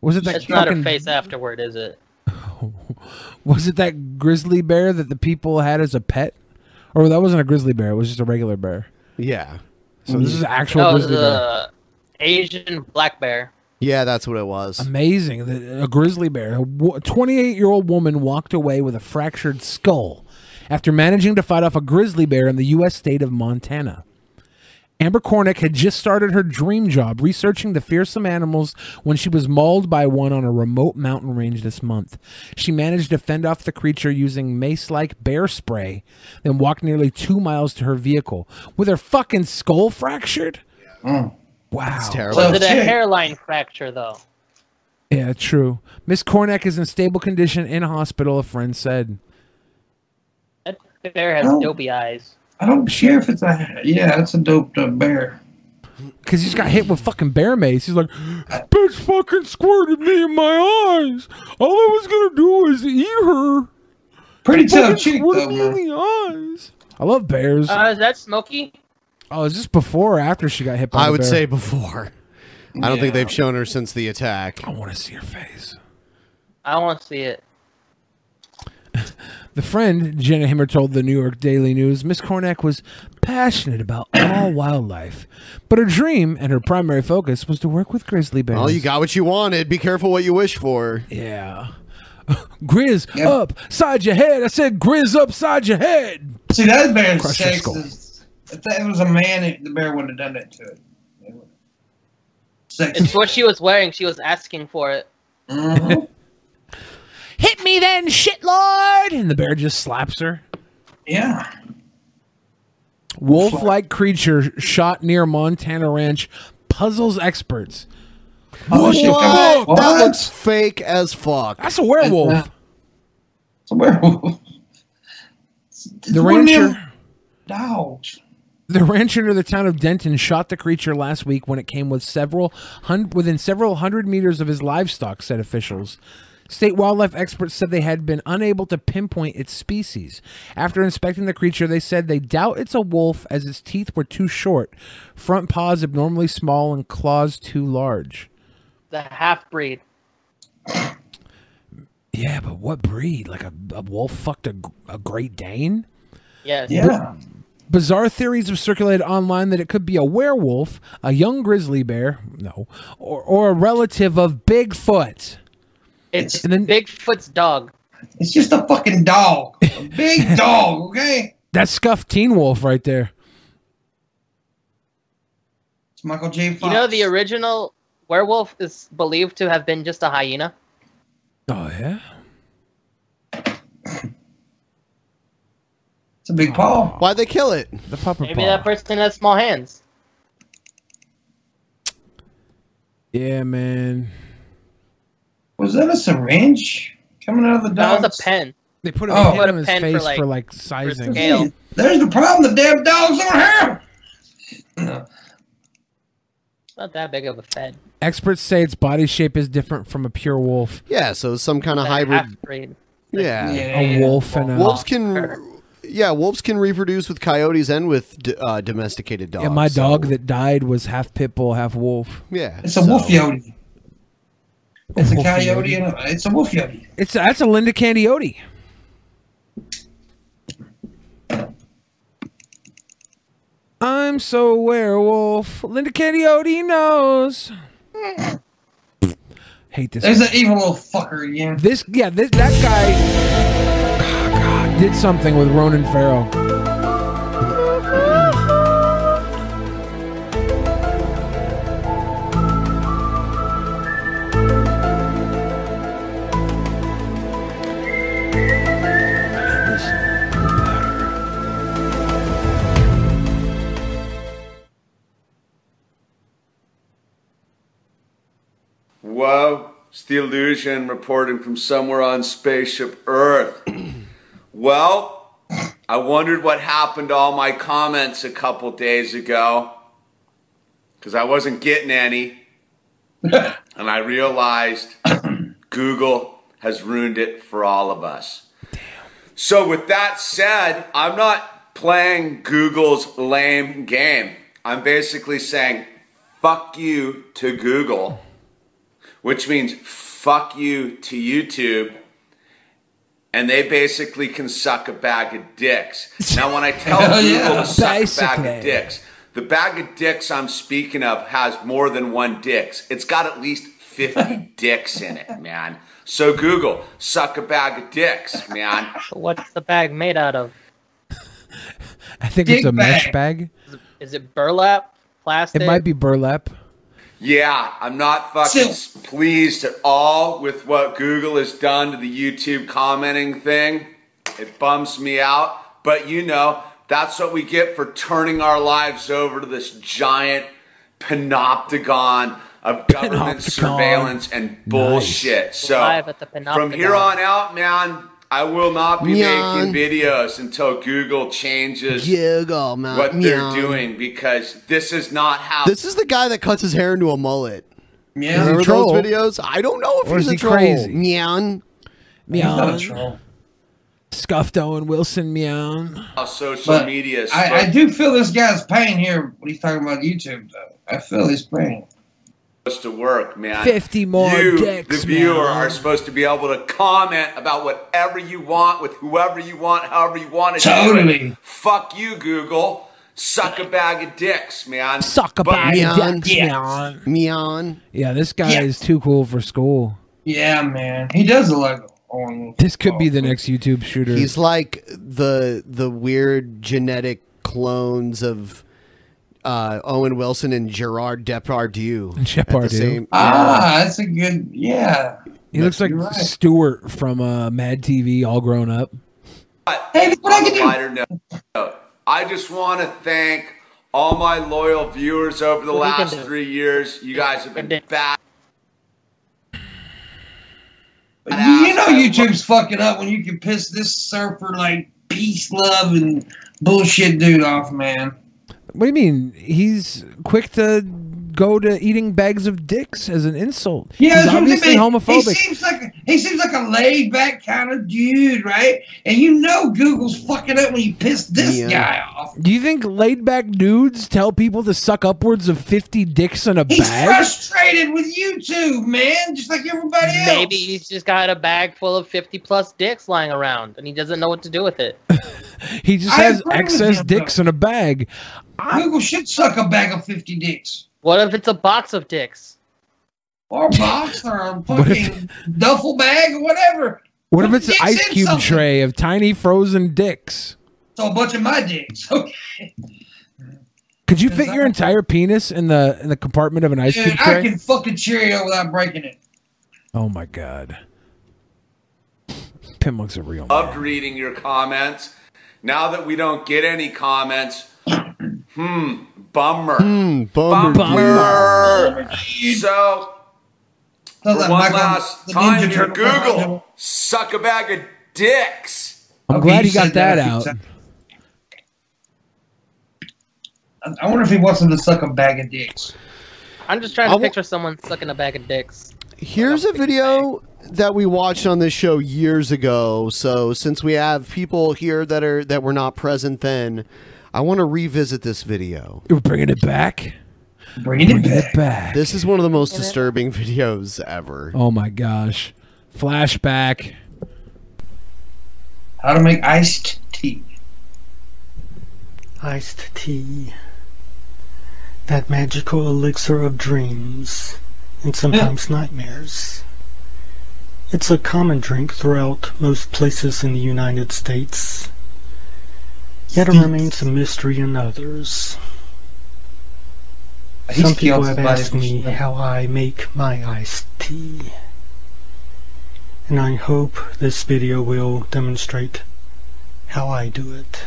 S4: Was it that
S6: That's not her
S4: fucking-
S6: face afterward, is it?
S4: was it that grizzly bear that the people had as a pet? Or that wasn't a grizzly bear, it was just a regular bear.
S3: Yeah.
S4: So this is actual
S6: no,
S4: grizzly bear.
S6: Oh, the Asian black bear.
S3: Yeah, that's what it was.
S4: Amazing. that A grizzly bear. A 28 year old woman walked away with a fractured skull after managing to fight off a grizzly bear in the U.S. state of Montana. Amber Cornick had just started her dream job researching the fearsome animals when she was mauled by one on a remote mountain range this month. She managed to fend off the creature using mace like bear spray, then walked nearly two miles to her vehicle with her fucking skull fractured? Wow. That's
S3: terrible.
S6: Was it a hairline fracture though?
S4: Yeah, true. Miss Cornick is in stable condition in hospital, a friend said.
S6: That bear has
S5: No.
S6: dopey eyes.
S5: I don't care if it's a yeah, it's a doped up bear.
S4: Because he just got hit with fucking bear mace. He's like, bitch fucking squirted me in my eyes. All I was gonna do is eat her.
S5: Pretty
S4: Fucking
S5: tough chick
S4: squirted
S5: though,
S4: me in
S5: man.
S4: the eyes. I love bears.
S6: Uh, is that Smokey?
S4: oh, is this before or after she got hit by
S3: I
S4: the
S3: would
S4: bear?
S3: say before. I don't think
S4: Yeah.
S3: they've shown her since the attack. I
S4: want to see her face.
S6: I want to see it.
S4: The friend, Jenna Himmer, told the New York Daily News Miss Cornack was passionate about all wildlife, but her dream and her primary focus was to work with grizzly bears.
S3: Well, you got what you wanted. Be careful what you wish for.
S4: Yeah. Grizz upside your head. I said Grizz upside your head.
S5: See, that bear's
S4: Crush your skull.
S5: sexist. If that was a man, it, the bear wouldn't have done that to it.
S6: It's what she was wearing. She was asking for it.
S5: Mm-hmm.
S4: Hit me then, shitlord! And the bear just slaps her.
S5: Yeah.
S4: Wolf like creature shot near Montana Ranch puzzles experts.
S5: Oh,
S4: What the
S3: What?
S4: fuck?
S3: That looks fake as fuck.
S4: That's a werewolf.
S3: It's
S5: a werewolf.
S4: The rancher.
S5: Dogs.
S4: The rancher near the town of Denton shot the creature last week when it came with several hun- within several hundred meters of his livestock, said officials. State wildlife experts said they had been unable to pinpoint its species. After inspecting the creature, they said they doubt it's a wolf as its teeth were too short, front paws abnormally small, and claws too large.
S6: The half breed.
S4: Yeah, but what breed? Like a, a wolf fucked a, a Great Dane?
S6: Yes.
S4: B- bizarre theories have circulated online that it could be a werewolf, a young grizzly bear, no, or, or a relative of Bigfoot.
S6: It's Bigfoot's dog.
S5: It's just a fucking dog. A big dog, okay?
S4: That's scuffed teen wolf right there.
S5: It's Michael J. Fox.
S6: You know, the original werewolf is believed to have been just a hyena.
S4: Oh yeah.
S5: It's a big paw.
S3: Why'd they kill it?
S4: The papa
S6: Maybe that person has small hands.
S4: Yeah, man.
S5: Was that a syringe coming out of the
S6: That
S5: dog?
S6: was a pen.
S4: They put
S6: a
S5: Oh.
S6: pen
S4: on his
S6: for,
S4: face
S6: like-
S4: for like sizing.
S6: scale.
S5: There's the problem. The damn dogs don't have.
S6: Not that big of a fed.
S4: Experts say its body shape is different from a pure wolf.
S3: Yeah, so some kind of hybrid.
S6: Half breed.
S3: Yeah.
S4: A wolf and a
S3: wolves can. Yeah, wolves can reproduce with coyotes and with d- uh, domesticated dogs.
S4: Yeah, my
S3: so-
S4: dog that died was half pit bull, half wolf.
S3: Yeah,
S5: It's a
S3: so-
S5: wolf yodi. It's a
S4: Wolf
S5: coyote
S4: yodi.
S5: and a, it's a wolf yodi.
S4: It's that's a Linda Candiote. I'm so werewolf. Linda Candiote knows. Hate this.
S5: There's that evil little fucker again.
S4: This yeah, this that guy did something with Ronan Farrow.
S7: Whoa, Steel Lucian reporting from somewhere on spaceship Earth. well, I wondered what happened to all my comments a couple days ago because I wasn't getting any. and I realized Google has ruined it for all of us. So, with that said, I'm not playing Google's lame game. I'm basically saying, fuck you to Google which means fuck you to YouTube. And they basically can suck a bag of dicks. Now, when I tell
S4: Hell
S7: Google
S4: Oh, yeah.
S7: to suck a bag
S4: Basically.
S7: of dicks, the bag of dicks I'm speaking of has more than one dicks. It's got at least 50 dicks in it, man. So, Google, suck a bag of dicks, man.
S6: What's the bag made out of?
S4: I think it's
S6: Dick
S4: a mesh
S6: bag.
S4: bag.
S6: Is it burlap? Plastic?
S4: It might be burlap.
S7: Yeah, I'm not fucking pleased at all with what Google has done to the YouTube commenting thing. It bums me out, but you know, that's what we get for turning our lives over to this giant panopticon of government surveillance and bullshit. So
S6: Live at the
S7: from here
S6: Panopticon.
S7: on out, man, I will not be
S3: Nyan.
S7: making videos until Google changes
S3: Google, man.
S7: what they're
S3: Nyan.
S7: doing because this is not how
S3: This is the guy that cuts his hair into a mullet.
S7: Yeah.
S3: Remember
S7: Is he a troll?
S3: those videos? I don't know if
S4: Or
S3: he's
S4: is
S3: a
S4: he
S3: troll.
S4: crazy?
S3: Nyan.
S4: Meow. Scuffed Owen Wilson meow.
S7: how
S5: Oh,
S7: social
S5: But
S7: media is
S5: I, I do feel this guy's pain here when he's talking about YouTube, though. I feel his pain.
S7: supposed to work, man.
S4: 50 more
S7: you,
S4: dicks,
S7: the viewer,
S4: man.
S7: are supposed to be able to comment about whatever you want with whoever you want, however you want to do
S5: Totally.
S7: it. Fuck you, Google. Suck a bag of dicks, man.
S4: Suck a
S7: But-
S4: bag of dicks, meow.
S3: Meon.
S4: Yeah, this guy is too cool for school.
S5: Yeah, man. He does look on.
S4: This could be the next YouTube shooter.
S3: He's like the the weird genetic clones of uh, Owen Wilson and Gerard Depardieu. at the
S4: Depardieu.
S3: same-
S5: Ah, that's a good. Yeah.
S4: He looks like Stewart from uh, Mad TV, all grown up.
S7: lighter note, I just want to thank all my loyal viewers over the
S10: What we can
S7: last
S10: do.
S7: three years. You guys have been bad.
S5: You know YouTube's fucking up when you can piss this surfer like peace, love, and bullshit dude off, man.
S4: What do you mean? He's quick to go to eating bags of dicks as an insult.
S5: Yeah,
S4: he's
S5: that's what I'm
S4: obviously
S5: saying. He
S4: homophobic.
S5: seems like a, he seems like a laid back kind of dude, right? And you know Google's fucking up when you piss this
S4: Yeah.
S5: guy off.
S4: Do you think laid back dudes tell people to suck upwards of 50 dicks in a
S5: He's
S4: bag?
S5: frustrated with YouTube, man, just like everybody else.
S6: Maybe he's just got a bag full of 50 plus dicks lying around and he doesn't know what to do with it.
S4: He just
S6: I
S4: has
S6: agree with
S4: excess
S6: him,
S4: dicks in a bag.
S5: Google should suck a bag of 50 dicks.
S6: What if it's a box of dicks?
S5: Or a box or a fucking duffel bag or whatever.
S4: What if it's an
S5: Dicks
S4: ice
S5: in
S4: cube
S5: something.
S4: tray of tiny frozen dicks?
S5: So a bunch of my dicks. Okay.
S4: Could you fit your entire penis in the in the compartment of an ice cube
S5: Dude, I
S4: tray?
S5: can fuck a Cheerio without breaking it.
S4: Oh my god. Pinmonk's a real
S5: Oh,
S7: Loved reading your comments. Now that we don't get any comments, hmm, bummer.
S3: Hmm, bummer,
S7: Bummer. So, for
S5: Sounds
S7: one
S5: like Michael-
S7: last
S5: the
S7: time
S5: Ninja
S7: here,
S5: Turtle from
S7: Google, suck a bag of dicks.
S4: I'm
S5: Okay,
S4: glad
S5: you
S4: he got
S5: said that
S4: that
S5: a few
S4: out.
S5: times. I- I wonder if he wants him to suck a bag of dicks.
S6: I'm just trying to
S3: I wa-
S6: picture someone sucking a bag of dicks.
S3: Here's a video that we watched on this show years ago. So since we have people here that are that were not present then, I want to revisit this video.
S4: We're bringing it back.
S5: Bringing,
S3: it,
S4: back.
S3: This is one of the most disturbing videos ever.
S4: Oh my gosh. Flashback.
S5: How to make iced tea.
S25: Iced tea. That magical elixir of dreams, and sometimes nightmares. It's a common drink throughout most places in the United States. Yet it remains a mystery in others.
S5: He's
S25: Some people
S5: killed
S25: have
S5: by
S25: asked
S5: the-
S25: me how I make my iced tea. And I hope this video will demonstrate how I do it.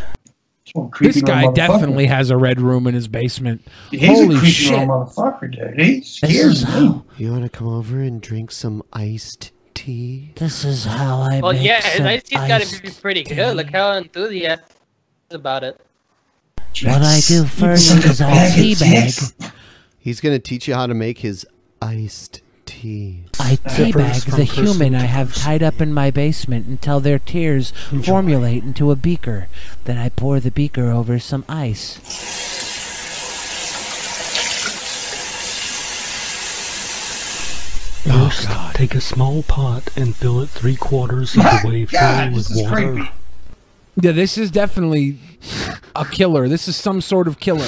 S4: This guy definitely has a red room in his basement.
S25: He's a
S4: Holy
S25: creepy
S4: shit.
S25: little
S5: motherfucker, dude. He
S25: scares
S4: Oh.
S5: me.
S3: You want to come over and drink some iced tea?
S19: This is how I
S6: Well, yeah, his ice tea's got to be pretty good. Look how enthusiastic he is about it.
S19: What I do first is I teabag.
S3: He's gonna teach you how to make his iced tea.
S19: I teabag the human I have tied up in my basement until their tears formulate into a beaker. Then I pour the beaker over some ice.
S4: Oh,
S25: First, take a small pot and fill it three quarters of the way full
S4: God,
S25: with
S4: this is
S25: water.
S4: creepy. Yeah, this is definitely a killer. This is some sort of killer.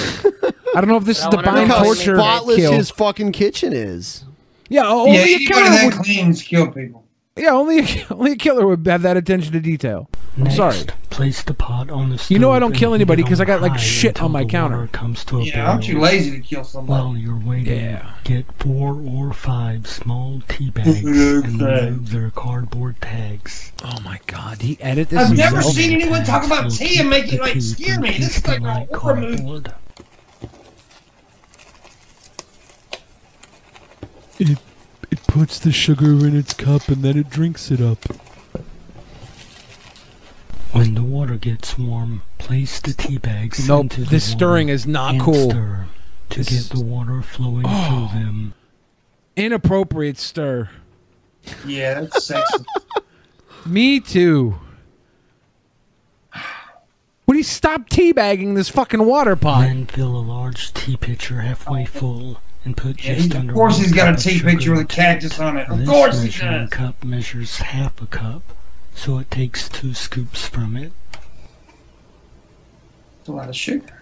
S4: I don't know if this is
S3: Look
S4: divine
S3: how
S4: torture
S3: spotless
S4: kill.
S3: his fucking kitchen is.
S4: yeah, o-
S3: Yeah,
S4: only a
S3: anybody
S4: killer
S3: that
S4: would
S5: cleans kill people.
S4: Yeah, only a, only a killer would have that attention to detail. I'm
S25: Next,
S4: sorry.
S25: place the pot on the stove.
S4: You know I don't kill
S25: and heat
S4: anybody 'cause I got, like,
S25: high
S4: shit
S25: until
S4: on my
S25: the
S4: counter.
S25: water Comes to a
S5: Yeah, aren't you
S25: boil.
S5: lazy to kill somebody?
S25: While you're waiting,
S5: Yeah.
S25: get four or five small tea bags and remove their cardboard tags.
S4: Oh my god, he edit
S5: I've never seen anyone talk about tea and make it like scare me. This is like a horror movie.
S26: It, it puts the sugar in its cup and then it drinks it up.
S25: When the water gets warm, place the tea bags
S4: Nope,
S25: into the
S4: this stirring
S25: water
S4: is not
S25: and
S4: cool.
S25: Stir to
S4: This-
S25: get the water flowing
S4: Oh.
S25: through them.
S4: Inappropriate stir.
S5: Yeah, that's sexy.
S4: Me too. Would he stop teabagging this fucking water pot?
S25: Then fill a large tea pitcher halfway full and put
S5: Oh. Yeah,
S25: just
S5: he-
S25: under
S5: of course
S25: one
S5: he's got
S25: cup
S5: a
S25: of
S5: tea
S25: sugar.
S5: picture with a cactus on it. Of
S25: This
S5: course he
S25: measuring
S5: does.
S25: cup measures half a cup, so it takes two scoops from it.
S5: It's a lot of sugar.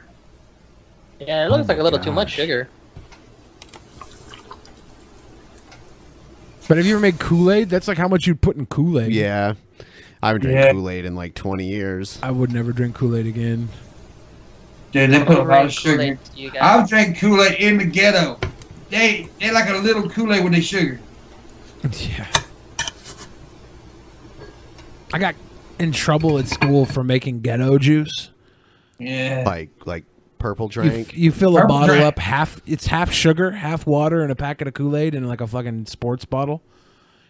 S6: Yeah, it looks like a little too much sugar.
S4: But have you ever made Kool Aid? That's like how much you'd put in Kool Aid.
S3: Yeah. I haven't drank
S4: Yeah.
S3: Kool Aid in like 20 years.
S4: I would never drink Kool Aid again.
S5: Dude, they put a lot of sugar.
S6: you guys.
S5: I've drank Kool Aid in the ghetto. They they like a little Kool Aid with their sugar.
S4: I got in trouble at school for making ghetto juice.
S5: Yeah.
S3: Like like purple
S4: You f-
S3: drink.
S4: You, fill a
S3: Purple
S4: bottle
S3: drink.
S4: up half. It's half sugar, half water, and a packet of Kool Aid, and like a fucking sports bottle.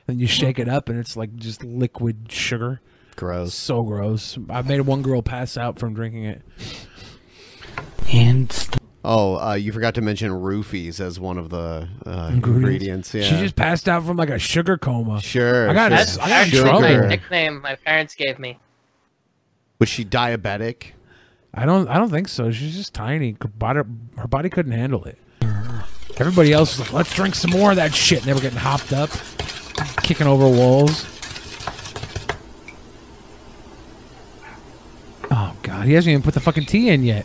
S4: And you shake it up, and it's like just liquid sugar.
S3: Gross.
S4: So gross. I made one girl pass out from drinking it.
S3: And oh, uh, you forgot to mention roofies as one of the uh, ingredients. Yeah.
S4: She just passed out from like a sugar coma.
S3: Sure.
S4: I got.
S3: sure.
S6: That's actually my nickname my parents gave me.
S3: Was she diabetic?
S4: I don't. I don't think so. She's just tiny. Her body, her body couldn't handle it. Everybody else was like, "Let's drink some more of that shit." And they were getting hopped up, kicking over walls. Oh god, he hasn't even put the fucking tea in yet.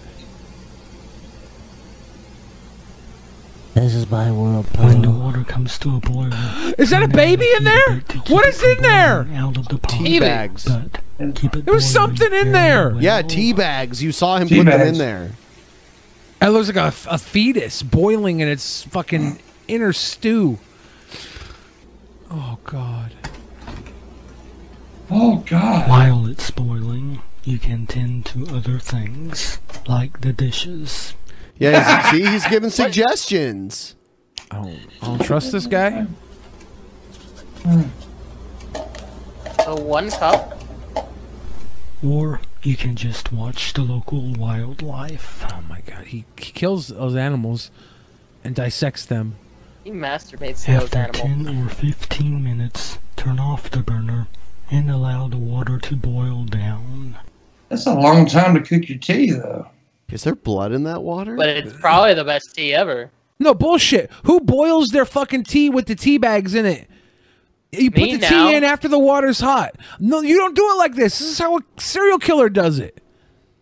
S10: This is my world.
S8: When the water comes to a boil,
S4: Is that a baby in there? What is in there?
S8: out of the pot.
S4: Tea bags.
S8: Keep it
S4: There was something in there.
S3: Yeah, tea bags. You saw him
S4: Tea
S3: put them
S4: bags.
S3: in there.
S4: It looks like a, a fetus boiling in its fucking inner stew. Oh god.
S5: Oh God.
S8: While it's boiling, you can tend to other things, like the dishes.
S3: Yeah, he's- see, he's giving suggestions.
S4: Oh, I don't trust this guy.
S5: Hmm.
S6: So one cup.
S8: Or you can just watch the local wildlife.
S4: Oh my god, he, he kills those animals and dissects them.
S6: He masturbates to those
S8: After
S6: animals.
S8: 10 or 15 minutes, turn off the burner and allow the water to boil down.
S5: That's a long time to cook your tea, though.
S3: Is there blood in that water?
S6: But it's probably the best tea ever.
S4: No bullshit. Who boils their fucking tea with the tea bags in it? You put
S6: Me
S4: the
S6: now.
S4: tea in after the water's hot. No, you don't do it like this. This is how a serial killer does it.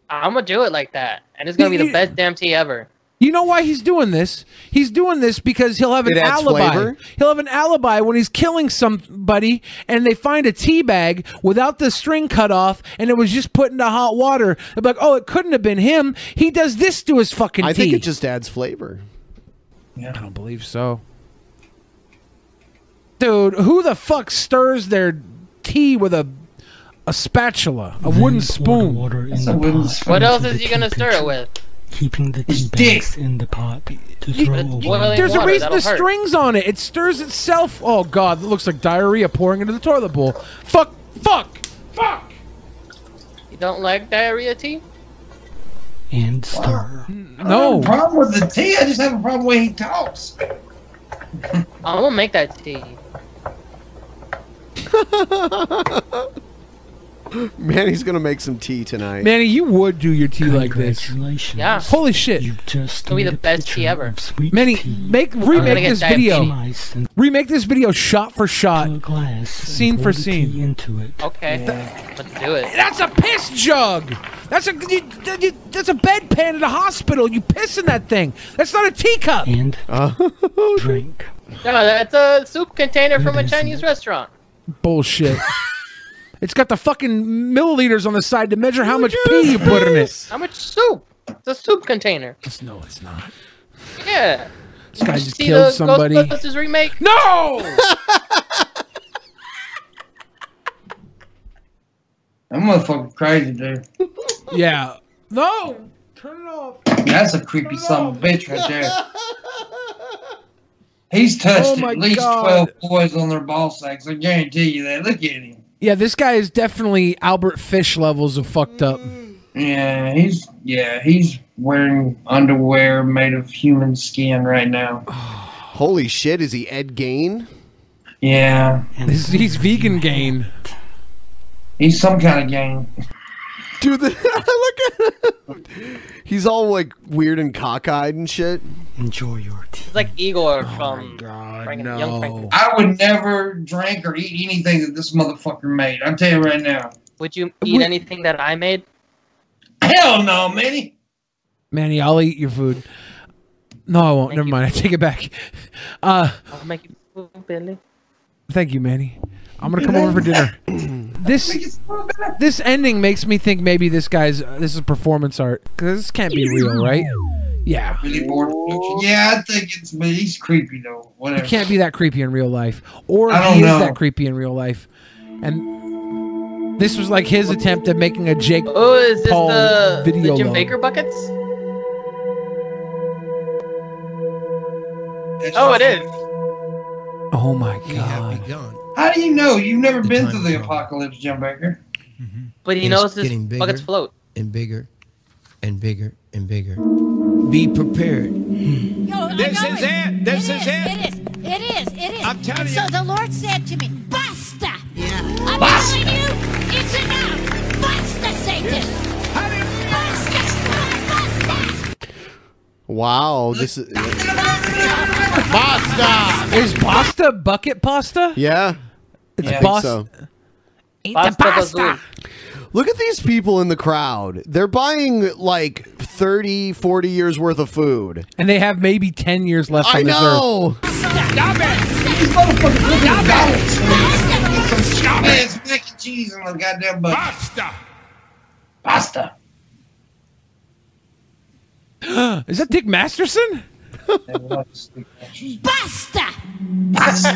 S6: I'm gonna do it like that, and it's gonna be the best damn tea ever.
S4: You know why he's doing this? He's doing this because he'll have an
S6: It adds
S4: alibi.
S6: flavor?
S4: He'll have an alibi when he's killing somebody and they find a tea bag without the string cut off and it was just put into hot water. They're like, oh, it couldn't have been him. He does this to his fucking
S3: I
S4: tea.
S3: think it just adds flavor.
S4: I don't believe so. Dude, who the fuck stirs their tea with a a spatula, a wooden spoon?
S8: That's in a the wooden pot spoon.
S6: What else
S8: into
S6: is
S8: the
S6: he gonna
S8: tea
S6: stir it with?
S8: Keeping the tea bags in the pot to throw away.
S4: There's a reason the
S6: that'll hurt.
S4: strings on it. It stirs itself. Oh god, it looks like diarrhea pouring into the toilet bowl. Fuck, fuck.
S6: You don't like diarrhea tea?
S8: and stir.
S5: I don't have a problem with the tea. I just have a problem with he talks.
S6: I'm gonna make that tea.
S3: Man, he's gonna make some tea tonight.
S4: Manny, you would do your tea like this.
S6: Yeah.
S4: Holy shit. You
S8: just
S6: It'll be the best tea ever.
S4: Manny, make remake
S6: get
S4: this video.
S6: diabetes.
S4: Remake this video shot for shot, scene for scene.
S8: Into it.
S6: Okay, let's do it.
S4: That's a piss jug. That's a you, you, that's a bedpan at a hospital. You piss in that thing. That's not a teacup.
S8: And
S15: Oh,
S4: drink.
S6: No, that's a soup container from a Chinese restaurant.
S4: Bullshit. it's got the fucking milliliters on the side to measure how much pee you put in it.
S6: How much soup? It's a soup container.
S4: No, it's not.
S6: Yeah.
S4: This
S6: Did
S4: guy
S6: you
S4: just
S6: see
S4: killed
S6: the
S4: somebody.
S6: Ghostbusters remake?
S4: No!
S5: That motherfucker crazy, dude.
S4: Yeah. No. Turn it off.
S5: That's a creepy son of a bitch right there. He's touched
S4: Oh my
S5: at least
S4: God.
S5: twelve boys on their ball sacks. I guarantee you that. Look at him.
S4: Yeah, this guy is definitely Albert Fish levels of fucked up.
S5: Yeah, he's yeah, he's wearing underwear made of human skin right now.
S3: Holy shit, is he Ed Gain?
S5: Yeah.
S4: He's, he's vegan gain.
S5: He's some kind of gain.
S3: Dude, the, look at him. He's all like weird and cockeyed and shit.
S8: Enjoy your tea.
S6: It's like Igor
S4: Oh
S6: from Franken- Young Frankenstein.
S5: I would never drink or eat anything that this motherfucker made. I'm telling you right now.
S6: Would you eat anything that I made?
S5: Hell no, Manny.
S4: Manny, I'll eat your food. No, I won't. Never mind. I take it back. Uh,
S6: I'll make you food, Billy.
S4: Thank you, Manny. I'm gonna come over for dinner. this this ending makes me think maybe this guy's uh, this is performance art because this can't be real, right? Yeah.
S5: Really bored production. Yeah, I think it's. But he's creepy though.
S4: You
S5: Whatever.
S4: can't be that creepy in real life, or
S5: I don't
S4: he is
S5: know.
S4: that creepy in real life. And this was like his attempt at making a Jake
S6: Oh, is this
S4: Paul
S6: the, the
S4: video.
S6: Jim
S4: logo.
S6: Baker buckets? oh, it is.
S4: Oh my
S5: god. How do you know? You've never been through the apocalypse, Jim Baker.
S4: Mm-hmm.
S6: But he
S14: And
S6: knows
S14: it's
S6: his
S14: getting
S6: buckets
S14: bigger.
S6: float.
S14: and bigger and bigger and bigger. Be prepared.
S15: This is it. This is it. It is. It is. It is. I'm telling you. So the Lord said to me, "Basta." Yeah. I'm
S14: Basta.
S15: telling you, it's enough. Basta, Satan.
S3: Wow, this is
S4: Pasta is pasta bucket pasta.
S3: yeah.
S4: It's
S3: I think
S4: bas-
S3: so.
S4: Eat the pasta.
S3: Look at these people in the crowd. They're buying like 30, 40 years worth of food.
S4: And they have maybe 10 years left
S3: I
S4: on this
S3: know.
S5: Stop it! These motherfuckers look at dollars. Get some stop ass mac and cheese on the goddamn bucket. Pasta. Pasta.
S4: is that Dick Masterson?
S15: Basta. Basta.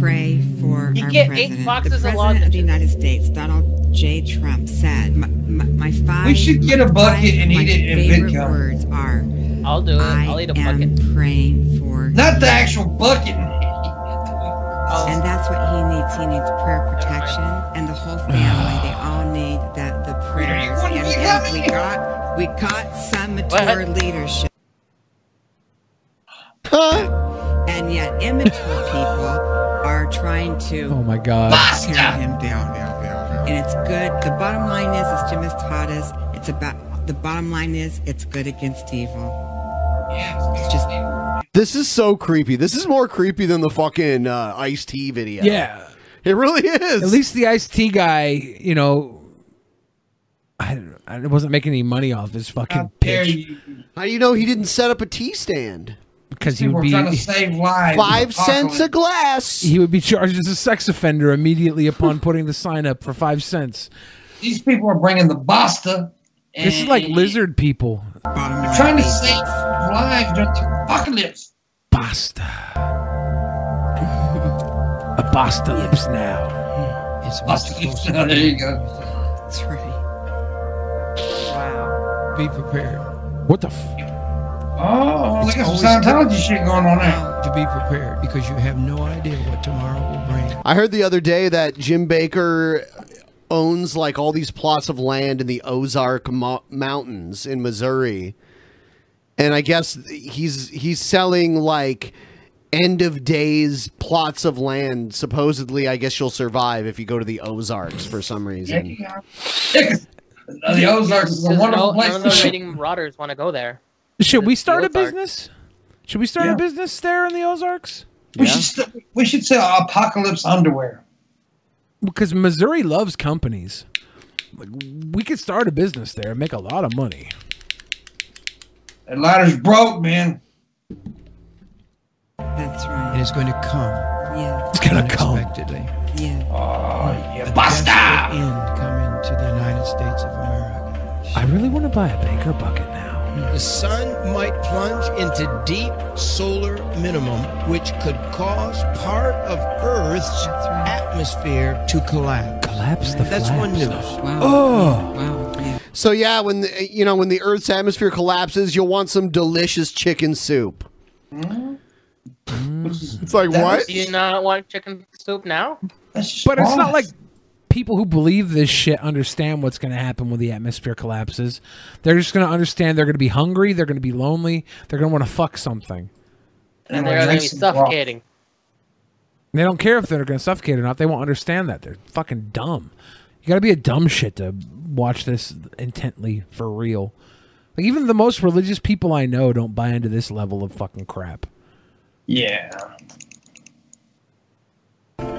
S17: Pray for
S15: You
S17: our
S15: get eight
S17: president.
S15: boxes
S17: the
S15: of
S17: president of the United States, Donald J. Trump, said, "My, my, my five,
S5: We should get a bucket
S17: five-
S5: and
S17: my
S5: eat it in
S17: favorite
S5: VidCon.
S17: words are,
S6: I'll do it. I'll eat a bucket.
S17: praying for
S5: Not the actual bucket.
S17: and that's what he needs. He needs prayer protection, and the whole family. They all need that the prayers.
S15: what
S17: And,
S15: are you
S17: and we
S15: having?
S17: got we got some mature leadership. and yet immature people are trying to
S4: Oh my God.
S17: tear him down, down, down, down. And it's good. The bottom line is, as Jim has taught us, it's about the bottom line is it's good against evil. It's just
S3: This is so creepy. This is more creepy than the fucking uh, Ice T video.
S4: Yeah.
S3: It really is.
S4: At least the iced tea guy, you know, I, don't- I wasn't making any money off his
S5: Uh,
S4: fucking pitch
S3: How do you know he didn't set up a tea stand?
S4: because he would be
S5: lives.
S3: Five cents a glass.
S4: he would be charged as a sex offender immediately upon putting the sign up for five cents.
S5: These people are bringing the pasta.
S4: This is like lizard people.
S5: They're trying to save lives during the apocalypse.
S4: Pasta. A pasta lips now.
S17: It's
S5: there you go.
S17: That's right.
S14: Be prepared.
S4: What the? F-
S5: Oh,
S14: It's
S5: look at some
S14: always
S5: Scientology
S14: good
S5: shit going on there.
S14: To be prepared because you have no idea what tomorrow will bring.
S3: I heard the other day that Jim Baker owns like all these plots of land in the Ozark Mo- Mountains in Missouri. And I guess he's he's selling like end of days plots of land. Supposedly, I guess you'll survive if you go to the Ozarks for some reason.
S5: Yeah. the Ozarks is a
S6: Just no,
S5: wonderful place
S6: None of
S5: to
S6: the
S5: shit.
S6: raiding marauders want to go there.
S4: Should we start a business? Should we start a business there in the Ozarks?
S5: We should st- we should sell apocalypse underwear.
S4: Because Missouri loves companies. Like, we could start a business there and make a lot of money.
S5: That ladder's broke, man.
S17: That's right.
S14: And it's going to come.
S17: Yeah.
S4: It's going
S14: to come. Unexpectedly.
S17: Yeah.
S5: Oh, yeah.
S14: Basta! end coming to the United States of America.
S4: I really want to buy a Baker bucket now.
S14: The sun might plunge into deep solar minimum, which could cause part of Earth's atmosphere to collapse.
S4: Collapse
S14: the That's one news.
S3: Oh. So yeah, when the, you know when the Earth's atmosphere collapses, you'll want some delicious chicken soup.
S5: Hmm?
S3: It's like what?
S6: Do you not want chicken soup now?
S4: But it's not like people who believe this shit understand what's going to happen when the atmosphere collapses. They're just going to understand they're going to be hungry, they're going to be lonely, they're going to want to fuck something.
S6: And they're going to be suffocating.
S4: And they don't care if they're going to suffocate or not. They won't understand that. They're fucking dumb. You got to be a dumb shit to watch this intently for real. Like even the most religious people I know don't buy into this level of fucking crap.
S5: Yeah.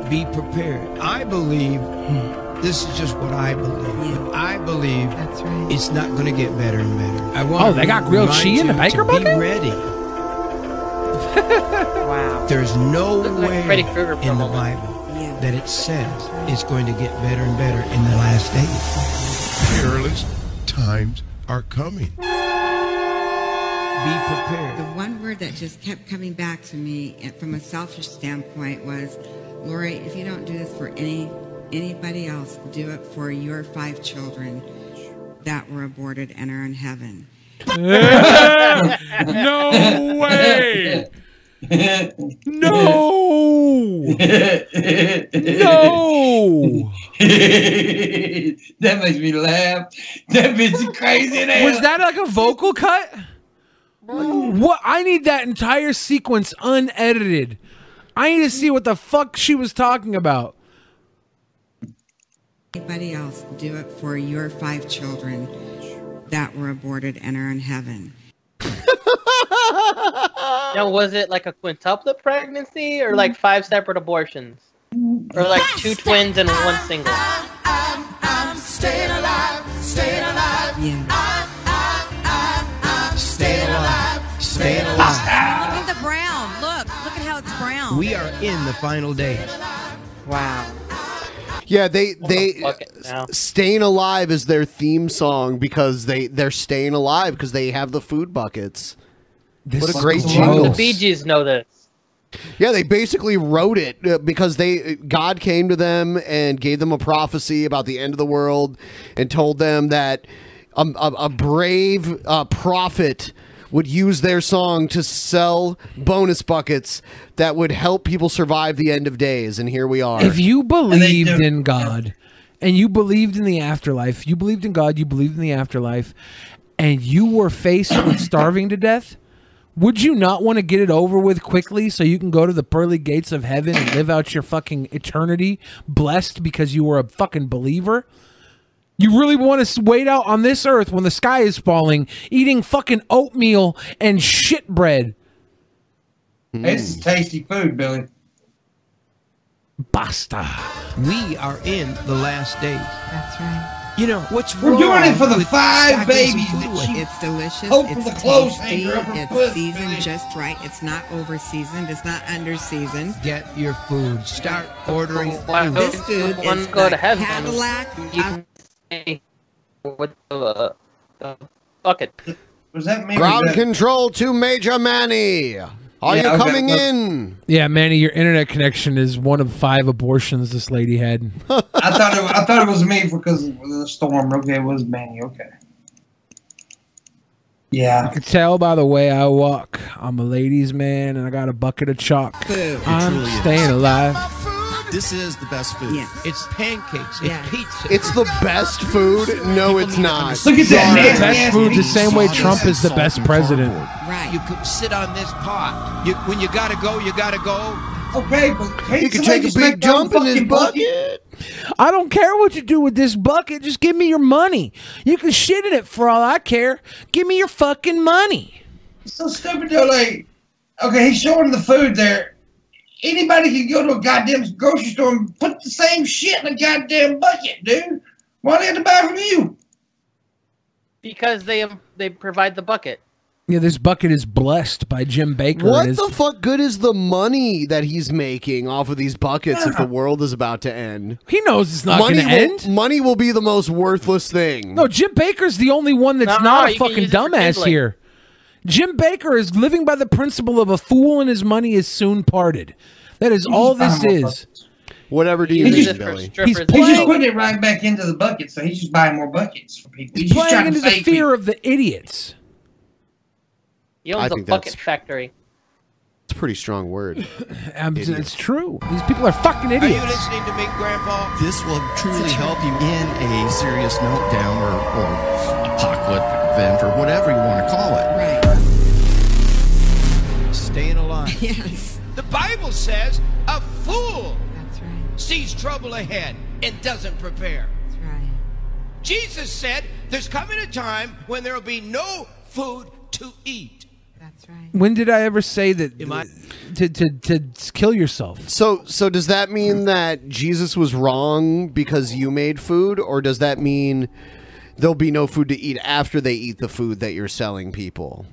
S14: Be prepared. I believe hmm, this is just what I believe. but I believe it's not going to get better and better. I want
S4: Oh, they got grilled cheese in the Baker
S14: Be ready. wow. There's no
S6: Looks like
S14: way
S6: Freddy Krueger
S14: in the
S6: promo.
S14: Bible that it says it's going to get better and better in the last days.
S9: Perilous times are coming.
S14: Be prepared.
S17: The one word that just kept coming back to me and from a selfish standpoint was, Lori, if you don't do this for any anybody else, do it for your five children that were aborted and are in heaven.
S4: no way. No.
S5: no. that makes me laugh. That bitch is crazy. as hell.
S4: Was that like a vocal cut? What? I need that entire sequence unedited. I need to see what the fuck she was talking about.
S17: Anybody else, do it for your five children that were aborted and are in heaven.
S6: Now, was it like a quintuplet pregnancy or
S5: Hmm.
S6: like five separate abortions? Or like two twins and one single?
S15: I'm staying alive, staying alive.
S14: Staying alive. Staying alive.
S15: Look at the brown. Look, look at how it's brown.
S14: We are in the final days. Wow.
S3: Yeah, they they
S14: fuck it now.
S3: staying alive is their theme song because they they're staying alive because they have the food buckets. what a great
S6: The
S3: jingle!
S6: Bee Gees know this.
S3: Yeah, they basically wrote it uh, because they God came to them and gave them a prophecy about the end of the world and told them that a, a, a brave uh, prophet would use their song to sell bonus buckets that would help people survive the end of days. And here we are.
S4: If you believed in God and you believed in the afterlife, you believed in God, you believed in the afterlife, and you were faced with starving to death, would you not want to get it over with quickly so you can go to the pearly gates of heaven and live out your fucking eternity blessed because you were a fucking believer? You really want to wait out on this earth when the sky is falling, eating fucking oatmeal and shit bread.
S5: This is tasty food, Billy.
S4: Basta.
S14: We are in the last days. That's right. You know what's
S5: We're
S14: wrong
S5: doing it for the
S14: with
S5: five
S14: stocking
S5: babies
S14: food?
S5: that she-
S17: It's delicious.
S5: Hope
S17: it's
S5: for the clothes
S17: tasty,
S5: hanger up her
S17: It's
S5: foot,
S17: seasoned
S5: Billy.
S17: just right. It's not over seasoned. It's not under seasoned.
S14: Get your food. Start ordering food.
S17: This food
S6: One
S17: is
S6: go to
S17: like
S6: heaven.
S17: Cadillac.
S6: You can say with the, uh, the bucket.
S5: Was that me?
S3: Ground control to Major Manny. Are
S4: Yeah,
S3: you
S4: okay,
S3: coming
S4: look.
S3: in?
S4: Yeah, Manny, your internet connection is one of five abortions this lady had.
S5: I thought it, I thought it was me because of the storm. Okay, it was Manny. Okay. Yeah.
S4: You can tell by the way I walk. I'm a ladies' man, and I got a bucket of chalk. I'm
S14: truly is.
S4: staying alive.
S14: This is the best food. It's pancakes. It's pizza.
S3: It's the best food. No, it's not.
S14: Look at that
S3: Sorry.
S14: nasty Best
S4: Best food, the same way Trump is the best president.
S14: Right. You could sit on this pot. You, when you gotta go, you gotta go.
S5: Okay, but
S14: You can take a big jump in his bucket.
S4: I don't care what you do with this bucket. Just give me your money. You can shit in it for all I care. Give me your fucking money.
S5: So stupid though. Like, okay, he's showing the food there. Anybody can go to a goddamn grocery store and put the same shit in a goddamn bucket, dude. Why they have to buy from you?
S6: Because they they provide the bucket.
S4: Yeah, this bucket is blessed by Jim Baker.
S3: What
S4: It is-
S3: the fuck good is the money that he's making off of these buckets if the world is about to end?
S4: He knows it's not
S3: money
S4: gonna
S3: will,
S4: end.
S3: Money will be the most worthless thing.
S4: No, Jim Baker's the only one that's
S3: No,
S4: not
S3: you
S4: a
S3: can
S4: fucking
S3: use it for
S4: dumbass
S3: kindling.
S4: here. Jim Baker is living by the principle of a fool and his money is soon parted. That is all this is.
S3: Whatever do
S4: you
S5: He's mean,
S4: he's,
S5: just- Billy?
S4: He's
S5: He's just
S4: playing,
S5: putting it right back into the bucket, so he's just buying more buckets for people. He's,
S4: he's
S5: just
S4: playing
S5: trying
S4: into
S5: to
S4: the
S5: save
S4: fear of the idiots.
S6: He
S3: I
S6: owns a
S3: think
S6: bucket
S3: that's-
S6: factory.
S3: It's a pretty strong word.
S4: Um, it's- It's true. These people are fucking idiots.
S14: listening to me, Grandpa?
S16: This will truly help you in a serious meltdown or, or apocalyptic event or whatever you want to call it.
S14: Staying alive. yes. The Bible says a fool sees trouble ahead and doesn't prepare. That's right. Jesus said there's coming a time when there will be no food to eat.
S4: When did I ever say that to, to, to kill yourself?
S3: So, so does that mean that Jesus was wrong because you made food, or does that mean there'll be no food to eat after they eat the food that you're selling people?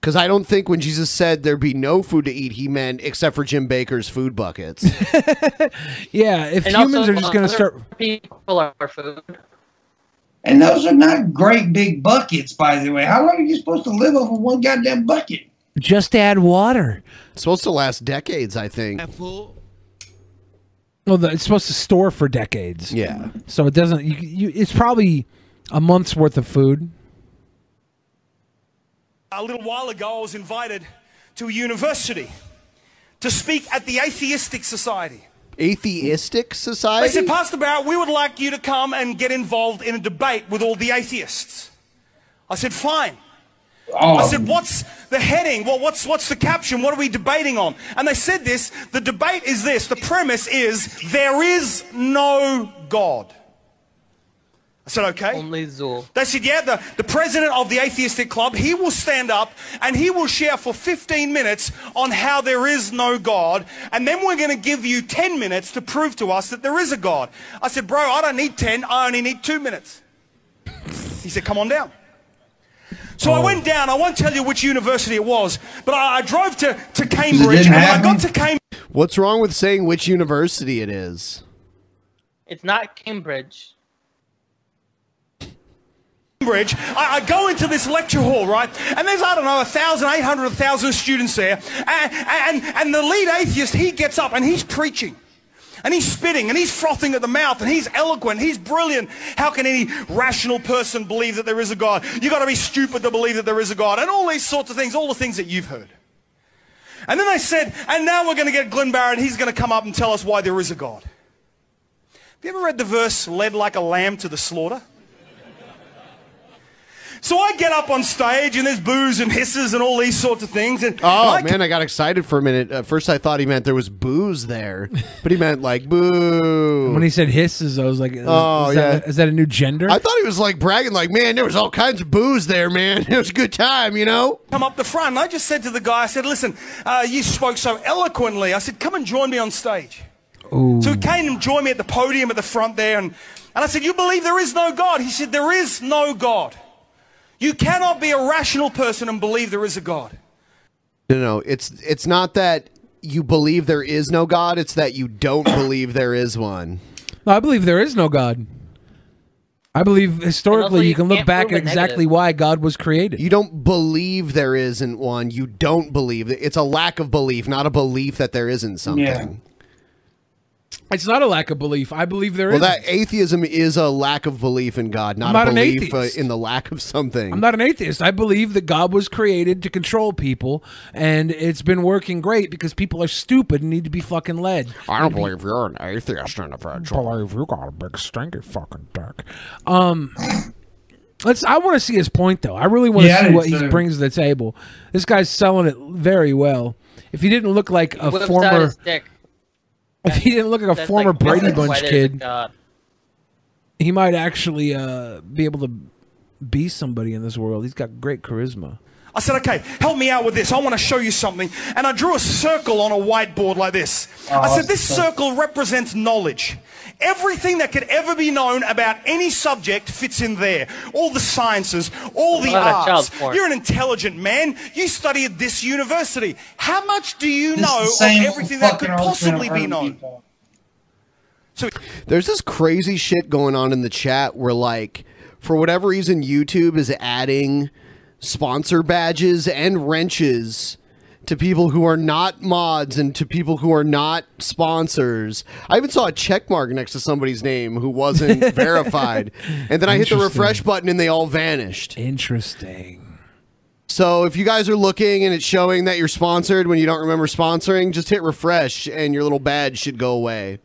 S3: Because I don't think when Jesus said there'd be no food to eat, he meant except for Jim Baker's food buckets.
S4: yeah, if
S6: And
S4: humans
S6: also,
S4: are just going
S6: other
S4: to start.
S6: people are food.
S5: And those are not great big buckets, by the way. How long are you supposed to live off of one goddamn bucket?
S10: Just add water.
S3: It's supposed to last decades, I think.
S4: Well, the, it's supposed to store for decades.
S3: Yeah.
S4: So it doesn't. You, you, it's probably a month's worth of food.
S18: A little while ago, I was invited to a university to speak at the Atheistic Society.
S3: Atheistic
S18: They
S3: society?
S18: said, Pastor Barrett, we would like you to come and get involved in a debate with all the atheists. I said, fine.
S5: Oh.
S18: I said, what's the heading? Well, what's, what's the caption? What are we debating on? And they said this the debate is this. The premise is there is no God. I said, okay.
S6: Only Zool.
S18: They said, yeah, the, the president of the atheistic club, he will stand up and he will share for 15 minutes on how there is no God. And then we're going to give you 10 minutes to prove to us that there is a God. I said, bro, I don't need 10. I only need two minutes. He said, come on down. So
S4: Oh.
S25: Oh.
S18: I went down. I won't tell you which university it was, but I, I drove to, to Cambridge and I got to Cambridge.
S3: What's wrong with saying which university it is?
S6: It's not Cambridge.
S18: Cambridge, I, I go into this lecture hall, right? And there's, I don't know, 1,000, 800, 1,000 students there. And, and, and the lead atheist, he gets up and he's preaching. And he's spitting and he's frothing at the mouth and he's eloquent. He's brilliant. How can any rational person believe that there is a God? You've got to be stupid to believe that there is a God. And all these sorts of things, all the things that you've heard. And then they said, and now we're going to get Glenn Barrett. He's going to come up and tell us why there is a God. Have you ever read the verse, led like a lamb to the slaughter? So I get up on stage and there's boos and hisses and all these sorts of things. And
S3: Oh
S18: and I
S3: man, I got excited for a minute. At first, I thought he meant there was booze there, but he meant like boo.
S4: When he said hisses, I was like, is,
S3: Oh,
S4: is
S3: yeah.
S4: that, is that a new gender?
S3: I thought he was like bragging, like, man, there was all kinds of booze there, man. It was a good time, you know?
S18: come up the front. And I just said to the guy, I said, listen, uh, you spoke so eloquently. I said, come and join me on stage. So he came and joined me at the podium at the front there. And, and I said, you believe there is no God? He said, there is no God. You cannot be a rational person and believe there is a God.
S3: No, no, it's it's not that you believe there is no God. It's that you don't believe there is one.
S4: No, I believe there is no God. I believe historically you, can look back at exactly why God was created.
S3: You don't believe there isn't one. You don't believe it's a lack of belief, not a belief that there isn't something.
S4: It's not a lack of belief. I believe there
S3: Well,
S4: is.
S3: that atheism is a lack of belief in God, not,
S4: I'm not
S3: a
S4: an
S3: belief uh,
S4: atheist.
S3: in the lack of something.
S4: I'm not an atheist. I believe that God was created to control people, and it's been working great because people are stupid and need to be fucking led.
S3: you're an atheist in a
S4: believe you got a big stinky fucking dick. Um, let's. I want to see his point though. I really want to
S5: Yeah, I
S4: see
S5: do
S4: what he
S5: too.
S4: brings to the table. This guy's selling it very well. If he didn't look like a
S6: Whips out
S4: former,
S6: his dick.
S4: if he didn't look like a
S6: That's
S4: former
S6: like- that's
S4: Brady
S6: like why
S4: Bunch
S6: there's a
S4: kid,
S6: God.
S4: he might actually uh, be able to be somebody in this world. He's got great charisma.
S18: I said, okay, help me out with this. I want to show you something. And I drew a circle on a whiteboard like this.
S11: Oh,
S18: I said, this
S11: that's so-
S18: circle represents knowledge. Everything that could ever be known about any subject fits in there. All the sciences, all the
S11: What about child
S18: arts.
S11: porn?
S18: You're an intelligent man. You study at this university. How much do
S5: This
S18: you
S5: is
S18: know
S5: the
S18: of
S5: same
S18: everything that
S5: fucking
S18: could
S5: argument
S18: possibly
S5: I've
S18: be
S5: heard
S18: known?
S3: There's this crazy shit going on in the chat where, like, for whatever reason, YouTube is adding sponsor badges and wrenches to people who are not mods and to people who are not sponsors. I even saw a check mark next to somebody's name who wasn't verified. And then I hit the
S4: Interesting.
S3: refresh button and they all vanished.
S4: Interesting.
S3: So if you guys are looking and it's showing that you're sponsored when you don't remember sponsoring, just hit refresh and your little badge should go away.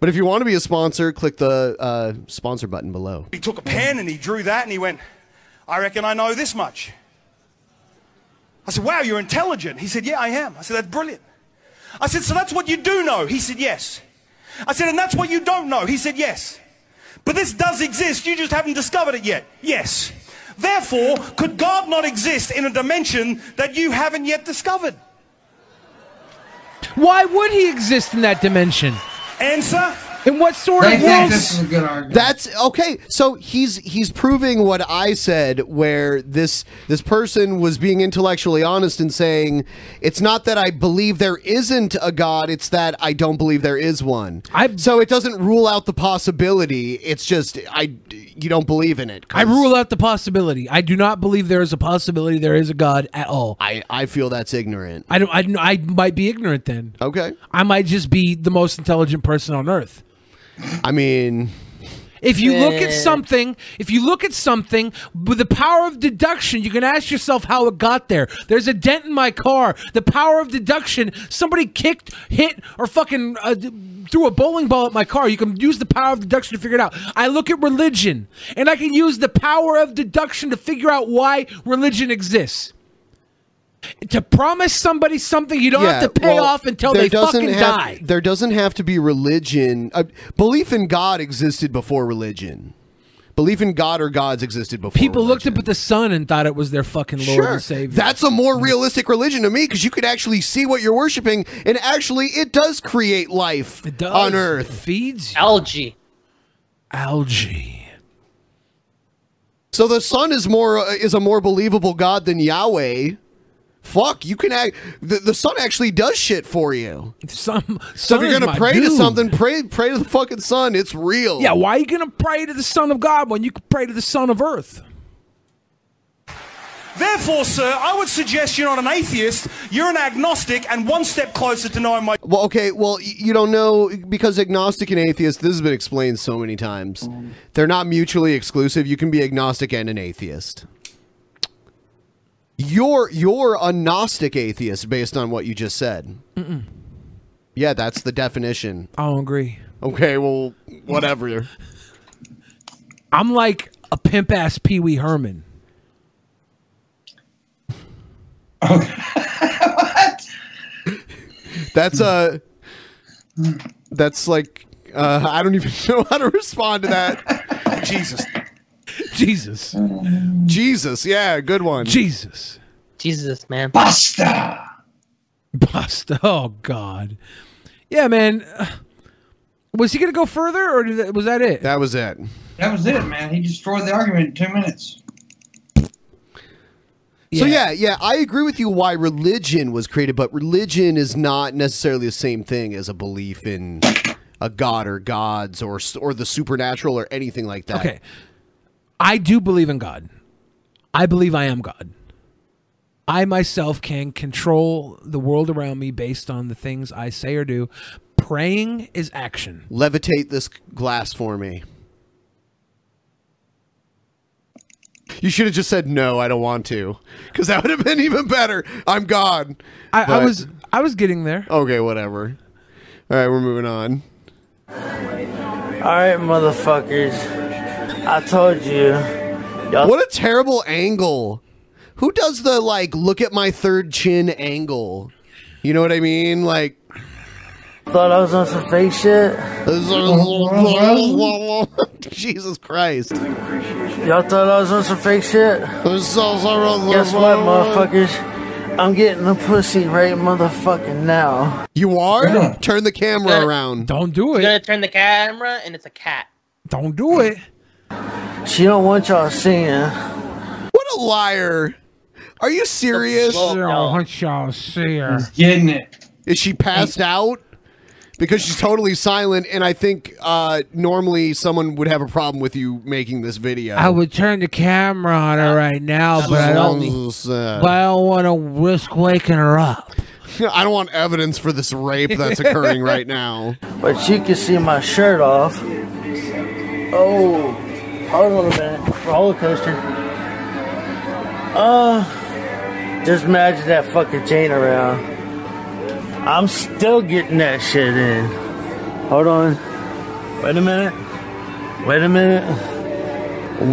S3: But if you want to be a sponsor, click the uh, sponsor button below.
S18: He took a pen and he drew that and he went, I reckon I know this much. I said, Wow, you're intelligent. He said, Yeah, I am. I said, That's brilliant. I said, So that's what you do know? He said, Yes. I said, And that's what you don't know? He said, Yes. But this does exist. You just haven't discovered it yet. Yes. Therefore, could God not exist in a dimension that you haven't yet discovered?
S4: Why would he exist in that dimension?
S18: Answer
S4: In what sort
S5: They think this is a good argument.
S3: That's okay. So he's he's proving what I said, where this this person was being intellectually honest and saying it's not that I believe there isn't a god; it's that I don't believe there is one. so it doesn't rule out the possibility. It's just I you don't believe in it.
S4: I rule out the possibility. I do not believe there is a possibility there is a God at all.
S3: I, I feel that's ignorant.
S4: I don't. I, don't- I might be ignorant then.
S3: Okay.
S4: I might just be the most intelligent person on earth.
S3: I mean,
S4: If you look at
S3: Eh.
S4: something, if you look at something with the power of deduction, you can ask yourself how it got there. There's a dent in my car. The power of deduction. Somebody kicked, hit, or fucking uh, d- threw a bowling ball at my car. You can use the power of deduction to figure it out. I look at religion, and I can use the power of deduction to figure out why religion exists. To promise somebody something you don't
S3: yeah,
S4: have to pay
S3: well,
S4: off until
S3: there
S4: they
S3: doesn't
S4: fucking
S3: have-
S4: die.
S3: There doesn't have to be religion. Uh, belief in God existed before religion. Belief in God or gods existed before.
S4: People looked up at the sun and thought it was their fucking Lord
S3: Sure.
S4: and Savior. Mm.
S3: That's a more realistic religion to me because you could actually see what you're worshiping, and actually, it does create life on Earth.
S4: feeds
S6: algae.
S4: Algae.
S3: So the sun is more uh, is a more believable god than Yahweh. Fuck, you can act. The, the sun actually does shit for you.
S4: Some,
S3: so if
S4: sun
S3: you're
S4: is
S3: gonna
S4: my
S3: pray to
S4: dude.
S3: something, pray pray to the fucking sun. It's real.
S4: Yeah, why are you going to pray to the Son of God when you can pray to the Son of Earth?
S18: Therefore, sir, I would suggest you're not an atheist, you're an agnostic, and one step closer to knowing my.
S3: Well, okay. Well, y- you don't know because agnostic and atheist. This has been explained so many times. They're not mutually exclusive. You can be agnostic and an atheist. You're you're a gnostic atheist based on what you just said.
S4: Mm-mm.
S3: Yeah, that's the definition.
S4: I don't agree.
S3: Okay, well, whatever.
S4: I'm like a pimp ass Pee Wee Herman.
S3: That's uh that's like uh, I don't even know how to respond to that. Jesus.
S4: Jesus.
S3: Jesus. Yeah, good one.
S4: Jesus.
S6: Jesus, man.
S5: Basta.
S4: Basta. Oh, God. Yeah, man. Was he going to go further or did that, was that it?
S3: That was it.
S5: That was it, man. He destroyed the argument in two minutes.
S3: So yeah, yeah, I agree with you why religion was created, but religion is not necessarily the same thing as a belief in a god or gods or s- or the supernatural or anything like that.
S4: Okay. I do believe in God. I believe I am God. I myself can control the world around me based on the things I say or do. Praying is action.
S3: Levitate this glass for me. You should have just said no, I don't want to, because that would have been even better. I'm God.
S4: I, I
S3: But-
S4: was I was getting there.
S3: Okay, whatever. All right, we're moving on.
S19: Alright, motherfuckers. I told you. Y'all
S3: What a terrible angle. Who does the like look at my third chin angle? You know what I mean? Like
S19: thought I was on some fake shit?
S3: Jesus Christ.
S19: Y'all thought I was on some fake shit? Guess what, motherfuckers? I'm getting the pussy right motherfucking now.
S3: You are?
S19: Yeah.
S3: Turn the camera around.
S4: Don't do
S6: You're gonna turn the camera, and it's a cat.
S4: Don't do it.
S19: She don't want y'all seeing.
S3: What a liar. Are you serious?
S4: y'all see her.
S3: Mm.
S5: Getting it.
S3: Is she passed out? Because she's totally silent, and I think uh, normally someone would have a problem with you making this video.
S4: I would turn the camera on her right now, but I don't.
S3: Jesus, uh,
S4: But I don't want to risk waking her up.
S3: I don't want evidence for this rape that's occurring right now.
S19: But you can see my shirt off. Oh, hold on a minute. Roller coaster. Uh, just imagine that fucking chain around. I'm still getting that shit in. Hold on. Wait a minute. Wait a minute.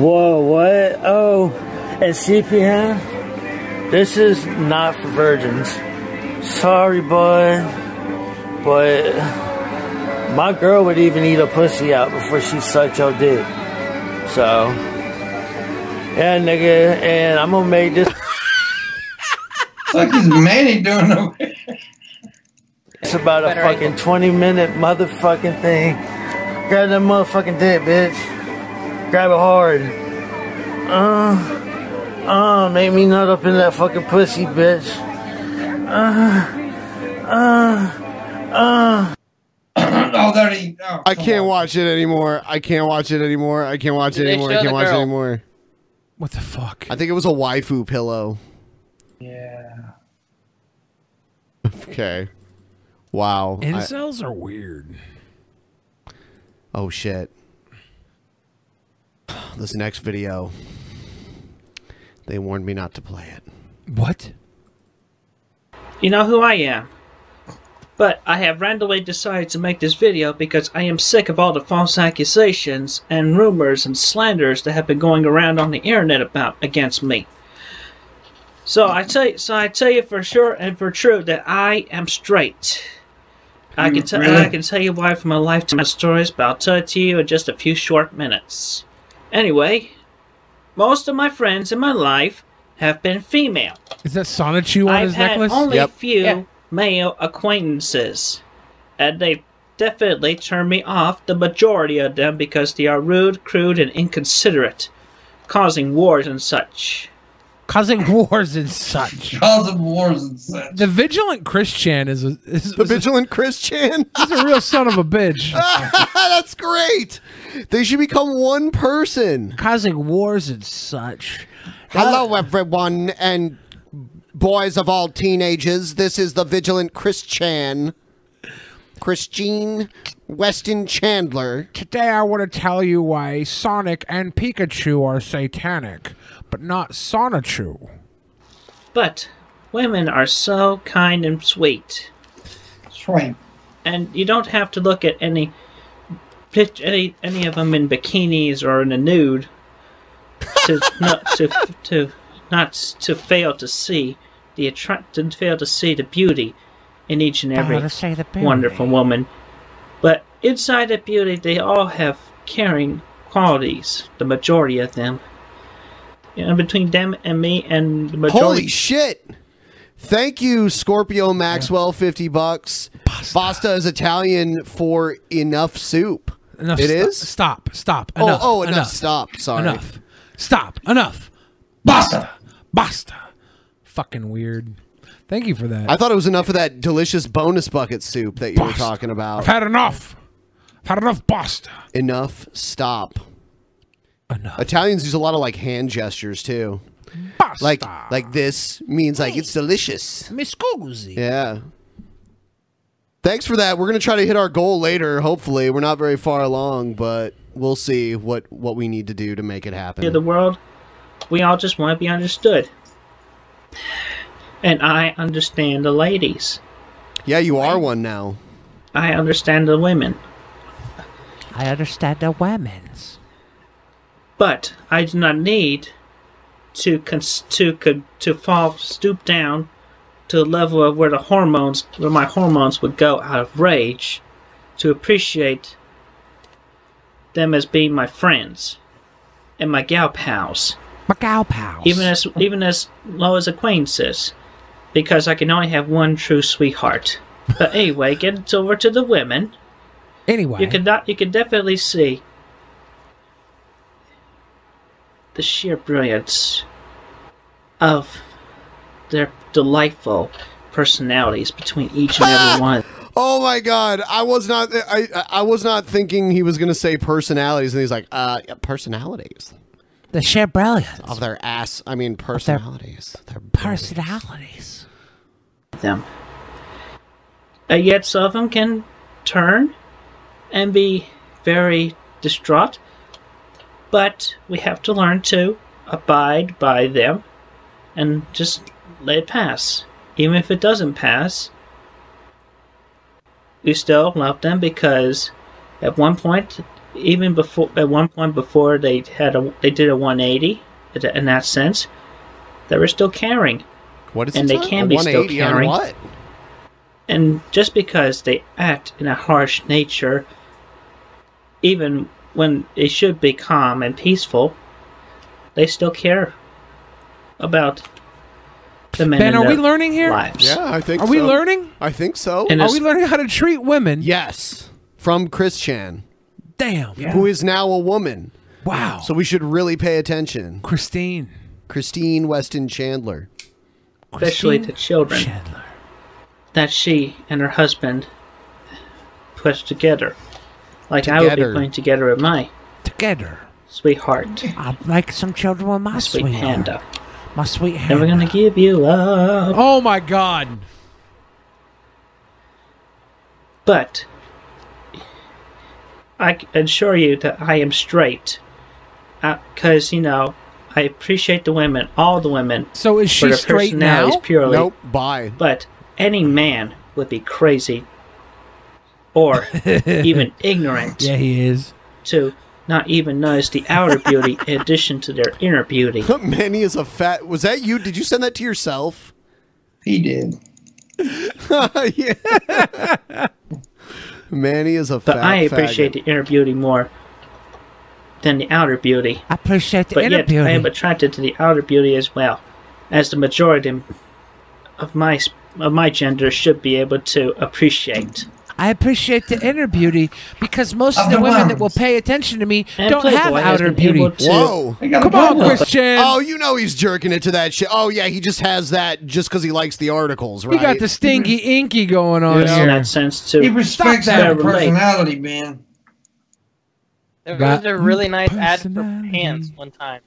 S19: Whoa, what? Oh, and CPN? This is not for virgins. Sorry, boy. But my girl would even eat a pussy out before she sucked your dick. So, yeah, nigga, and I'm gonna make this.
S5: Look, is Manny doing over
S19: It's about a
S5: Better angle.
S19: fucking 20 minute motherfucking thing Grab that motherfucking dick, bitch. Grab it hard. Uh, uh, make me nut up in that fucking pussy, bitch. Uh, uh, uh.
S3: I can't watch it anymore. I can't watch it anymore. I can't watch it
S19: Did they
S3: anymore. I
S19: show
S3: can't
S19: the
S3: watch it
S19: girl?
S3: anymore.
S4: What the fuck?
S3: I think it was a waifu pillow. Yeah. Okay. Wow. I-
S4: Incels are weird.
S3: Oh shit. This next video. They warned me not to play it.
S4: What?
S23: You know who I am. But I have randomly decided to make this video because I am sick of all the false accusations and rumors and slanders that have been going around on the internet about against me. So I tell you, so I tell you for sure and for true that I am straight. I can tell I can tell you why from a lifetime of stories, but I'll tell it to you in just a few short minutes. Anyway, most of my friends in my life have been female.
S4: Is that Sonichu on
S23: I've
S4: his
S23: had
S4: necklace?
S23: only few male acquaintances, and they definitely turn me off. The majority of them because they are rude, crude, and inconsiderate, causing wars and such.
S4: Causing wars and such.
S5: Causing wars and such.
S4: The vigilant Christian is a is,
S3: the vigilant Christian.
S4: He's a real son of a bitch.
S3: That's great. They should become one person.
S10: Causing wars and such.
S3: Hello, everyone, and boys of all teenagers. This is the Vigilant Christian. Christine Weston Chandler.
S4: Today I want to tell you why Sonic and Pikachu are satanic, but not Sonichu.
S23: But women are so kind and sweet.
S5: Sweet.
S23: And you don't have to look at any pic- any any of them in bikinis or in a nude to not to to not to fail to see the attract to fail to see the beauty in each and every
S10: Fail to see Ah, the beauty.
S23: wonderful woman. But inside that beauty, they all have caring qualities. The majority of them. And between them and me and the majority.
S3: Holy shit! Thank you, Scorpio Maxwell, fifty bucks. Pasta is Italian for enough soup.
S4: Enough
S3: It
S4: sto-
S3: is
S4: Stop. Stop.
S3: Oh,
S4: Enough.
S3: oh, enough, Stop. Sorry.
S4: Enough. Stop. Enough. Basta. Basta. Fucking weird. Thank you for that.
S3: I thought it was enough of that delicious bonus bucket soup that you were talking about.
S4: I've had enough. I've had enough pasta.
S3: Enough. Stop. Enough. Italians use a lot of like hand gestures too. Like like this means like it's delicious.
S10: Mi scusi.
S3: Yeah. Thanks for that. We're gonna try to hit our goal later. Hopefully, we're not very far along, but we'll see what what we need to do to make it happen.
S23: of the world, we all just want to be understood. And I understand the ladies.
S3: Yeah, you are one now.
S23: I understand the women,
S10: I understand the women's.
S23: but I do not need to cons- to could to fall stoop down to the level of where the hormones where my hormones would go out of rage to appreciate them as being my friends and my gal pals.
S10: Macau pals.
S23: even as even as low as acquaintances, because I can only have one true sweetheart. But anyway, get over to the women.
S4: Anyway,
S23: you could not, you could definitely see the sheer brilliance of their delightful personalities between each and every one.
S3: Oh my god, I was not I I- I was not thinking he was gonna say personalities, and he's like, uh, yeah, personalities
S10: The sheer brilliance
S3: of their ass. I mean, personalities. Their
S10: personalities.
S23: them. And Uh, yet some of them can turn and be very distraught, but we have to learn to abide by them and just let it pass. Even if it doesn't pass, we still love them because at one point, even before at one point before they had a they did a 180 in that sense, they were still caring
S3: What is
S23: and
S3: it,
S23: they
S3: sir?
S23: can
S3: A
S23: be still
S3: 180 on
S23: caring.
S3: what?
S23: And just because they act in a harsh nature, even when they should be calm and peaceful, they still care about the men.
S4: Ben,
S23: in
S4: are
S23: their
S4: we learning here?
S23: Lives.
S3: Yeah, I think.
S4: Are we
S3: so.
S4: learning?
S3: I think so.
S23: And Are it's- we
S4: learning how to treat women?
S3: Yes, from Chris Chan.
S4: Damn.
S3: Who is now a woman.
S4: Wow.
S3: So we should really pay attention.
S4: Christine.
S3: Christine Weston Chandler.
S23: especially to children that she and her husband put together. Like I would
S10: Together.
S23: be putting together with my
S10: Together.
S23: sweetheart.
S10: I like some children with my
S23: Sweet
S10: sweet
S23: hand
S10: hand.
S23: up.
S10: My sweet hand.
S23: Never gonna give you up.
S4: Oh my god.
S23: But I c- assure you that I am straight, because you know I appreciate the women, all the women.
S4: So is she
S23: for their
S4: straight
S23: personalities
S4: now?
S23: Purely,
S4: Nope,
S3: bye.
S23: But any man would be crazy, or even ignorant.
S4: Yeah, he is.
S23: To not even notice the outer beauty in addition to their inner beauty.
S3: Manny is a fat. Was that you? Did you send that to yourself?
S5: He did.
S3: yeah. Manny is a
S23: But
S3: fat.
S23: I appreciate the inner beauty more than the outer beauty.
S10: I appreciate the
S23: but
S10: inner
S23: yet, I
S10: beauty.
S23: am attracted to the outer beauty as well, as the majority of my s- of my gender should be able to appreciate.
S10: I appreciate the inner beauty because most of
S23: Of
S10: the
S23: the
S10: women
S23: worms.
S10: that will pay attention to me
S23: And
S10: don't have
S23: Playboy has
S10: outer
S23: been
S10: beauty.
S23: able to-
S3: Whoa!
S23: I got a Come on, problem. Christian.
S3: Oh, you know he's jerking it to that shit. Oh yeah, he just has that just because he likes the articles, right?
S4: We got the stinky inky going on
S3: Yeah.
S4: here.
S3: In that
S23: sense,
S3: too. He respects
S4: Stop
S3: their
S4: that.
S5: personality, man.
S6: There
S4: Got
S6: was a really nice ad for pants one time.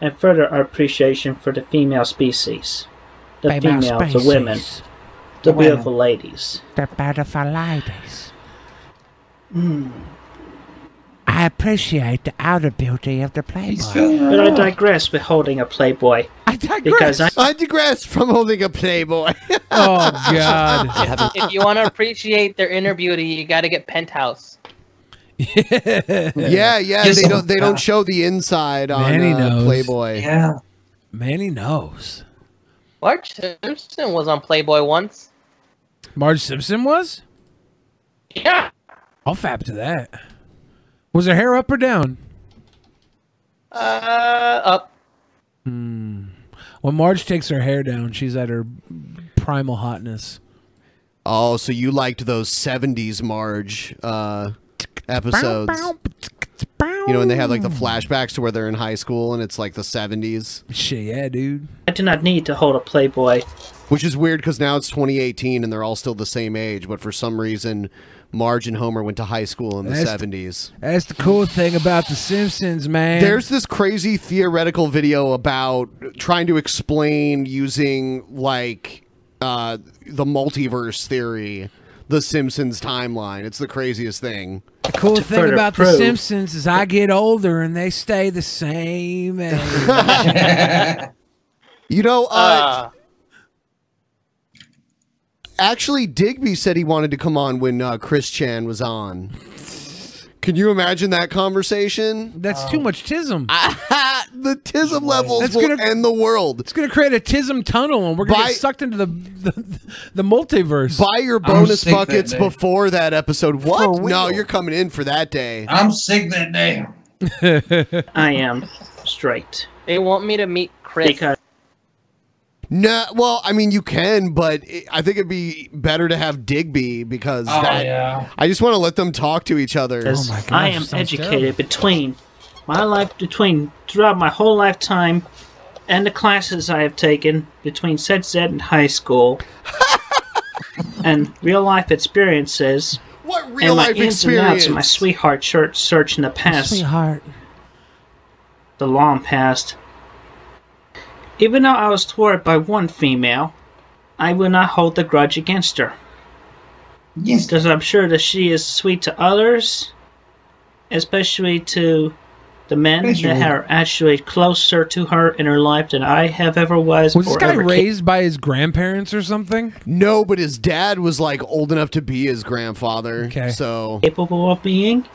S23: and further our appreciation for the female species, the
S10: Female
S23: female, the women,
S10: species.
S23: the
S10: The women.
S23: beautiful ladies.
S10: The butterfly ladies. I appreciate the outer beauty of the Playboy.
S23: But I digress with holding a Playboy.
S10: I
S23: digress. Because I,
S3: I digress from holding a Playboy.
S4: oh
S6: If, if you want to appreciate their inner beauty, you got to get Penthouse.
S3: yeah, yeah.
S4: Yes.
S3: They don't. They don't show the inside on
S4: Manny
S3: uh,
S4: knows.
S3: Playboy.
S4: Yeah. Manny knows.
S6: Marge Simpson was on Playboy once.
S4: Marge Simpson was?
S6: Yeah.
S4: I'll fap to that. Was her hair up or down?
S6: Uh, up.
S4: Hmm. When Marge takes her hair down, she's at her primal hotness.
S3: Oh, so you liked those '70s Marge uh, episodes? You know, and they have like the flashbacks to where they're in high school, and it's like the '70s.
S4: Shit, yeah, dude.
S23: I do not need to hold a Playboy.
S3: Which is weird because now it's 2018 and they're all still the same age, but for some reason, Marge and Homer went to high school in the
S4: That's-
S3: 70s.
S4: That's the cool thing about The Simpsons, man.
S3: There's this crazy theoretical video about trying to explain using like uh, the multiverse theory, the Simpsons timeline. It's the craziest thing.
S4: The cool thing about The Simpsons is I get older and they stay the same age.
S3: You know, uh, actually, Digby said he wanted to come on when uh, Chris Chan was on. Can you imagine that conversation?
S4: That's too much tism.
S3: the tism levels
S4: That's
S3: will
S4: gonna-
S3: end the world.
S4: It's gonna create a tism tunnel, and we're gonna
S3: By-
S4: get sucked into the the, the multiverse.
S3: Buy your bonus buckets before that episode. What? No, you're coming in for that day.
S5: I'm sick that day.
S23: I am straight.
S6: They want me to meet Chris.
S23: Because
S3: No, well, I mean you can, but it, I think it'd be better to have Digby because
S23: Oh,
S3: that,
S23: yeah.
S3: I just want to let them talk to each other.
S4: Oh
S23: Because I am educated between my life, between throughout my whole lifetime, and the classes I have taken between sex ed and high school, and real life experiences.
S3: What
S23: and my
S3: real-life
S23: ins and outs and my
S3: experience?
S23: sweetheart church search in the past,
S10: Sweetheart.
S23: the long past. Even though I was thwarted by one female, I will not hold the grudge against her.
S5: Yes.
S23: Because I'm sure that she is sweet to others, especially to the men
S4: Especially.
S23: that are actually closer to her in her life than I have ever was.
S4: Was this
S23: or
S4: guy
S23: ever can-
S4: raised by his grandparents or something?
S3: No, but his dad was like old enough to be his grandfather. Okay. So
S23: capable of being?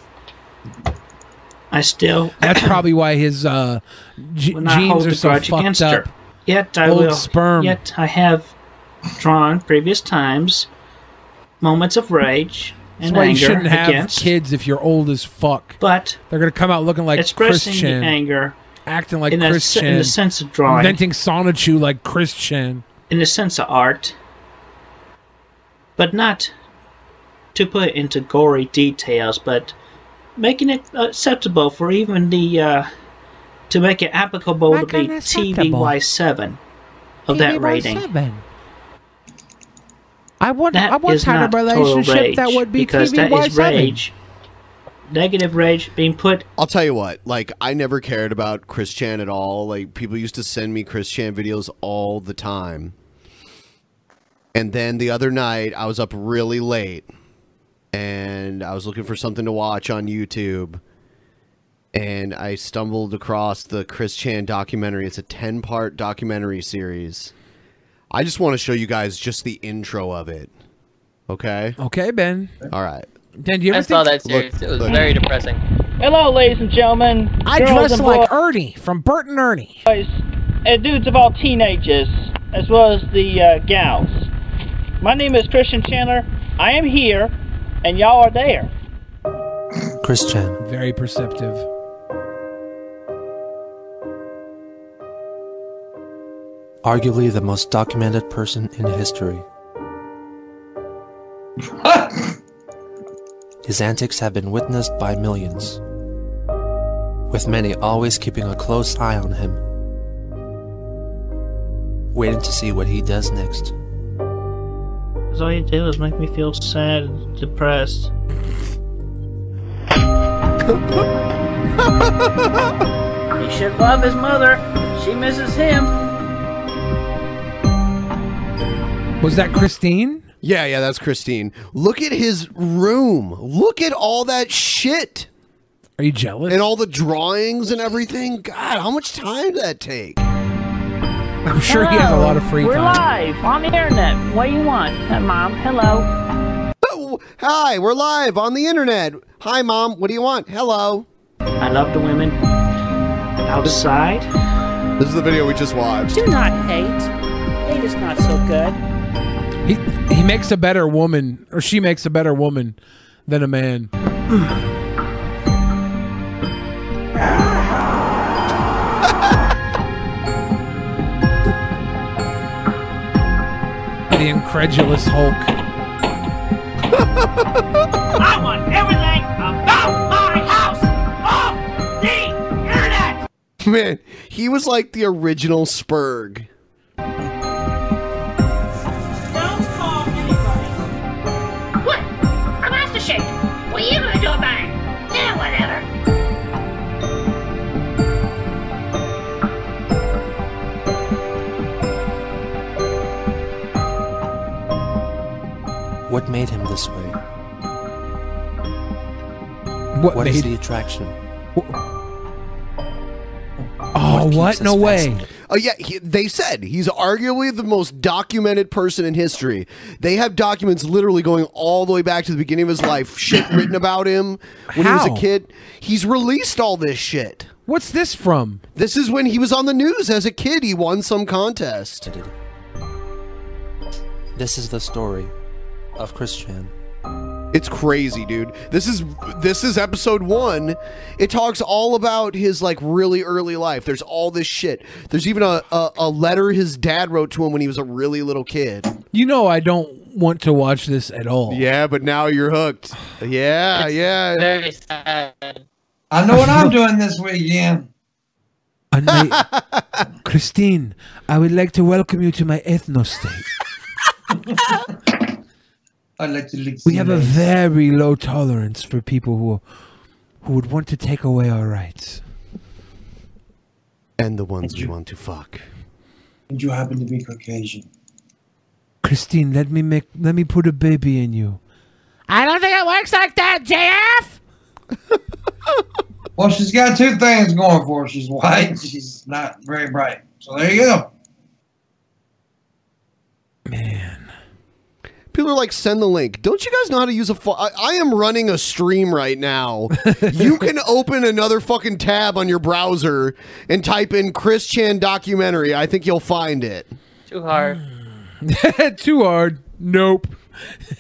S23: I still.
S4: That's probably why his uh, g-
S23: When I
S4: genes
S23: hold
S4: are
S23: the
S4: so
S23: grudge
S4: fucked
S23: against
S4: up.
S23: her. Yet I
S4: Old
S23: will.
S4: sperm.
S23: Yet I have drawn previous times moments of rage
S4: That's
S23: and
S4: why you
S23: anger
S4: shouldn't have
S23: against,
S4: kids if you're old as fuck.
S23: But
S4: they're gonna come out looking like
S23: expressing the
S4: Christian,
S23: anger
S4: acting like
S23: in the se-
S4: Christian,
S23: in the sense of drawing.
S4: inventing sonatu like Christian.
S23: in the sense of art, but not to put into gory details, but making it acceptable for even the uh, to make it applicable to be
S10: Making acceptable.
S23: TVY7 of that
S10: TVY7.
S23: rating.
S10: I want.
S23: That
S10: I want
S23: is
S10: kind of
S23: not
S10: relationship
S23: total rage,
S10: that would be
S23: because
S10: TVY7.
S23: that is rage. Negative rage being put.
S3: I'll tell you what. Like, I never cared about Chris Chan at all. Like, people used to send me Chris Chan videos all the time. And then the other night, I was up really late, and I was looking for something to watch on YouTube, and I stumbled across the Chris Chan documentary. It's a ten-part documentary series. I just want to show you guys just the intro of it. Okay.
S4: Okay, Ben.
S3: All right.
S4: Dan, do you
S6: I
S4: ever
S6: saw
S4: think-
S6: that series. it was very depressing.
S21: Hello, ladies and gentlemen.
S4: I
S21: girls
S4: dress
S21: and
S4: like
S21: boys,
S4: Ernie from Bert and Ernie.
S21: and dudes of all teenagers, as well as the uh, gals. My name is Christian Chandler. I am here, and y'all are there.
S4: Chris Chan. Very perceptive.
S20: Arguably the most documented person in history. His antics have been witnessed by millions, with many always keeping a close eye on him, waiting to see what he does next.
S23: Because all you do is make me feel sad and depressed.
S21: He should love his mother. She misses him.
S4: Was that Christine?
S3: Yeah, yeah, that's Christine. Look at his room. Look at all that shit.
S4: Are you jealous?
S3: And all the drawings and everything. God, how much time did that take?
S4: I'm sure he has a lot of free
S21: We're
S4: time.
S21: live on the internet. What do you want, Uh, Mom? Hello.
S3: Oh, hi, we're live on the internet. Hi, mom. What do you want? Hello.
S23: I love the women. I'll decide.
S3: This is the video we just watched.
S21: Do not hate. Hate is not so good.
S4: He he makes a better woman, or she makes a better woman than a man. the incredulous Hulk.
S15: I want everything about my house off the internet.
S3: Man, he was like the original Spurg.
S15: Don't call anybody. What? I'm asked to shake. What are you gonna do about it? Yeah, whatever.
S20: What made him this way?
S4: What
S20: what is
S4: made-
S20: the attraction?
S4: Oh, what? No way.
S3: Oh yeah, he, they said he's arguably the most documented person in history. They have documents literally going all the way back to the beginning of his life. Shit written about him when he
S4: How?
S3: was a kid. He's released all this shit.
S4: What's this from?
S3: This is when he was on the news as a kid. He won some contest.
S20: This is the story of Chris Chan.
S3: It's crazy, dude. This is this is episode 1. It talks all about his like really early life. There's all this shit. There's even a a, a letter his dad wrote to him when he was a really little kid.
S4: You know I don't want to watch this at all.
S3: Yeah, but now you're hooked. Yeah, yeah.
S6: Very sad.
S5: I know what I'm doing this weekend.
S4: And my- Christine, I would like to welcome you to my ethno state.
S5: I'd like to lick
S4: We
S5: your
S4: have a
S5: legs.
S4: very low tolerance for people who who would want to take away our rights.
S3: And the ones we want to fuck.
S5: And you happen to be Caucasian.
S4: Christine, let me make let me put a baby in you.
S21: I don't think it works like that, JF.
S5: Well, she's got two things going for her. She's white. and She's not very bright. So there you go.
S3: People are like, send the link. Don't you guys know how to use a? Fu- I, I am running a stream right now. you can open another fucking tab on your browser and type in Chris Chan documentary. I think you'll find it.
S6: Too hard.
S4: Too hard. Nope.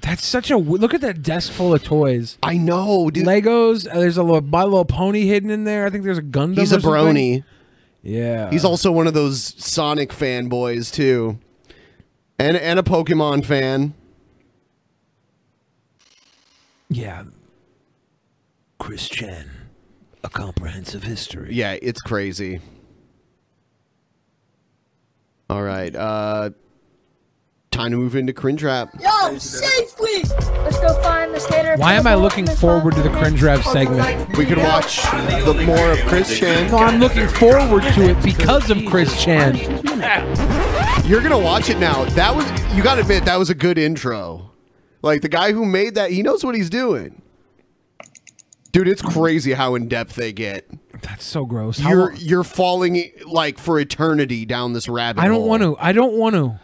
S4: That's such a w- look at that desk full of toys.
S3: I know, dude.
S4: Legos. uh, There's a little, my little pony hidden in there. I think there's a Gundam.
S3: He's
S4: or
S3: a brony.
S4: something. Yeah.
S3: He's also one of those Sonic fanboys too, and and a Pokemon fan.
S27: Yeah. Chris Chen, A Comprehensive History.
S3: Yeah, it's crazy. All right. Uh, time to move into cringe rap.
S14: Yo, safe please. Let's go find the skater.
S4: Why am I looking forward to the cringe rap segment?
S3: We can watch the more of Chris Chan.
S4: No, I'm looking forward to it because of Chris Chan.
S3: You're gonna watch it now. That was you gotta admit that was a good intro. Like the guy who made that, he knows what he's doing. Dude, it's crazy how in depth they get.
S4: That's so gross. How
S3: You're
S4: long-
S3: you're falling like for eternity down this rabbit.
S4: I don't want to. I don't want to.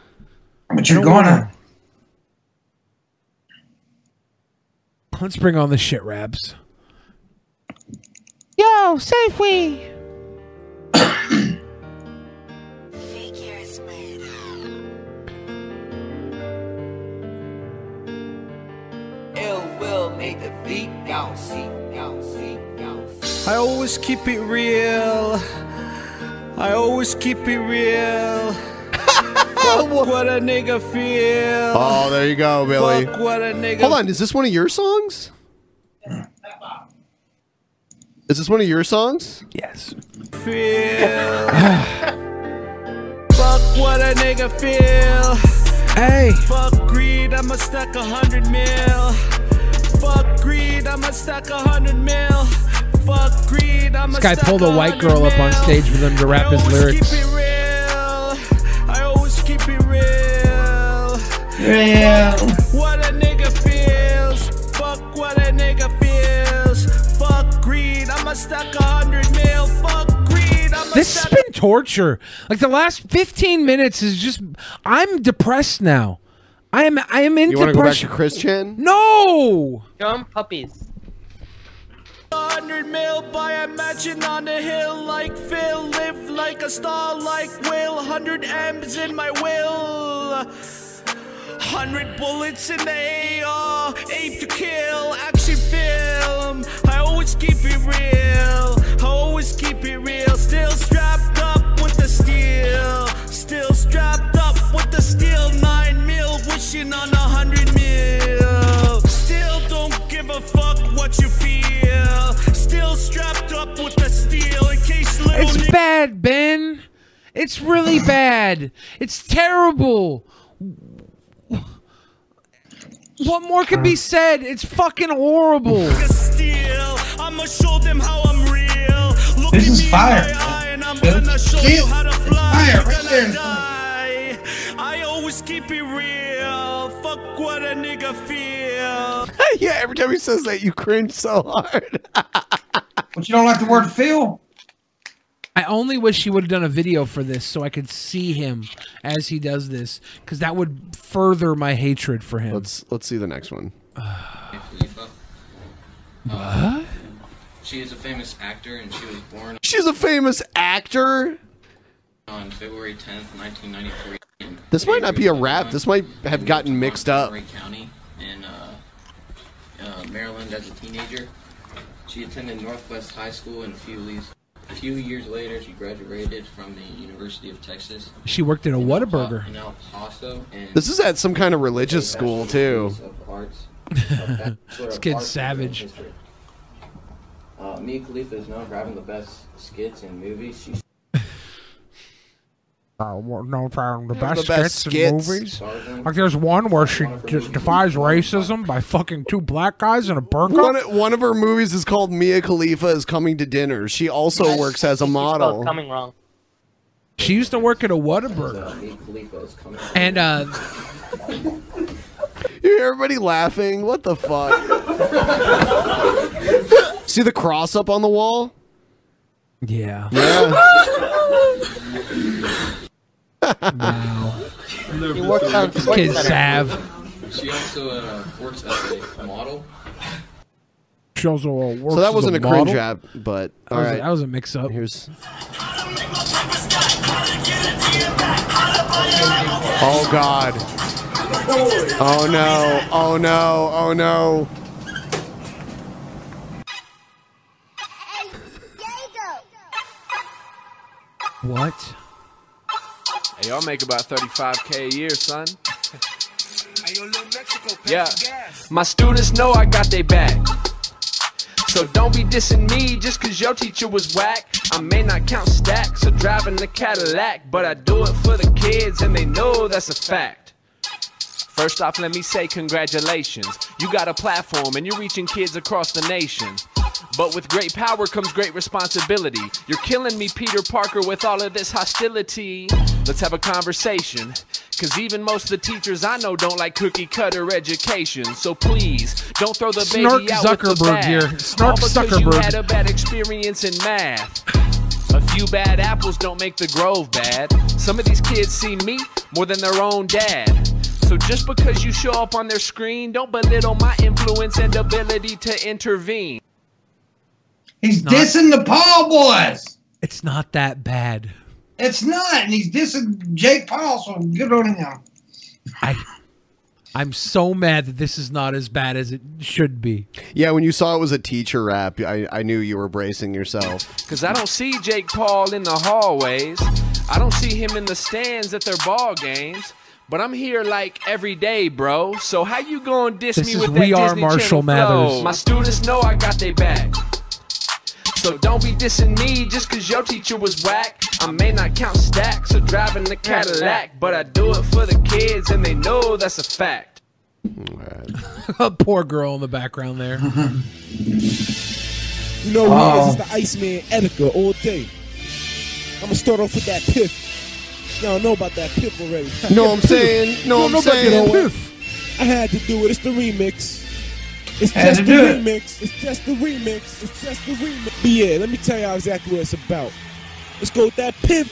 S3: But
S4: you're
S3: gonna.
S4: Let's bring on the shit raps.
S14: Yo, safe we.
S28: Ill will made the beat bounce, bounce, bounce.
S9: I always keep it real. I always keep it real. Fuck what a nigga feel.
S3: Oh, there you go, Billy.
S9: Fuck what a nigga.
S3: Hold on, is this one of your songs? Is this one of your songs?
S4: Yes.
S9: feel. Fuck what a nigga feel.
S4: Hey.
S9: Fuck greed, I'ma stack a hundred mil. Fuck greed, I'ma stack a hundred mil. Fuck greed, I'ma
S4: This guy
S9: stack
S4: pulled a white girl up on stage with him to rap his lyrics.
S9: I always keep it real.
S4: Real.
S9: Fuck What a nigga feels. Fuck what a nigga feels. Fuck greed. I'ma stack a hundred mil. Fuck greed. I'ma
S4: This has been torture. Like the last 15 minutes is just. I'm depressed now. I am. I am in
S3: You wanna go back
S4: depression.
S3: to Chris Chan?
S4: No.
S9: Dumb puppies. 100 mil by a mansion on the hill like Phil. Live like a star like Will. 100 M's in my will. 100 bullets in the AR. Aim to kill. Action film. I always keep it real. I always keep it real. Still strapped up with the steel. Still strapped up with the steel. 9 mil. Wishing on a 100 mil. Still don't give a fuck what you feel. Still strapped up with the steel in case little
S4: It's bad, Ben. It's really bad. It's terrible. What more could be said? It's fucking horrible.
S9: steel. I'ma show them how I'm real. Look
S4: This is
S9: at me
S4: fire,
S9: in my eye and I'm
S4: Dude,
S9: gonna show
S4: see?
S9: you how to
S4: It's
S9: fly.
S4: fire
S9: You're
S4: right
S9: gonna
S4: there.
S9: die. I always keep it real. Fuck what a nigga feel.
S3: yeah, every time he says that, you cringe so hard.
S4: But you don't like the word Phil? I only wish he would have done a video for this so I could see him as he does this because that would further my hatred for him.
S3: Let's let's see the next one.
S4: What?
S1: She is a famous actor and she was born
S3: She's a famous actor.
S1: on February 10th, 1993 in
S3: This might not be a rap. This might have gotten mixed up.
S1: Monterey County in uh, uh, Maryland as a teenager. She attended Northwest High School and a few, leas- a few years later she graduated from the University of Texas
S4: She worked at a Whataburger.
S1: in El Paso and
S3: This is at some kind of religious school too.
S1: arts.
S4: This kid's savage.
S1: Uh, Mia Khalifa is known for having the best skits in movies. She
S4: Uh, no problem. The
S1: One
S4: best,
S1: of the best
S4: skits in
S1: skits.
S4: movies. Like there's one where she just defies racism by fucking two black guys in a burqa.
S3: One, one of her movies is called Mia Khalifa is coming to dinner. She also works as a model.
S6: coming wrong.
S4: She used to work at a Whataburger.
S1: Mia Khalifa is coming.
S4: And uh
S3: You hear everybody laughing? What the fuck? See the cross up on the wall?
S4: Yeah.
S1: He works on
S4: This kid's sav.
S1: She also uh, works as a model.
S4: She also uh, works
S3: so that
S4: as
S3: wasn't a,
S4: model.
S3: cringe rap, but
S4: That
S3: all
S4: was, a-
S3: right.
S4: that was a mix up.
S3: Here's Oh god. Oh no. Oh no. Oh no.
S4: What?
S29: Hey, y'all make about 35k a year, son. yeah, My students know I got they back. So don't be dissing me just cause your teacher was whack. I may not count stacks or driving a Cadillac, but I do it for the kids and they know that's a fact. First off, let me say congratulations. You got a platform and you're reaching kids across the nation. But with great power comes great responsibility. You're killing me, Peter Parker, with all of this hostility. Let's have a conversation. Cause even most of the teachers I know don't like cookie cutter education. So please, don't throw the
S30: Snark
S29: baby out with the
S30: Zuckerberg
S29: bath.
S30: here. Snark
S29: all because you
S30: Zuckerberg.
S29: had a bad experience in math. A few bad apples don't make the grove bad. Some of these kids see me more than their own dad. So just because you show up on their screen, don't belittle my influence and ability to intervene.
S5: He's dissing the Paul boys.
S4: It's not that bad.
S5: Oh, It's not, and he's dissing Jake Paul, so good on him.
S4: I I'm so mad that this is not as bad as it should be.
S3: Yeah, when you saw it was a teacher rap, I, I knew you were bracing yourself.
S29: Cause I don't see Jake Paul in the hallways. I don't see him in the stands at their ball games. But I'm here like every day, bro. So how you gonna diss
S4: This
S29: me
S4: is
S29: with
S4: We
S29: that
S4: Are
S29: Disney Channel
S4: Marshall Mathers.
S29: flow? My students know I got their back. So don't be dissing me just cause your teacher was whack. I may not count stacks or driving the Cadillac, but I do it for the kids and they know that's a fact.
S4: Poor girl in the background there.
S9: No,
S4: Oh.
S9: this is the Iceman Etika all day. I'm gonna start off with that piff. Y'all know about that piff already.
S3: Know what I'm saying? Know
S9: You
S3: what I'm
S9: about that
S3: saying?
S9: piff. I had to do it. It's the remix. It's
S3: Had
S9: just
S3: to
S9: the
S3: do it.
S9: remix. It's just the remix. It's just the remix. But yeah, let me tell y'all exactly what it's about. Let's go with that piff.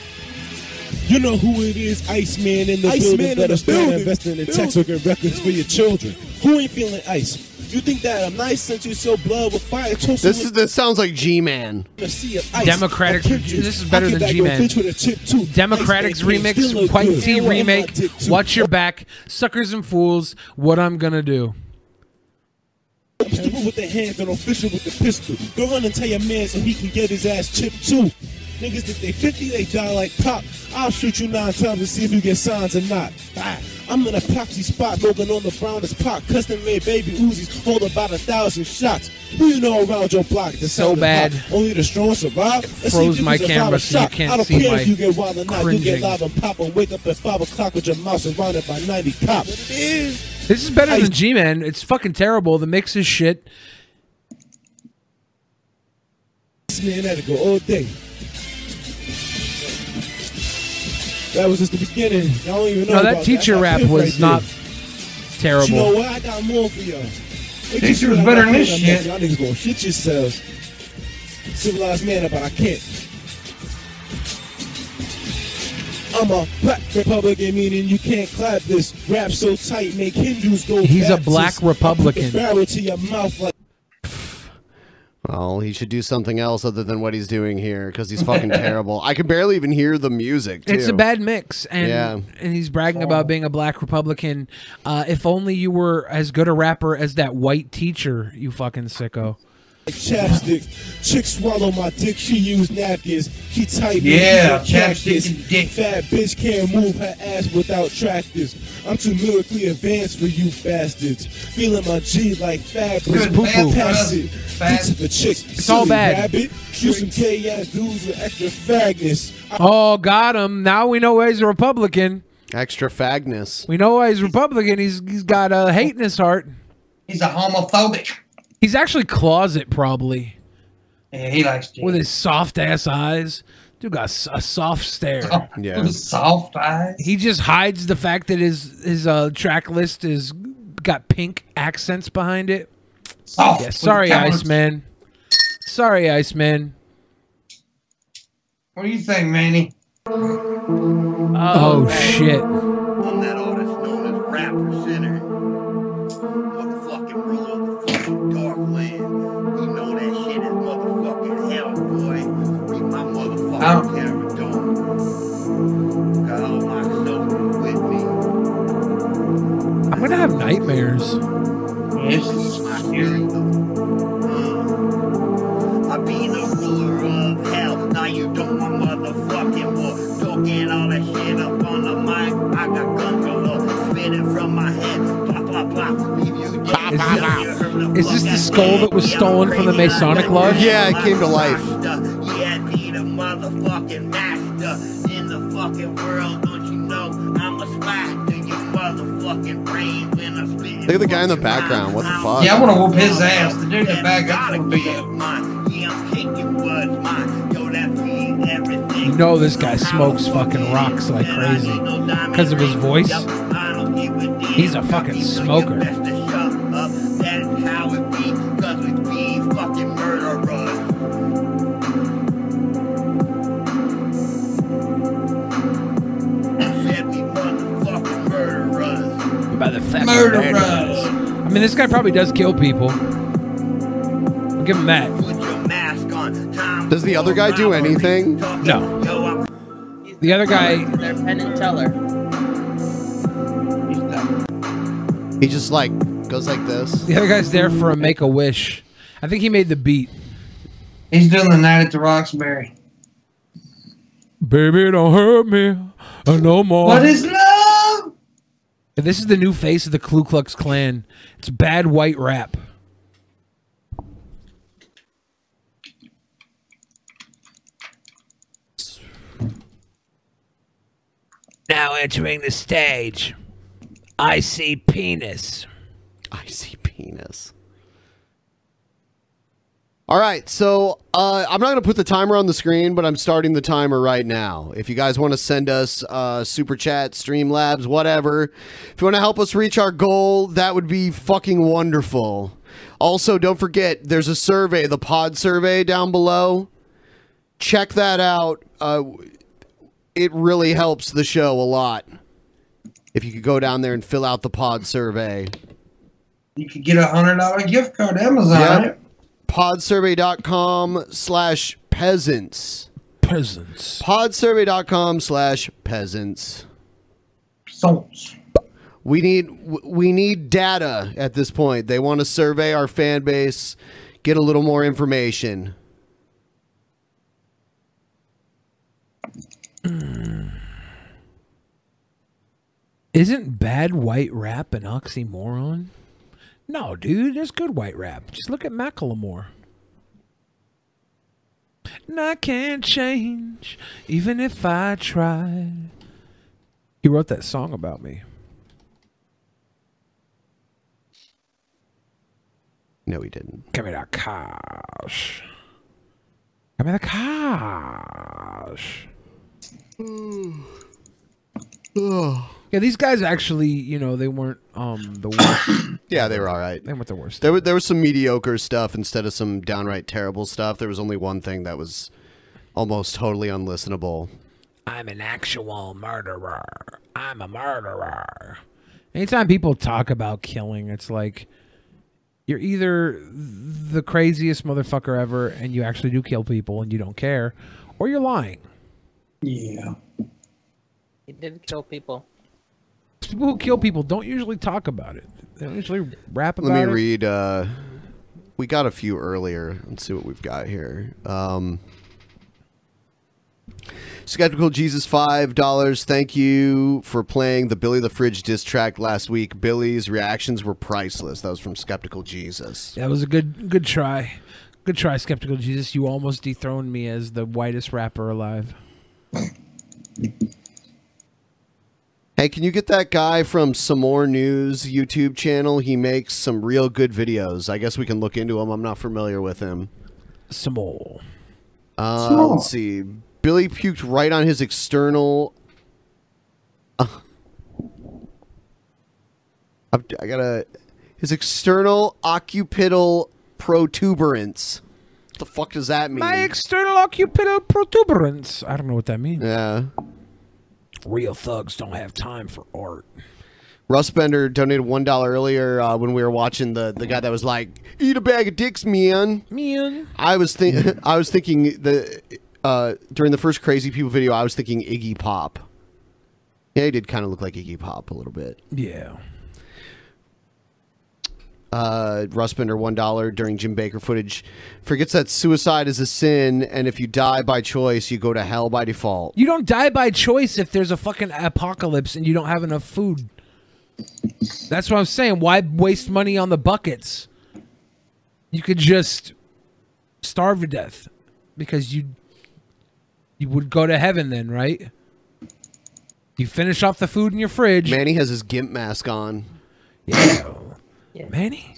S9: You know who it is, Iceman in the
S29: Iceman
S9: building.
S29: in
S9: better
S29: the
S9: start
S29: building.
S9: investing in
S29: Building.
S9: tax record records for your children. Who ain't feeling ice? You think that I'm nice since you so blood with fire? Toast
S3: This is this sounds like G-Man.
S9: the sea of ice.
S4: Democratic.
S9: I kid you.
S4: This is
S9: I
S4: better
S9: give
S4: than
S9: that
S4: G
S9: your
S4: Man.
S9: bitch with a chip too.
S4: Democrac's
S9: Ice Man can't
S4: remix,
S9: still look
S4: White
S9: good.
S4: T
S9: And what am I
S4: remake.
S9: dick too?
S4: Watch your back, suckers and fools. What I'm gonna do?
S9: I'm stupid with the hands and I'm fishing with the pistol. Go run and tell your man so he can get his ass chipped too. Niggas think they 50, they die like pop. I'll shoot you nine times to see if you get signs or not. Ah, I'm in a popsy spot, looking on the brownest pot. Custom made baby Uzis hold about a thousand shots. Who you know around your block? The
S4: So
S9: sound of
S4: bad.
S9: pop. Only the strong survive. Let's see if
S4: froze
S9: you
S4: my
S9: can survive a
S4: camera so you
S9: shock.
S4: can't
S9: I don't
S4: see
S9: care
S4: my
S9: if you get wild or not. You get
S4: cringing.
S9: live and pop and wake up at 5 o'clock with your mouth surrounded by 90 cops. What it is?
S4: This is better than G Man. It's fucking terrible. The mix is shit.
S9: This man had to go all day. That was just the beginning. Y'all don't even know.
S4: No,
S9: about
S4: that teacher
S9: That's
S4: rap
S9: fifth
S4: was
S9: right
S4: not
S9: there. But You know
S4: terrible.
S9: what? I got more for y'all. They
S4: Teacher
S9: just
S4: was
S9: realized
S4: better than
S9: I'm
S4: this
S9: not
S4: shit.
S9: man. Y'all niggas gonna shit yourselves. Civilized man, but I can't. I'm a black Republican, meaning you can't clap this. Rap so tight, make Hindus go.
S4: He's a
S9: Baptist.
S4: black Republican.
S9: I put the barrel to your mouth like.
S3: Well, he should do something else other than what he's doing here because he's fucking terrible. I can barely even hear the music.
S4: It's a
S3: too.
S4: bad mix, and
S3: Yeah.
S4: and he's bragging about being a black Republican. Uh, if only you were as good a rapper as that white teacher, you fucking sicko.
S9: Like chapstick. Chick swallow my dick, she use napkins. She tight.
S5: Yeah,
S9: but she don't
S5: chapstick
S9: practice.
S5: and
S9: Fat bitch can't move her ass without tractors. I'm too lyrically advanced for you bastards. Feeling my G like fabric.
S4: Good poo-poo.
S9: Pass it. Fix it for chicks.
S4: It's all
S9: Silly
S4: bad.
S9: Rabbit. You some gay ass dudes with extra fagness.
S4: Oh, got him! Now we know why he's a Republican.
S3: Extra fagness.
S4: We know why he's Republican. He's he's got a hate in his heart.
S5: He's a homophobic.
S4: He's actually closet, probably.
S5: Yeah, he likes to.
S4: With his soft ass eyes, dude got s- a soft stare.
S3: Yeah.
S5: With his soft eyes.
S4: He just hides the fact that his his uh, track list is got pink accents behind it.
S5: Soft
S4: yeah,
S5: with
S4: sorry,
S5: talent.
S4: Iceman. Sorry, Iceman.
S5: What do you think, Manny?
S4: Oh, shit.
S1: I'm that artist known as Rap Presenter. Motherfucking ruler of the fucking dark land. You know that shit is motherfucking hell, boy. Be my motherfucking
S5: Oh.
S1: Caradon. Got all my soldiers with me.
S4: I'm gonna have nightmares.
S1: Yes. My hero. I be the ruler of hell. Now you don't my motherfucking war. Talking all that shit up on the mic. I got gun galore. Spinning from my head. Blah, blah, blah. Leave you dead.
S4: Is Is this the skull that was stolen from the Masonic Lodge?
S3: Yeah, it came to life.
S31: Yeah, be the motherfucking master in the fucking world. Don't you know I'm a spy to your motherfucking brain when I spit.
S3: Look at the guy in the background. What the fuck?
S5: Yeah, I want to whoop his ass. The dude in the back, I want to beat him.
S4: You know this guy smokes fucking rocks like crazy because of his voice. He's a fucking smoker. I mean, this guy probably does kill people. I'll give him that.
S3: Does the other guy do anything?
S4: No. The other guy,
S6: They're Penn and Teller.
S3: He just like goes like this.
S4: the other guy's there for a make a wish. I think he made the beat.
S5: He's doing the night at the Roxbury.
S4: Baby, don't hurt me uh, no
S3: Oh.
S4: more.
S5: What is love?
S4: This is the new face of the Ku Klux Klan. It's bad white rap.
S1: Now entering the stage, I see penis.
S3: I see penis. All right, so uh, I'm not going to put the timer on the screen, but I'm starting the timer right now. If you guys want to send us uh, super chat, Streamlabs, whatever, if you want to help us reach our goal, that would be fucking wonderful. Also, don't forget there's a survey, the pod survey down below. Check that out. Uh, it really helps the show a lot. If you could go down there and fill out the pod survey,
S5: You could get a hundred dollar gift card to Amazon.
S3: Yep.
S5: right?
S3: podsurvey.com slash peasants.
S4: Peasants.
S3: Podsurvey.com slash peasants.
S5: Souls.
S3: We need we need data at this point. They want to survey our fan base, get a little more information.
S4: Isn't bad white rap an oxymoron? No, dude, there's good white rap. Just look at Macklemore. And I can't change, even if I tried. He wrote that song about me.
S3: No, he didn't.
S4: Give me that cash. Give me the cash. yeah, these guys actually, you know, they weren't um the worst.
S3: yeah, they were all right.
S4: They weren't the worst.
S3: There was there was some mediocre stuff instead of some downright terrible stuff. There was only one thing that was almost totally unlistenable.
S4: I'm an actual murderer. I'm a murderer. Anytime people talk about killing, it's like you're either the craziest motherfucker ever and you actually do kill people and you don't care, or you're lying.
S5: Yeah.
S6: He did kill people.
S4: People who kill people don't usually talk about it. They don't usually rap about
S3: Let me
S4: it.
S3: read. Uh, we got a few earlier. Let's see what we've got here. Um, Skeptical Jesus five dollars. Thank you for playing the Billy the Fridge diss track last week. Billy's reactions were priceless. That was from Skeptical Jesus.
S4: That was a good good try. Good try, Skeptical Jesus. You almost dethroned me as the whitest rapper alive.
S3: Hey, can you get that guy from Some More News YouTube channel? He makes some real good videos. I guess we can look into him. I'm not familiar with him.
S4: Some more.
S3: Uh,
S4: Some more.
S3: let's see. Billy puked right on his external. Uh, I've- I gotta. His external occipital protuberance. What the fuck does that mean?
S4: My external occipital protuberance. I don't know what that means.
S3: Yeah.
S4: Real thugs don't have time for art.
S3: Russ Bender donated one dollar earlier uh, when we were watching the the guy that was like, "Eat a bag of dicks, man."
S4: Man.
S3: I was think I was thinking the uh, during the first Crazy People video, I was thinking Iggy Pop. Yeah, he did kind of look like Iggy Pop a little bit.
S4: Yeah.
S3: Uh, Russ Bender one dollar during Jim Baker footage forgets that suicide is a sin, and if you die by choice, you go to hell by default.
S4: You don't die by choice if there's a fucking apocalypse and you don't have enough food. That's what I'm saying. Why waste money on the buckets? You could just starve to death because you you would go to heaven then, right? You finish off the food in your fridge.
S3: Manny has his gimp mask on.
S4: Yeah. Manny?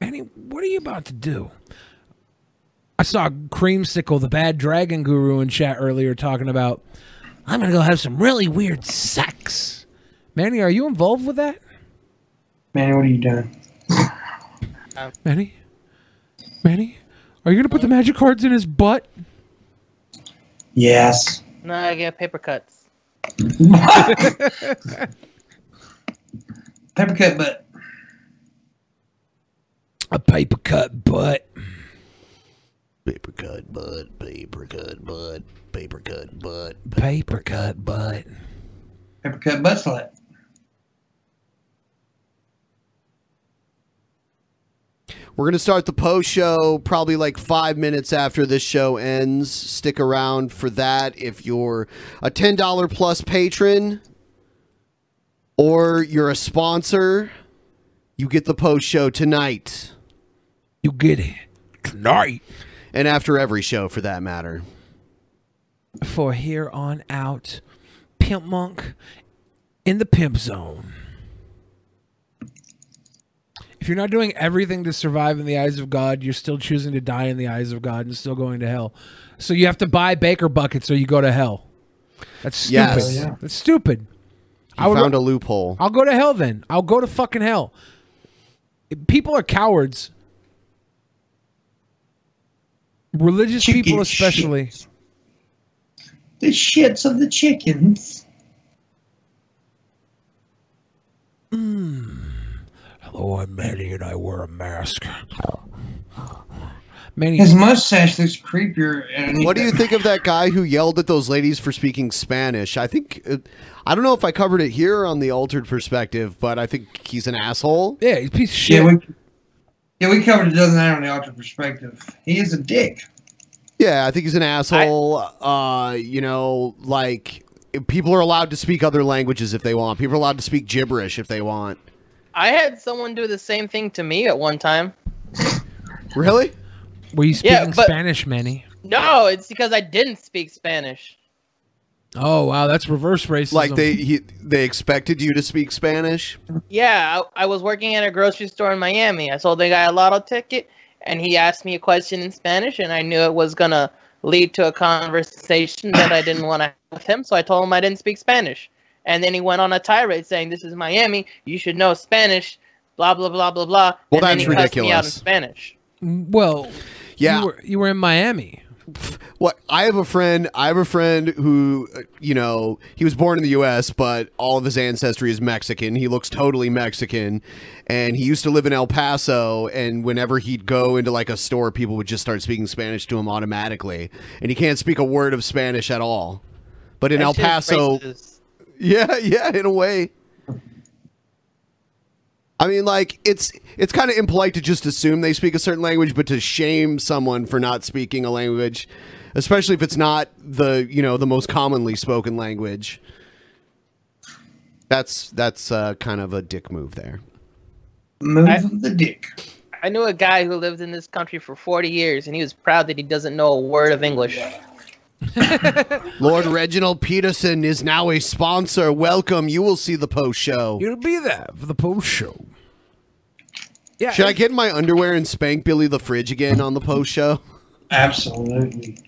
S4: Manny, what are you about to do? I saw Creamsicle, the bad dragon guru, in chat earlier talking about, I'm going to go have some really weird sex. Manny, are you involved with that?
S5: Manny, what are you doing?
S4: Manny? Manny? Are you going to put the magic cards in his butt?
S5: Yes.
S6: No, I get paper cuts.
S5: Paper cut butt.
S4: A paper cut butt.
S1: Paper cut butt, paper cut butt, paper cut butt.
S4: Paper cut butt.
S5: Paper cut butt slut.
S3: We're going to start the post show probably like five minutes after this show ends. Stick around for that if you're a $10 plus patron or you're a sponsor. You get the post show tonight.
S4: You get it tonight.
S3: And after every show, for that matter.
S4: For here on out, Pimp Monk in the Pimp Zone. If you're not doing everything to survive in the eyes of God, you're still choosing to die in the eyes of God and still going to hell. So you have to buy Baker buckets or you go to hell. That's stupid.
S3: Yes. Yeah.
S4: That's stupid.
S3: He found a loophole.
S4: I'll go to hell then. I'll go to fucking hell. People are cowards. Religious people, especially.
S5: The shits of the chickens.
S4: Hello, I'm Manny, and I wear a mask. Manny,
S5: His mustache looks creepier. And
S3: What do you think of that guy who yelled at those ladies for speaking Spanish? I think, uh, I don't know if I covered it here on the altered perspective, but I think he's an asshole.
S4: Yeah, he's piece of
S5: shit. Yeah, Yeah, we covered it the other night on the Ultra Perspective. He is a dick.
S3: Yeah, I think he's an asshole. uh, you know, like people are allowed to speak other languages if they want. People are allowed to speak gibberish if they want.
S6: I had someone do the same thing to me at one time.
S3: Really?
S4: Were you
S6: Yeah,
S4: speaking
S6: but-
S4: Spanish, Manny?
S6: No, it's because I didn't speak Spanish.
S4: Oh wow, that's reverse racism.
S3: Like they he, they expected you to speak Spanish.
S6: Yeah, I, I was working at a grocery store in Miami. I sold the guy a lotto ticket, and he asked me a question in Spanish, and I knew it was gonna lead to a conversation that I didn't want to have with him. So I told him I didn't speak Spanish, and then he went on a tirade saying, "This is Miami. You should know Spanish." Blah blah blah blah blah.
S3: Well,
S6: and then
S3: that's
S6: he cussed Me out in
S3: ridiculous.
S6: Spanish.
S4: Well,
S3: yeah, you
S4: were, you were in Miami.
S3: What I have a friend, I have a friend who, uh, you know, he was born in the U.S., but all of his ancestry is Mexican. He looks totally Mexican, and he used to live in El Paso. And whenever he'd go into like a store, people would just start speaking Spanish to him automatically, and he can't speak a word of Spanish at all. But in
S6: That
S3: El
S6: shit is
S3: Paso, yeah, yeah, in a way. I mean, like it's it's kind of impolite to just assume they speak a certain language, but to shame someone for not speaking a language, especially if it's not the you know the most commonly spoken language, that's that's uh, kind of a dick move there.
S5: Move the dick.
S6: I knew a guy who lived in this country for 40 years, and he was proud that he doesn't know a word of English.
S3: Lord Reginald Peterson is now a sponsor. Welcome. You will see the post show.
S4: You'll be there for the post show. Yeah.
S3: Should I get in my underwear and spank Billy the Fridge again on the post show?
S5: Absolutely.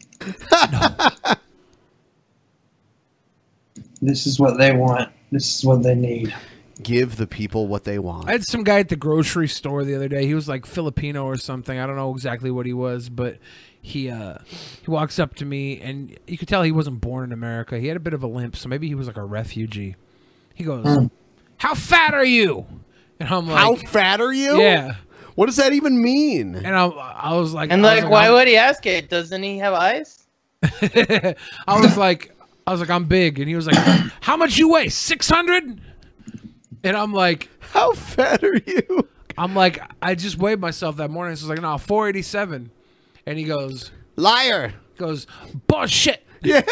S5: This is what they want. This is what they need.
S3: Give the people what they want.
S4: I had some guy at the grocery store the other day. He was like Filipino or something. I don't know exactly what he was, but he uh he walks up to me and you could tell he wasn't born in America. He had a bit of a limp, so maybe he was like a refugee. He goes,
S6: Hmm.
S4: "How fat are you?" And I'm like,
S3: How fat are you?
S4: Yeah.
S3: What does that even mean?
S4: And I, I was like,
S6: And
S4: I was
S6: like, why
S4: I'm-
S6: would he ask it? Doesn't he have eyes?
S4: I was like, I was like, I'm big, and he was like, How much you weigh? Six hundred? And I'm like,
S3: How fat are you?
S4: I'm like, I just weighed myself that morning. So I was like, No, four eighty seven. And he goes,
S3: Liar.
S4: Goes bullshit.
S3: Yeah.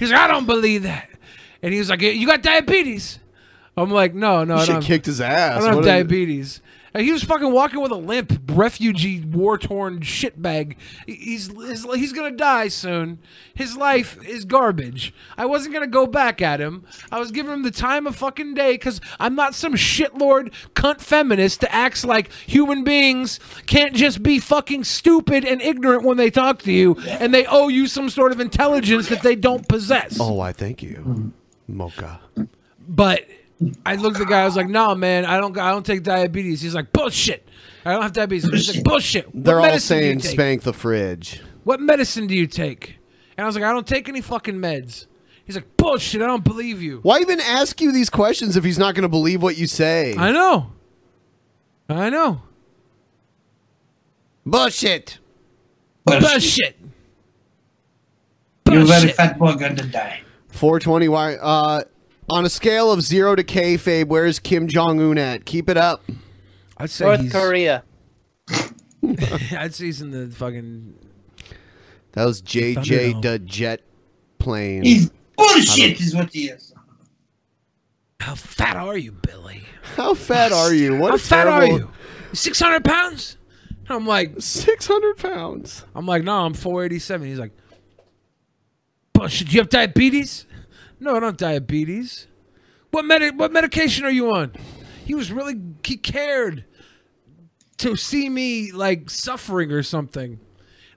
S4: He's like, I don't believe that. And he was like, You got diabetes? I'm like, no, no.
S3: You
S4: I
S3: should
S4: don't have-
S3: kicked his ass.
S4: I don't have
S3: What a-
S4: diabetes. And he was fucking walking with a limp, refugee, war torn shitbag. He- He's, he's he's gonna die soon. His life is garbage. I wasn't gonna go back at him. I was giving him the time of fucking day because I'm not some shitlord cunt feminist that acts like human beings can't just be fucking stupid and ignorant when they talk to you and they owe you some sort of intelligence that they don't possess.
S3: Oh, I thank
S5: Mm.
S3: you, Mocha.
S4: But I looked at the guy. I was like, "No, man, I don't. I don't take diabetes." He's like, "Bullshit! I don't have diabetes." He's like, "Bullshit!" What
S3: They're all
S4: medicine do you
S3: saying
S4: take?
S3: spank the fridge.
S4: What medicine do you take? And I was like, "I don't take any fucking meds." He's like, "Bullshit! I don't believe you."
S3: Why even ask you these questions if he's not going to believe what you say? I
S4: know. I know.
S3: Bullshit.
S4: Bullshit.
S5: You're a very fat boy going to die.
S3: 420. Why? Uh, on a scale of zero to kayfabe, where's Kim Jong Un at? Keep it up.
S4: I'd say
S6: North Korea.
S4: I'd say he's in the fucking.
S3: That was JJ
S4: Thunderdome.
S3: the jet plane. I
S4: He's
S5: Bullshit
S3: don't-
S5: is what he is.
S4: How fat are you, Billy?
S3: How fat are you? What
S4: How
S3: a
S4: fat are
S3: terrible-
S4: you? Six hundred pounds? And I'm like
S3: six hundred pounds.
S4: I'm like, no, I'm four eighty seven. He's like, bullshit. Do you have diabetes? No, I don't have diabetes. What medi- What medication are you on? He was really he cared to see me like suffering or something.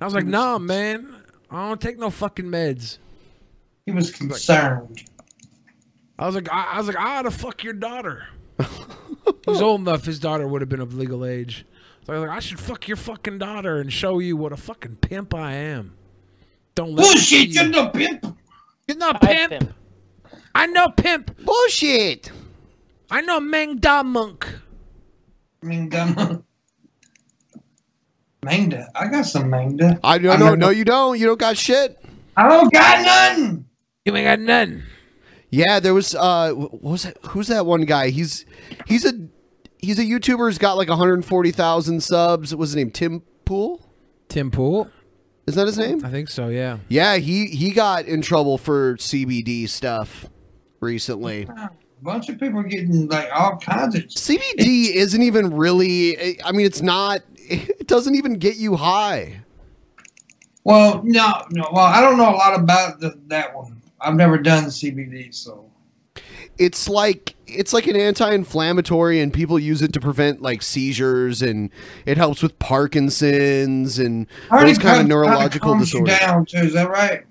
S4: I was like, nah, man, I don't take no fucking meds.
S5: He was concerned.
S4: I was like, I, I was like, I ought to fuck your daughter. he was old enough; his daughter would have been of legal age. So I was like, I should fuck your fucking daughter and show you what a fucking pimp I am. Don't let
S5: Bullshit,
S4: You.
S5: you're no pimp.
S4: You're not pimp. I know pimp.
S3: Bullshit.
S4: I know Mengda monk.
S5: Mangda. Mangda. I got some Mangda.
S3: I don't know. No, you don't. You don't got shit.
S5: I don't got none.
S4: You ain't got none.
S3: Yeah, there was. Uh, wh- what was that? who's that one guy? He's he's a he's a YouTuber who's got like 140,000 subs. Was his name Tim Pool?
S4: Tim Pool.
S3: Is that his name?
S4: I think so. Yeah.
S3: Yeah, he he got in trouble for CBD stuff recently.
S5: A bunch of people getting like all kinds of.
S3: CBD isn't even really. I mean, it's not. It doesn't even get you high.
S5: Well, no, no. Well, I don't know a lot about the, that one. I've never done CBD, so
S3: It's like it's like an anti-inflammatory, and people use it to prevent like seizures, and it helps with Parkinson's and those kind of neurological
S5: calms you
S3: disorders.
S5: down too. Is that right?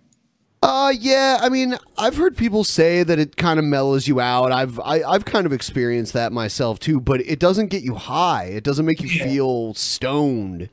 S3: Uh, yeah. I mean, I've heard people say that it kind of mellows you out. I've I, I've kind of experienced that myself too, but it doesn't get you high. It doesn't make you feel stoned.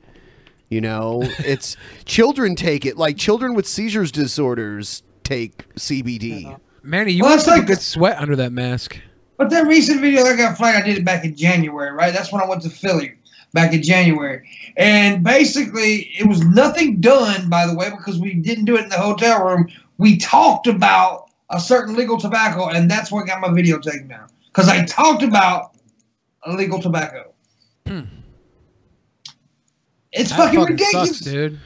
S3: You know, it's children take it. Like children with seizures disorders take CBD.
S4: Manny, you
S5: Well,
S4: must
S5: it's
S4: have a
S5: like-
S4: good sweat under that mask.
S5: But that recent video I got flagged, I did it back in January, right? That's when I went to Philly back in January. And basically, it was nothing done, by the way, because we didn't do it in the hotel room. We talked about a certain legal tobacco, and that's what got my video taken down. Because I talked about illegal tobacco. It's
S4: That
S5: fucking,
S4: fucking
S5: ridiculous.
S4: sucks, dude.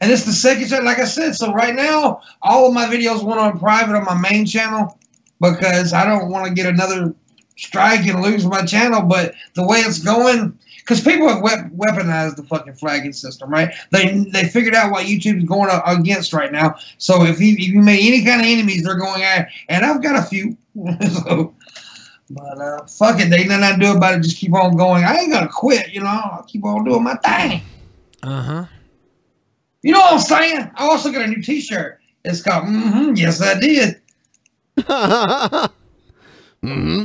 S5: And it's the second channel, like I said. So right now, all of my videos went on private on my main channel because I don't want to get another strike and lose my channel. But the way it's going, because people have wep- weaponized the fucking flagging system, right? They they figured out what YouTube's going a- against right now. So if you if you make any kind of enemies, they're going at. And I've got a few. so, but uh, fuck it, they ain't nothing I can do about it. Just keep on going. I ain't gonna quit, you know. I'll keep on doing my thing.
S4: Uh huh.
S5: You know what I'm saying? I also got a new T-shirt. It's called mm Yes, I did.
S3: mm-hmm.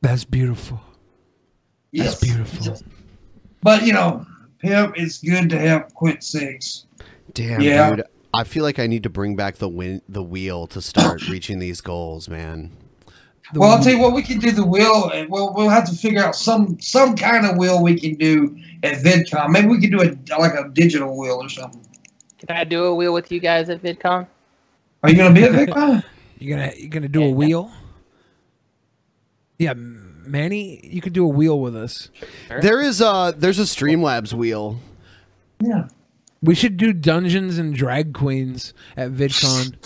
S4: That's beautiful.
S5: Yes.
S4: Beautiful.
S5: But you know, pimp, it's good to help quit six.
S3: Damn,
S5: Yeah.
S3: dude. I feel like I need to bring back the win- the wheel to start reaching these goals, man.
S5: well, I'll tell you what, we can do the wheel. and We'll we'll have to figure out some some kind of wheel we can do at VidCon. Maybe we can do a like a digital wheel or something.
S6: Can I do a wheel with you guys at VidCon?
S5: Are you gonna be at VidCon?
S4: You gonna you gonna do a wheel? Yeah, M- Manny, you could do a wheel with us.
S3: There is a Uh, there's a Streamlabs wheel.
S5: Yeah.
S4: We should do Dungeons and Drag Queens at VidCon.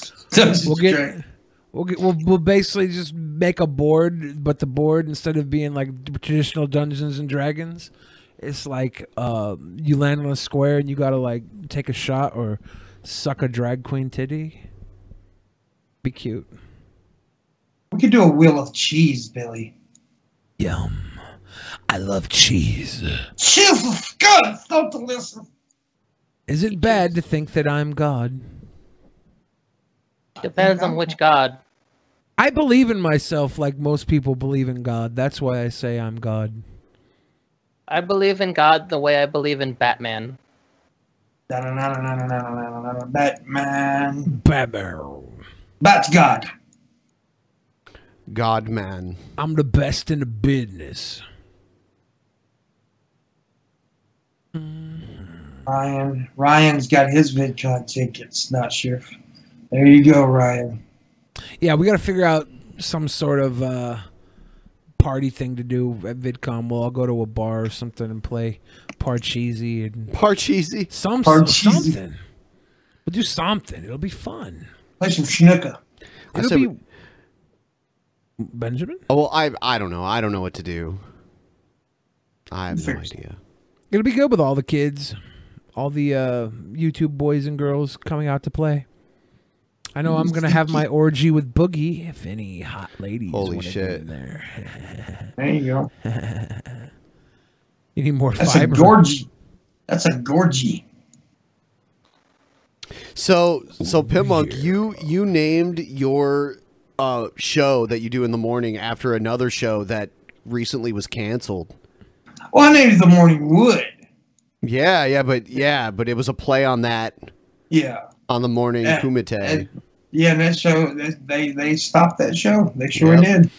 S4: we'll get We'll, get, we'll we'll basically just make a board, but the board instead of being like traditional Dungeons and Dragons, it's like uh, you land on a square and you gotta like take a shot or suck a drag queen titty. Be cute.
S5: We could do a wheel of cheese, Billy.
S4: Yum. I love cheese.
S5: Jesus, God, stop to listen.
S4: Is it bad to think that I'm God?
S6: Depends on which god.
S4: I believe in myself like most people believe in God. That's why I say I'm God.
S6: I believe in God the way I believe in Batman.
S5: Batman.
S4: Batman.
S5: Bat God.
S3: God man.
S4: I'm the best in the business.
S5: Ryan. Ryan's got his VidCon tickets, not sure. There you go, Ryan.
S4: Yeah, we got to figure out some sort of uh, party thing to do at VidCon. We'll all go to a bar or something and play Parcheesi and
S3: Parcheesi.
S4: Some
S3: Parcheesi.
S4: something. We'll do something. It'll be fun.
S5: Play some snooker.
S3: I
S4: It'll
S3: said
S4: be
S3: we-
S4: Benjamin.
S3: Oh well, I I don't know. I don't know what to do. I have no idea.
S4: It'll be good with all the kids, all the uh, YouTube boys and girls coming out to play. I know I'm gonna have my orgy with Boogie if any hot ladies.
S3: Holy
S4: wanna be
S3: shit.
S4: in There.
S5: There you go.
S4: you need more
S5: That's
S4: fiber.
S5: a gorgy. That's a gorgy.
S3: So so Pimunk, you you named your uh show that you do in the morning after another show that recently was canceled.
S5: Well, I named it the Morning Wood.
S3: Yeah, yeah, but yeah, but it was a play on that
S5: Yeah.
S3: on the morning
S5: Yeah,
S3: kumite.
S5: and- Yeah, and that show, that- they, they stopped that show. They sure
S3: Yep.
S5: did.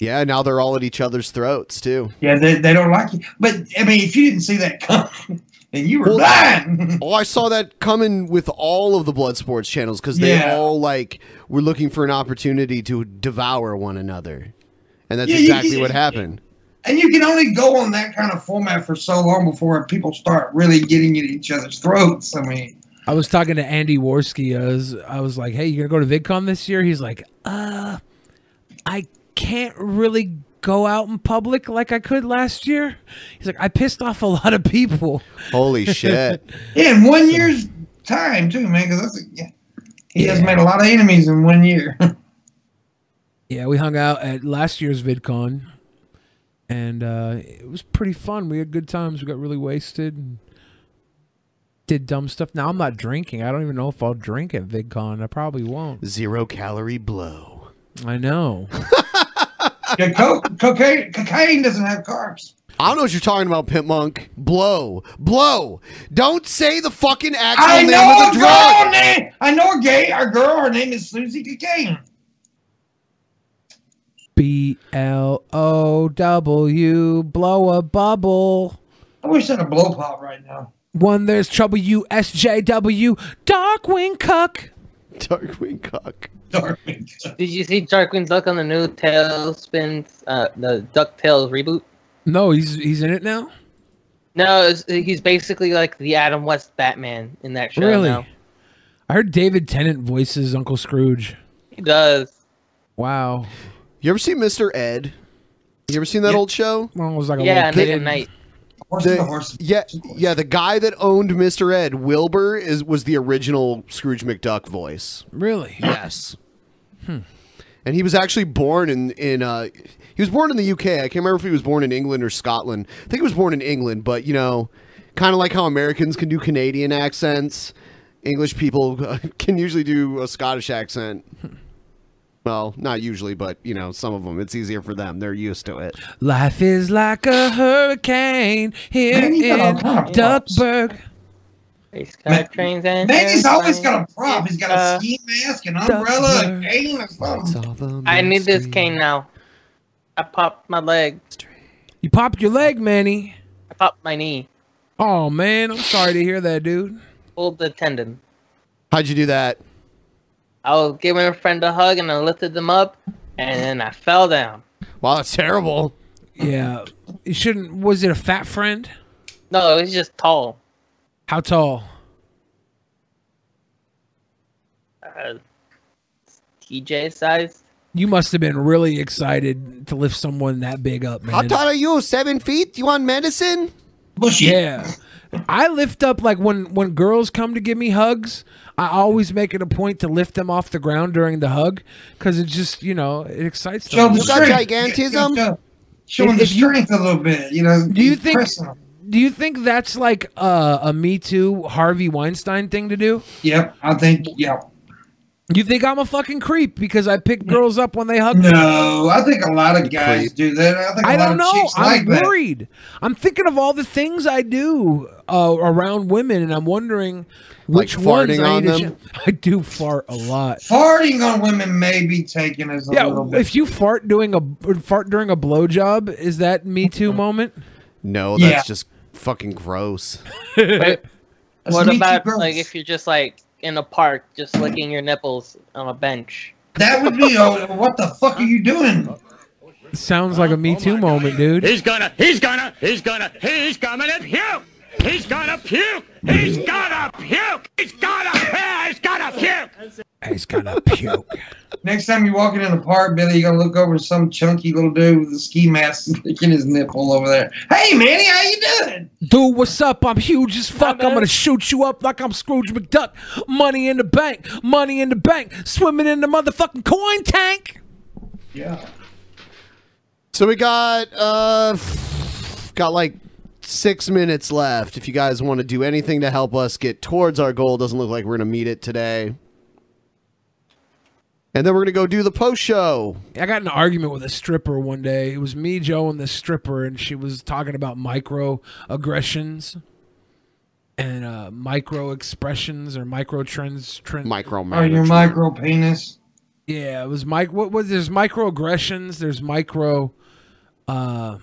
S3: yeah, now they're all at each other's throats too.
S5: Yeah, they, they don't like you. But, I mean, if you didn't see that coming, then you were
S3: Well,
S5: blind.
S3: oh, I saw that coming with all of the blood sports channels because they
S5: Yeah.
S3: all like were looking for an opportunity to devour one another, and that's
S5: Yeah, you-
S3: exactly
S5: you-
S3: what happened.
S5: And you can only go on that kind of format for so long before people start really getting at each other's throats. I mean,
S4: I was talking to Andy Worski. I was, I was like, "Hey, you gonna go to VidCon this year?" He's like, "Uh, I can't really go out in public like I could last year." He's like, "I pissed off a lot of people."
S3: Holy shit!
S5: yeah, in one year's time too, man. Because that's yeah, he has made a lot of enemies in one year.
S4: Yeah, we hung out at last year's VidCon, and uh, it was pretty fun. We had good times. We got really wasted and did dumb stuff. Now I'm not drinking. I don't even know if I'll drink at VidCon. I probably won't.
S3: Zero calorie blow.
S4: I know.
S5: yeah, co- cocaine cocaine doesn't have carbs.
S3: I don't know what you're talking about, Pimp Monk. Blow, blow. Don't say the fucking actual
S5: I
S3: name
S5: know a
S3: of the
S5: girl
S3: drug.
S5: name. I know a gay. A girl. Her name is Susie Cocaine.
S4: B L O W, blow a bubble.
S5: I wish I had a blow pop right now.
S4: When there's trouble, U S J W, Darkwing Cuck.
S3: Darkwing Cuck.
S5: Darkwing.
S6: Did you see Darkwing Duck on the new Tailspin, uh, the DuckTales reboot?
S4: No, he's he's in it now.
S6: No, it's, he's basically like the Adam West Batman in that show.
S4: really?
S6: now.
S4: I heard David Tennant voices Uncle Scrooge.
S6: He does.
S4: Wow.
S3: You ever seen Mr. Ed? You ever seen that old show?
S4: Well, it was like
S3: a Yeah, little Nick kid. at
S6: Night.
S3: The- yeah, yeah. The guy that owned Mr. Ed, Wilbur, is was the original Scrooge McDuck voice.
S4: Really?
S3: Yes.
S4: Hmm.
S3: And he was actually born in in uh, he was born in the UK. I can't remember if he was born in England or Scotland. I think he was born in England, but you know, kind of like how Americans can do Canadian accents, English people uh, can usually do a Scottish accent. Well, not usually, but you know, some of them it's easier for them. They're used to it.
S4: Life is like a hurricane here
S5: Man, he's got all
S4: in
S5: kind of
S4: Duckburg.
S6: He's got trains and
S5: Man, he's always
S6: airplanes.
S5: got a prop. He's got a ski mask, an umbrella, a cane, or something.
S6: I need this cane now. I popped my leg.
S4: You popped your leg, Manny.
S6: I popped my knee.
S4: Oh man, I'm sorry to hear that, dude.
S6: Pulled the tendon.
S3: How'd you do that?
S6: I was giving a friend a hug and I lifted them up and then I fell down.
S3: Wow, that's terrible.
S4: Yeah, you shouldn't. Was it a fat friend?
S6: No, it was just tall.
S4: How tall?
S6: Uh, EJ size.
S4: You must have been really excited to lift someone that big up, man.
S3: How tall are you? Seven feet? You want medicine?
S4: Yeah. I lift up like when when girls come to give me hugs, I always make it a point to lift them off the ground during the hug because it just you know it excites
S3: Show
S4: them.
S3: the You got strength. gigantism?
S5: Show- show them the strength a little bit, you know.
S4: Do you think?
S5: impress them.
S4: Do you think that's like uh, a Me Too Harvey Weinstein thing to do?
S5: Yep, I think yep.
S4: You think I'm a fucking creep because I pick girls up when they hug me?
S5: No, I think a lot of guys do that. I think a
S4: I
S5: lot
S4: don't
S5: of
S4: know.
S5: chicks like
S4: I'm
S5: that.
S4: worried. I'm thinking of all the things I do uh, around women, and I'm wondering
S5: Like
S4: which ones
S5: farting
S4: I
S5: on
S4: need to
S5: them?
S4: ch- I do fart a lot.
S5: Farting on women may be taken as a
S4: Yeah,
S5: little bit.
S4: if you fart doing a fart during a blowjob, is that me too moment?
S3: No,
S4: Yeah.
S3: that's just fucking gross.
S6: What about like if you're just like in a park, just licking your nipples on a bench?
S5: That would be oh, what the fuck are you doing?
S4: Sounds like a me too moment, dude.
S11: He's gonna, he's gonna, he's gonna, he's coming to puke! He's gonna puke! He's gonna puke! He's gonna, he's gonna puke!
S4: He's gonna puke.
S5: Next time you're walking in the park, Billy, you're gonna look over to some chunky little dude with a ski mask licking his nipple over there. Hey, Manny, how you doing?
S4: Dude, Oh what's up? I'm huge as fuck. I'm gonna shoot you up like I'm Scrooge McDuck. Money in the bank, money in the bank, swimming in the motherfucking coin tank.
S5: Yeah.
S3: So we got uh got like six minutes left. If you guys want to do anything to help us get towards our goal, doesn't look like we're gonna meet it today. And then we're gonna go do the post show.
S4: I got in an argument with a stripper one day. It was me, Joe, and the stripper, and she was talking about microaggressions and uh, micro expressions or micro trends. Trend.
S3: Micro
S5: Oh, your micro penis.
S4: Yeah, it was mic. What was there's microaggressions. There's micro. Uh,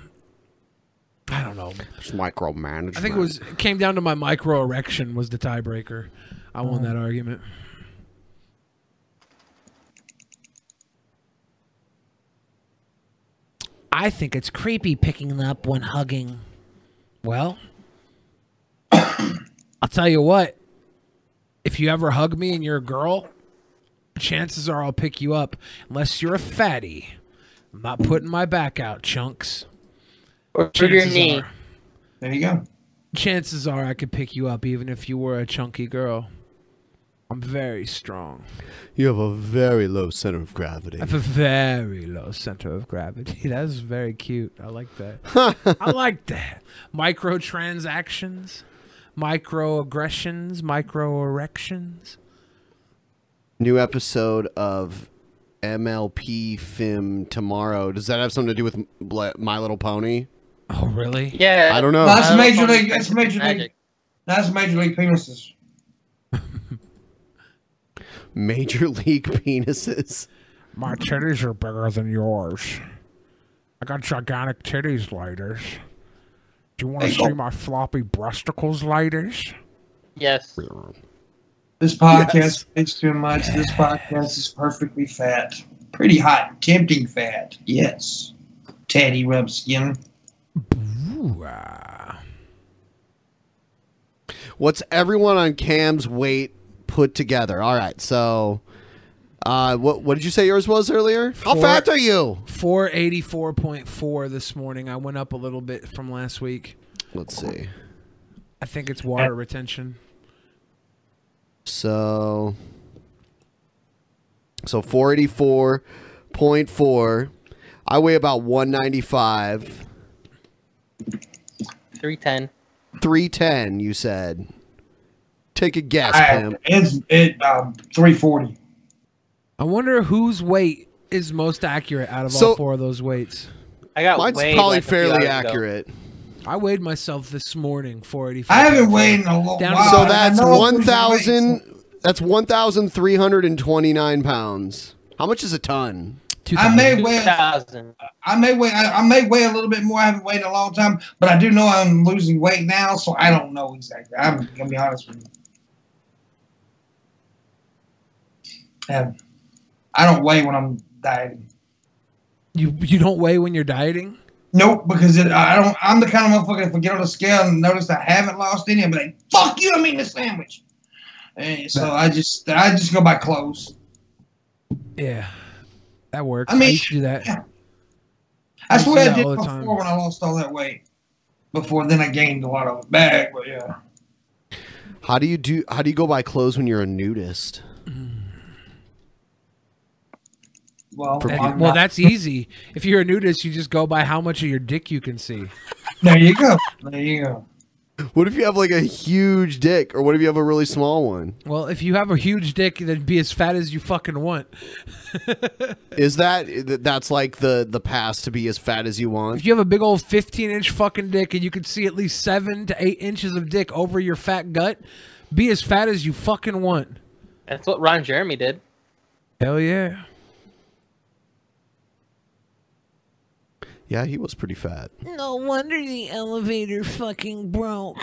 S4: I don't know.
S3: Just micromanagement.
S4: I think it was it came down to my micro erection was the tiebreaker. I won that argument. I think it's creepy picking them up when hugging. Well, I'll tell you what. If you ever hug me and you're a girl, chances are I'll pick you up unless you're a fatty. I'm not putting my back out, chunks.
S6: Or your knee.
S5: There you go.
S4: Chances are I could pick you up even if you were a chunky girl. I'm very strong.
S3: You have a very low center of gravity.
S4: I have a very low center of gravity. That is very cute. I like that. I like that. Microtransactions, microaggressions, microerections.
S3: New episode of MLP Film tomorrow. Does that have something to do with M- Bla- My Little Pony?
S4: Oh, really?
S6: Yeah. Um,
S3: I don't know.
S5: That's major league. That's major league. That's major league penises.
S3: Major League Penises.
S4: My titties are bigger than yours. I got gigantic titties, ladies. Do you want to
S5: oh.
S4: see my floppy breasticles, ladies?
S6: Yes.
S5: This podcast is too much. This podcast is perfectly fat, pretty hot, tempting fat. Yes, Teddy Rubskin.
S4: ah.
S3: What's everyone on Cam's weight put together? All right, so uh, what what did you say yours was earlier? How
S4: Four-
S3: fat are you?
S4: 484.4 this morning. I went up a little bit from last week.
S3: Let's see.
S4: I think it's water retention.
S3: So so four eighty four point four. I weigh about one ninety five.
S6: 310.
S3: 310, you said. Take a guess, Pam.
S5: It's it um, three forty.
S4: I wonder whose weight is most accurate out of all
S3: So-
S4: four of those weights.
S6: I got
S3: Mine's
S6: weighed
S3: probably
S6: like a few
S3: fairly
S6: hours ago.
S3: accurate.
S4: I weighed myself this morning, 485.
S5: I haven't weighed in a long
S4: Down-
S5: while.
S3: So
S5: I- I
S3: that's
S5: know
S3: one
S5: who's weighs.
S3: thousand. That's one thousand three hundred and twenty-nine pounds. How much is a ton?
S5: I may weigh. I may weigh. I, I may weigh a little bit more. I haven't weighed in a long time, but I do know I'm losing weight now, so I don't know exactly. I'm gonna be honest with you. Yeah. I don't weigh when I'm dieting.
S4: You you don't weigh when you're dieting?
S5: Nope, because it, I don't. I'm the kind of motherfucker if I get on the scale and notice I haven't lost any, I'm like, "Fuck you! I'm eating a sandwich." And so I just, I just go by clothes.
S4: Yeah, that works.
S5: I mean,
S4: used to do that.
S5: I
S4: used to do
S5: swear I
S4: that
S5: did
S4: all
S5: it
S4: the time.
S5: before when I lost all that weight. Before then, I gained a lot of it back, but yeah.
S3: How do you do? How do you go buy clothes when you're a nudist?
S5: Well,
S3: For
S4: That-
S3: people-
S4: well, that's easy. If you're a nudist, you just go by how much of your dick you can see.
S5: There you go. There you go.
S3: What if you have like a huge dick, or what if you have a really small one?
S4: Well, if you have a huge dick, then be as fat as you fucking want.
S3: Is that th- that's like the the pass to be as fat as you want?
S4: If you have a big old 15 inch fucking dick and you can see at least seven to eight inches of dick over your fat gut, be as fat as you fucking want.
S6: That's what Ron Jeremy did.
S4: Hell yeah.
S3: Yeah, he was pretty fat.
S32: No wonder the elevator fucking broke.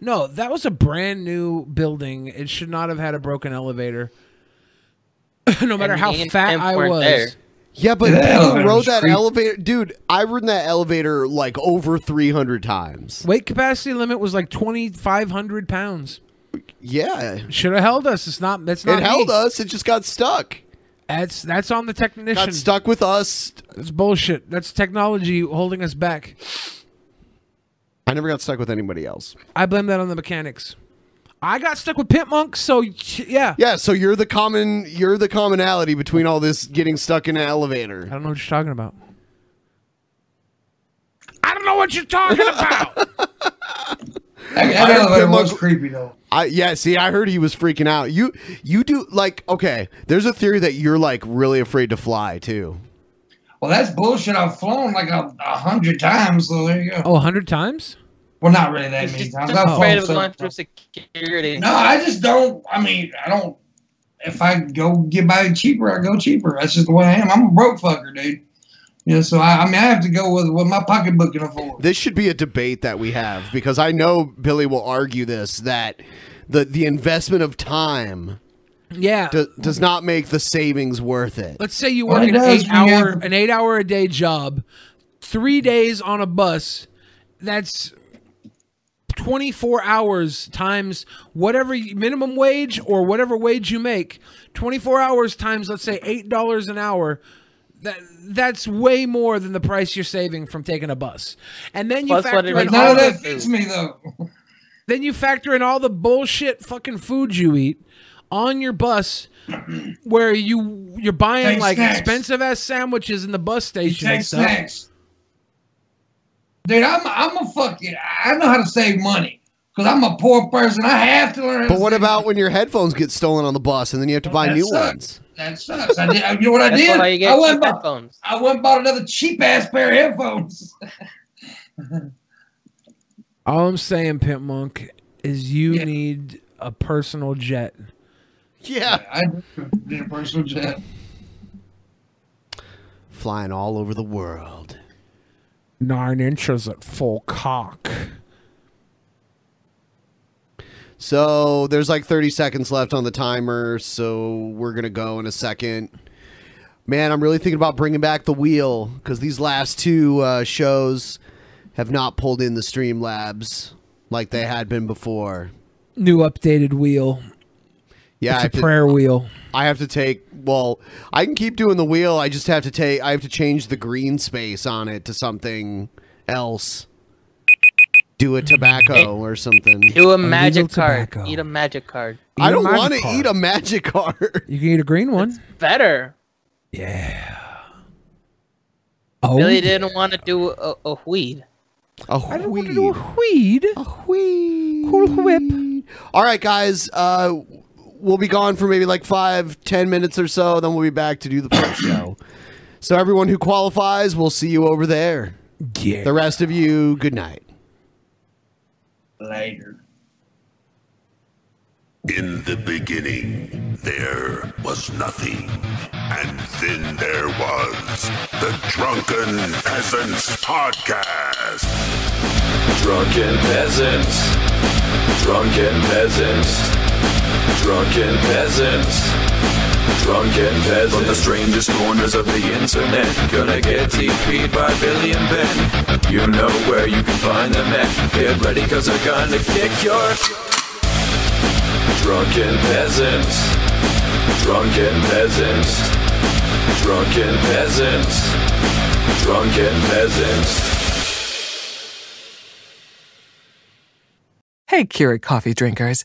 S4: No, that was a brand new building. It should not have had a broken elevator. no matter
S3: And
S4: how
S3: me and
S4: fat
S3: Tim
S4: I
S3: weren't
S4: was.
S3: there. Yeah, but
S4: Yeah,
S3: people
S4: elevator
S3: rode
S4: was
S3: that
S4: creep-
S3: elevator, dude. I've ridden that elevator like over three hundred times.
S4: Weight capacity limit was like 2,500 pounds.
S3: Yeah,
S4: Should have held us. It's not. That's not.
S3: it held
S4: me.
S3: us. It just got stuck.
S4: That's that's on the technician.
S3: Got stuck with us.
S4: That's bullshit. That's technology holding us back.
S3: I never got stuck with anybody else.
S4: I blame that on the mechanics. I got stuck with pit monks, so yeah.
S3: Yeah, so you're the common you're the commonality between all this getting stuck in an elevator. I
S4: don't know what you're talking about. I don't know what you're talking about.
S5: That,
S3: I
S5: that
S3: heard
S5: elevator
S3: Pim
S5: was
S3: Uncle-
S5: creepy though.
S3: I yeah, see, I heard he was freaking out. You you do like okay, there's a theory that you're like really afraid to fly too.
S5: Well, that's bullshit. I've flown like a, a hundred times, so there you go.
S4: Oh, 100 times?
S5: Well, not really that many times. I've
S6: afraid
S5: flown
S6: of
S5: so-
S6: going through security.
S5: No, I just don't. I mean, I don't. If I go get by cheaper, I go cheaper. That's just the way I am. I'm a broke fucker, dude. Yeah, so I, I mean, I have to go with what my pocketbook can afford.
S3: This should be a debate that we have because I know Billy will argue this that the the investment of time
S4: Yeah.
S3: do- does not make the savings worth it.
S4: Let's say you
S3: Well,
S4: work
S3: it
S4: an
S3: does
S4: eight
S3: when you
S4: hour an eight hour a day job, three days on a bus. That's twenty four hours times whatever you- minimum wage or whatever wage you make. Twenty four hours times let's say eight dollars an hour. That that's way more than the price you're saving from taking a bus. And then you
S5: Plus
S4: factor
S5: whatever
S4: in
S5: you
S4: all
S5: None of that
S4: the-
S5: fits me though.
S4: then you factor in all the bullshit fucking food you eat on your bus where you you're buying
S5: Take
S4: like
S5: snacks.
S4: expensive ass sandwiches in the bus station
S5: Take
S4: and stuff.
S5: snacks. Dude, I'm I'm a fucking. I know how to save money because I'm a poor person. I have to learn. How
S3: But
S5: to
S3: what
S5: save
S3: about when your headphones get stolen on the bus and then you have to buy
S5: that
S3: new
S5: sucks.
S3: ones?
S5: That sucks. I did, you know what I
S3: That's
S5: did?
S3: why you get
S5: I went
S3: cheap
S5: bought, headphones. I went and bought another cheap ass pair of headphones.
S4: All I'm saying, Pimp Monk, is you need a personal jet.
S3: Yeah,
S5: I did a personal jet.
S3: Flying all over the world.
S4: Nine inches at full cock.
S3: So there's like 30 seconds left on the timer, so we're gonna go in a second. Man, I'm really thinking about bringing back the wheel because these last two uh, shows have not pulled in the stream labs like they had been before.
S4: New updated wheel.
S3: Yeah, I
S4: It's a
S3: have to-
S4: prayer wheel.
S3: I have to take. Well, I can keep doing the wheel. I just have to take. I have to change the green space on it to something else. Do a tobacco or something.
S6: Do a magic card. Eat a magic card.
S3: I don't want to eat a magic card.
S4: You can eat a green one.
S6: Better.
S4: Oh,
S6: Billy didn't want to do a, a weed.
S3: I
S4: don't want to do a weed.
S3: A weed. Cool
S4: whip.
S3: All right, guys. Uh, we'll be gone for maybe like five, ten minutes or so. Then we'll be back to do the post show. So everyone who qualifies, we'll see you over there.
S4: Yeah.
S3: The rest of you, good night.
S5: Later.
S1: In the beginning, there was nothing. And then there was the Drunken Peasants Podcast.
S2: Drunken peasants. Drunken peasants. Drunken peasants. Drunken peasants. From the strangest corners of the internet. Gonna get TP'd by Billy and Ben. You know where you can find them at. Get ready, cause they're gonna kick your. Drunken peasants. Drunken peasants. Drunken peasants. Drunken peasants.
S33: Hey, Keurig coffee drinkers.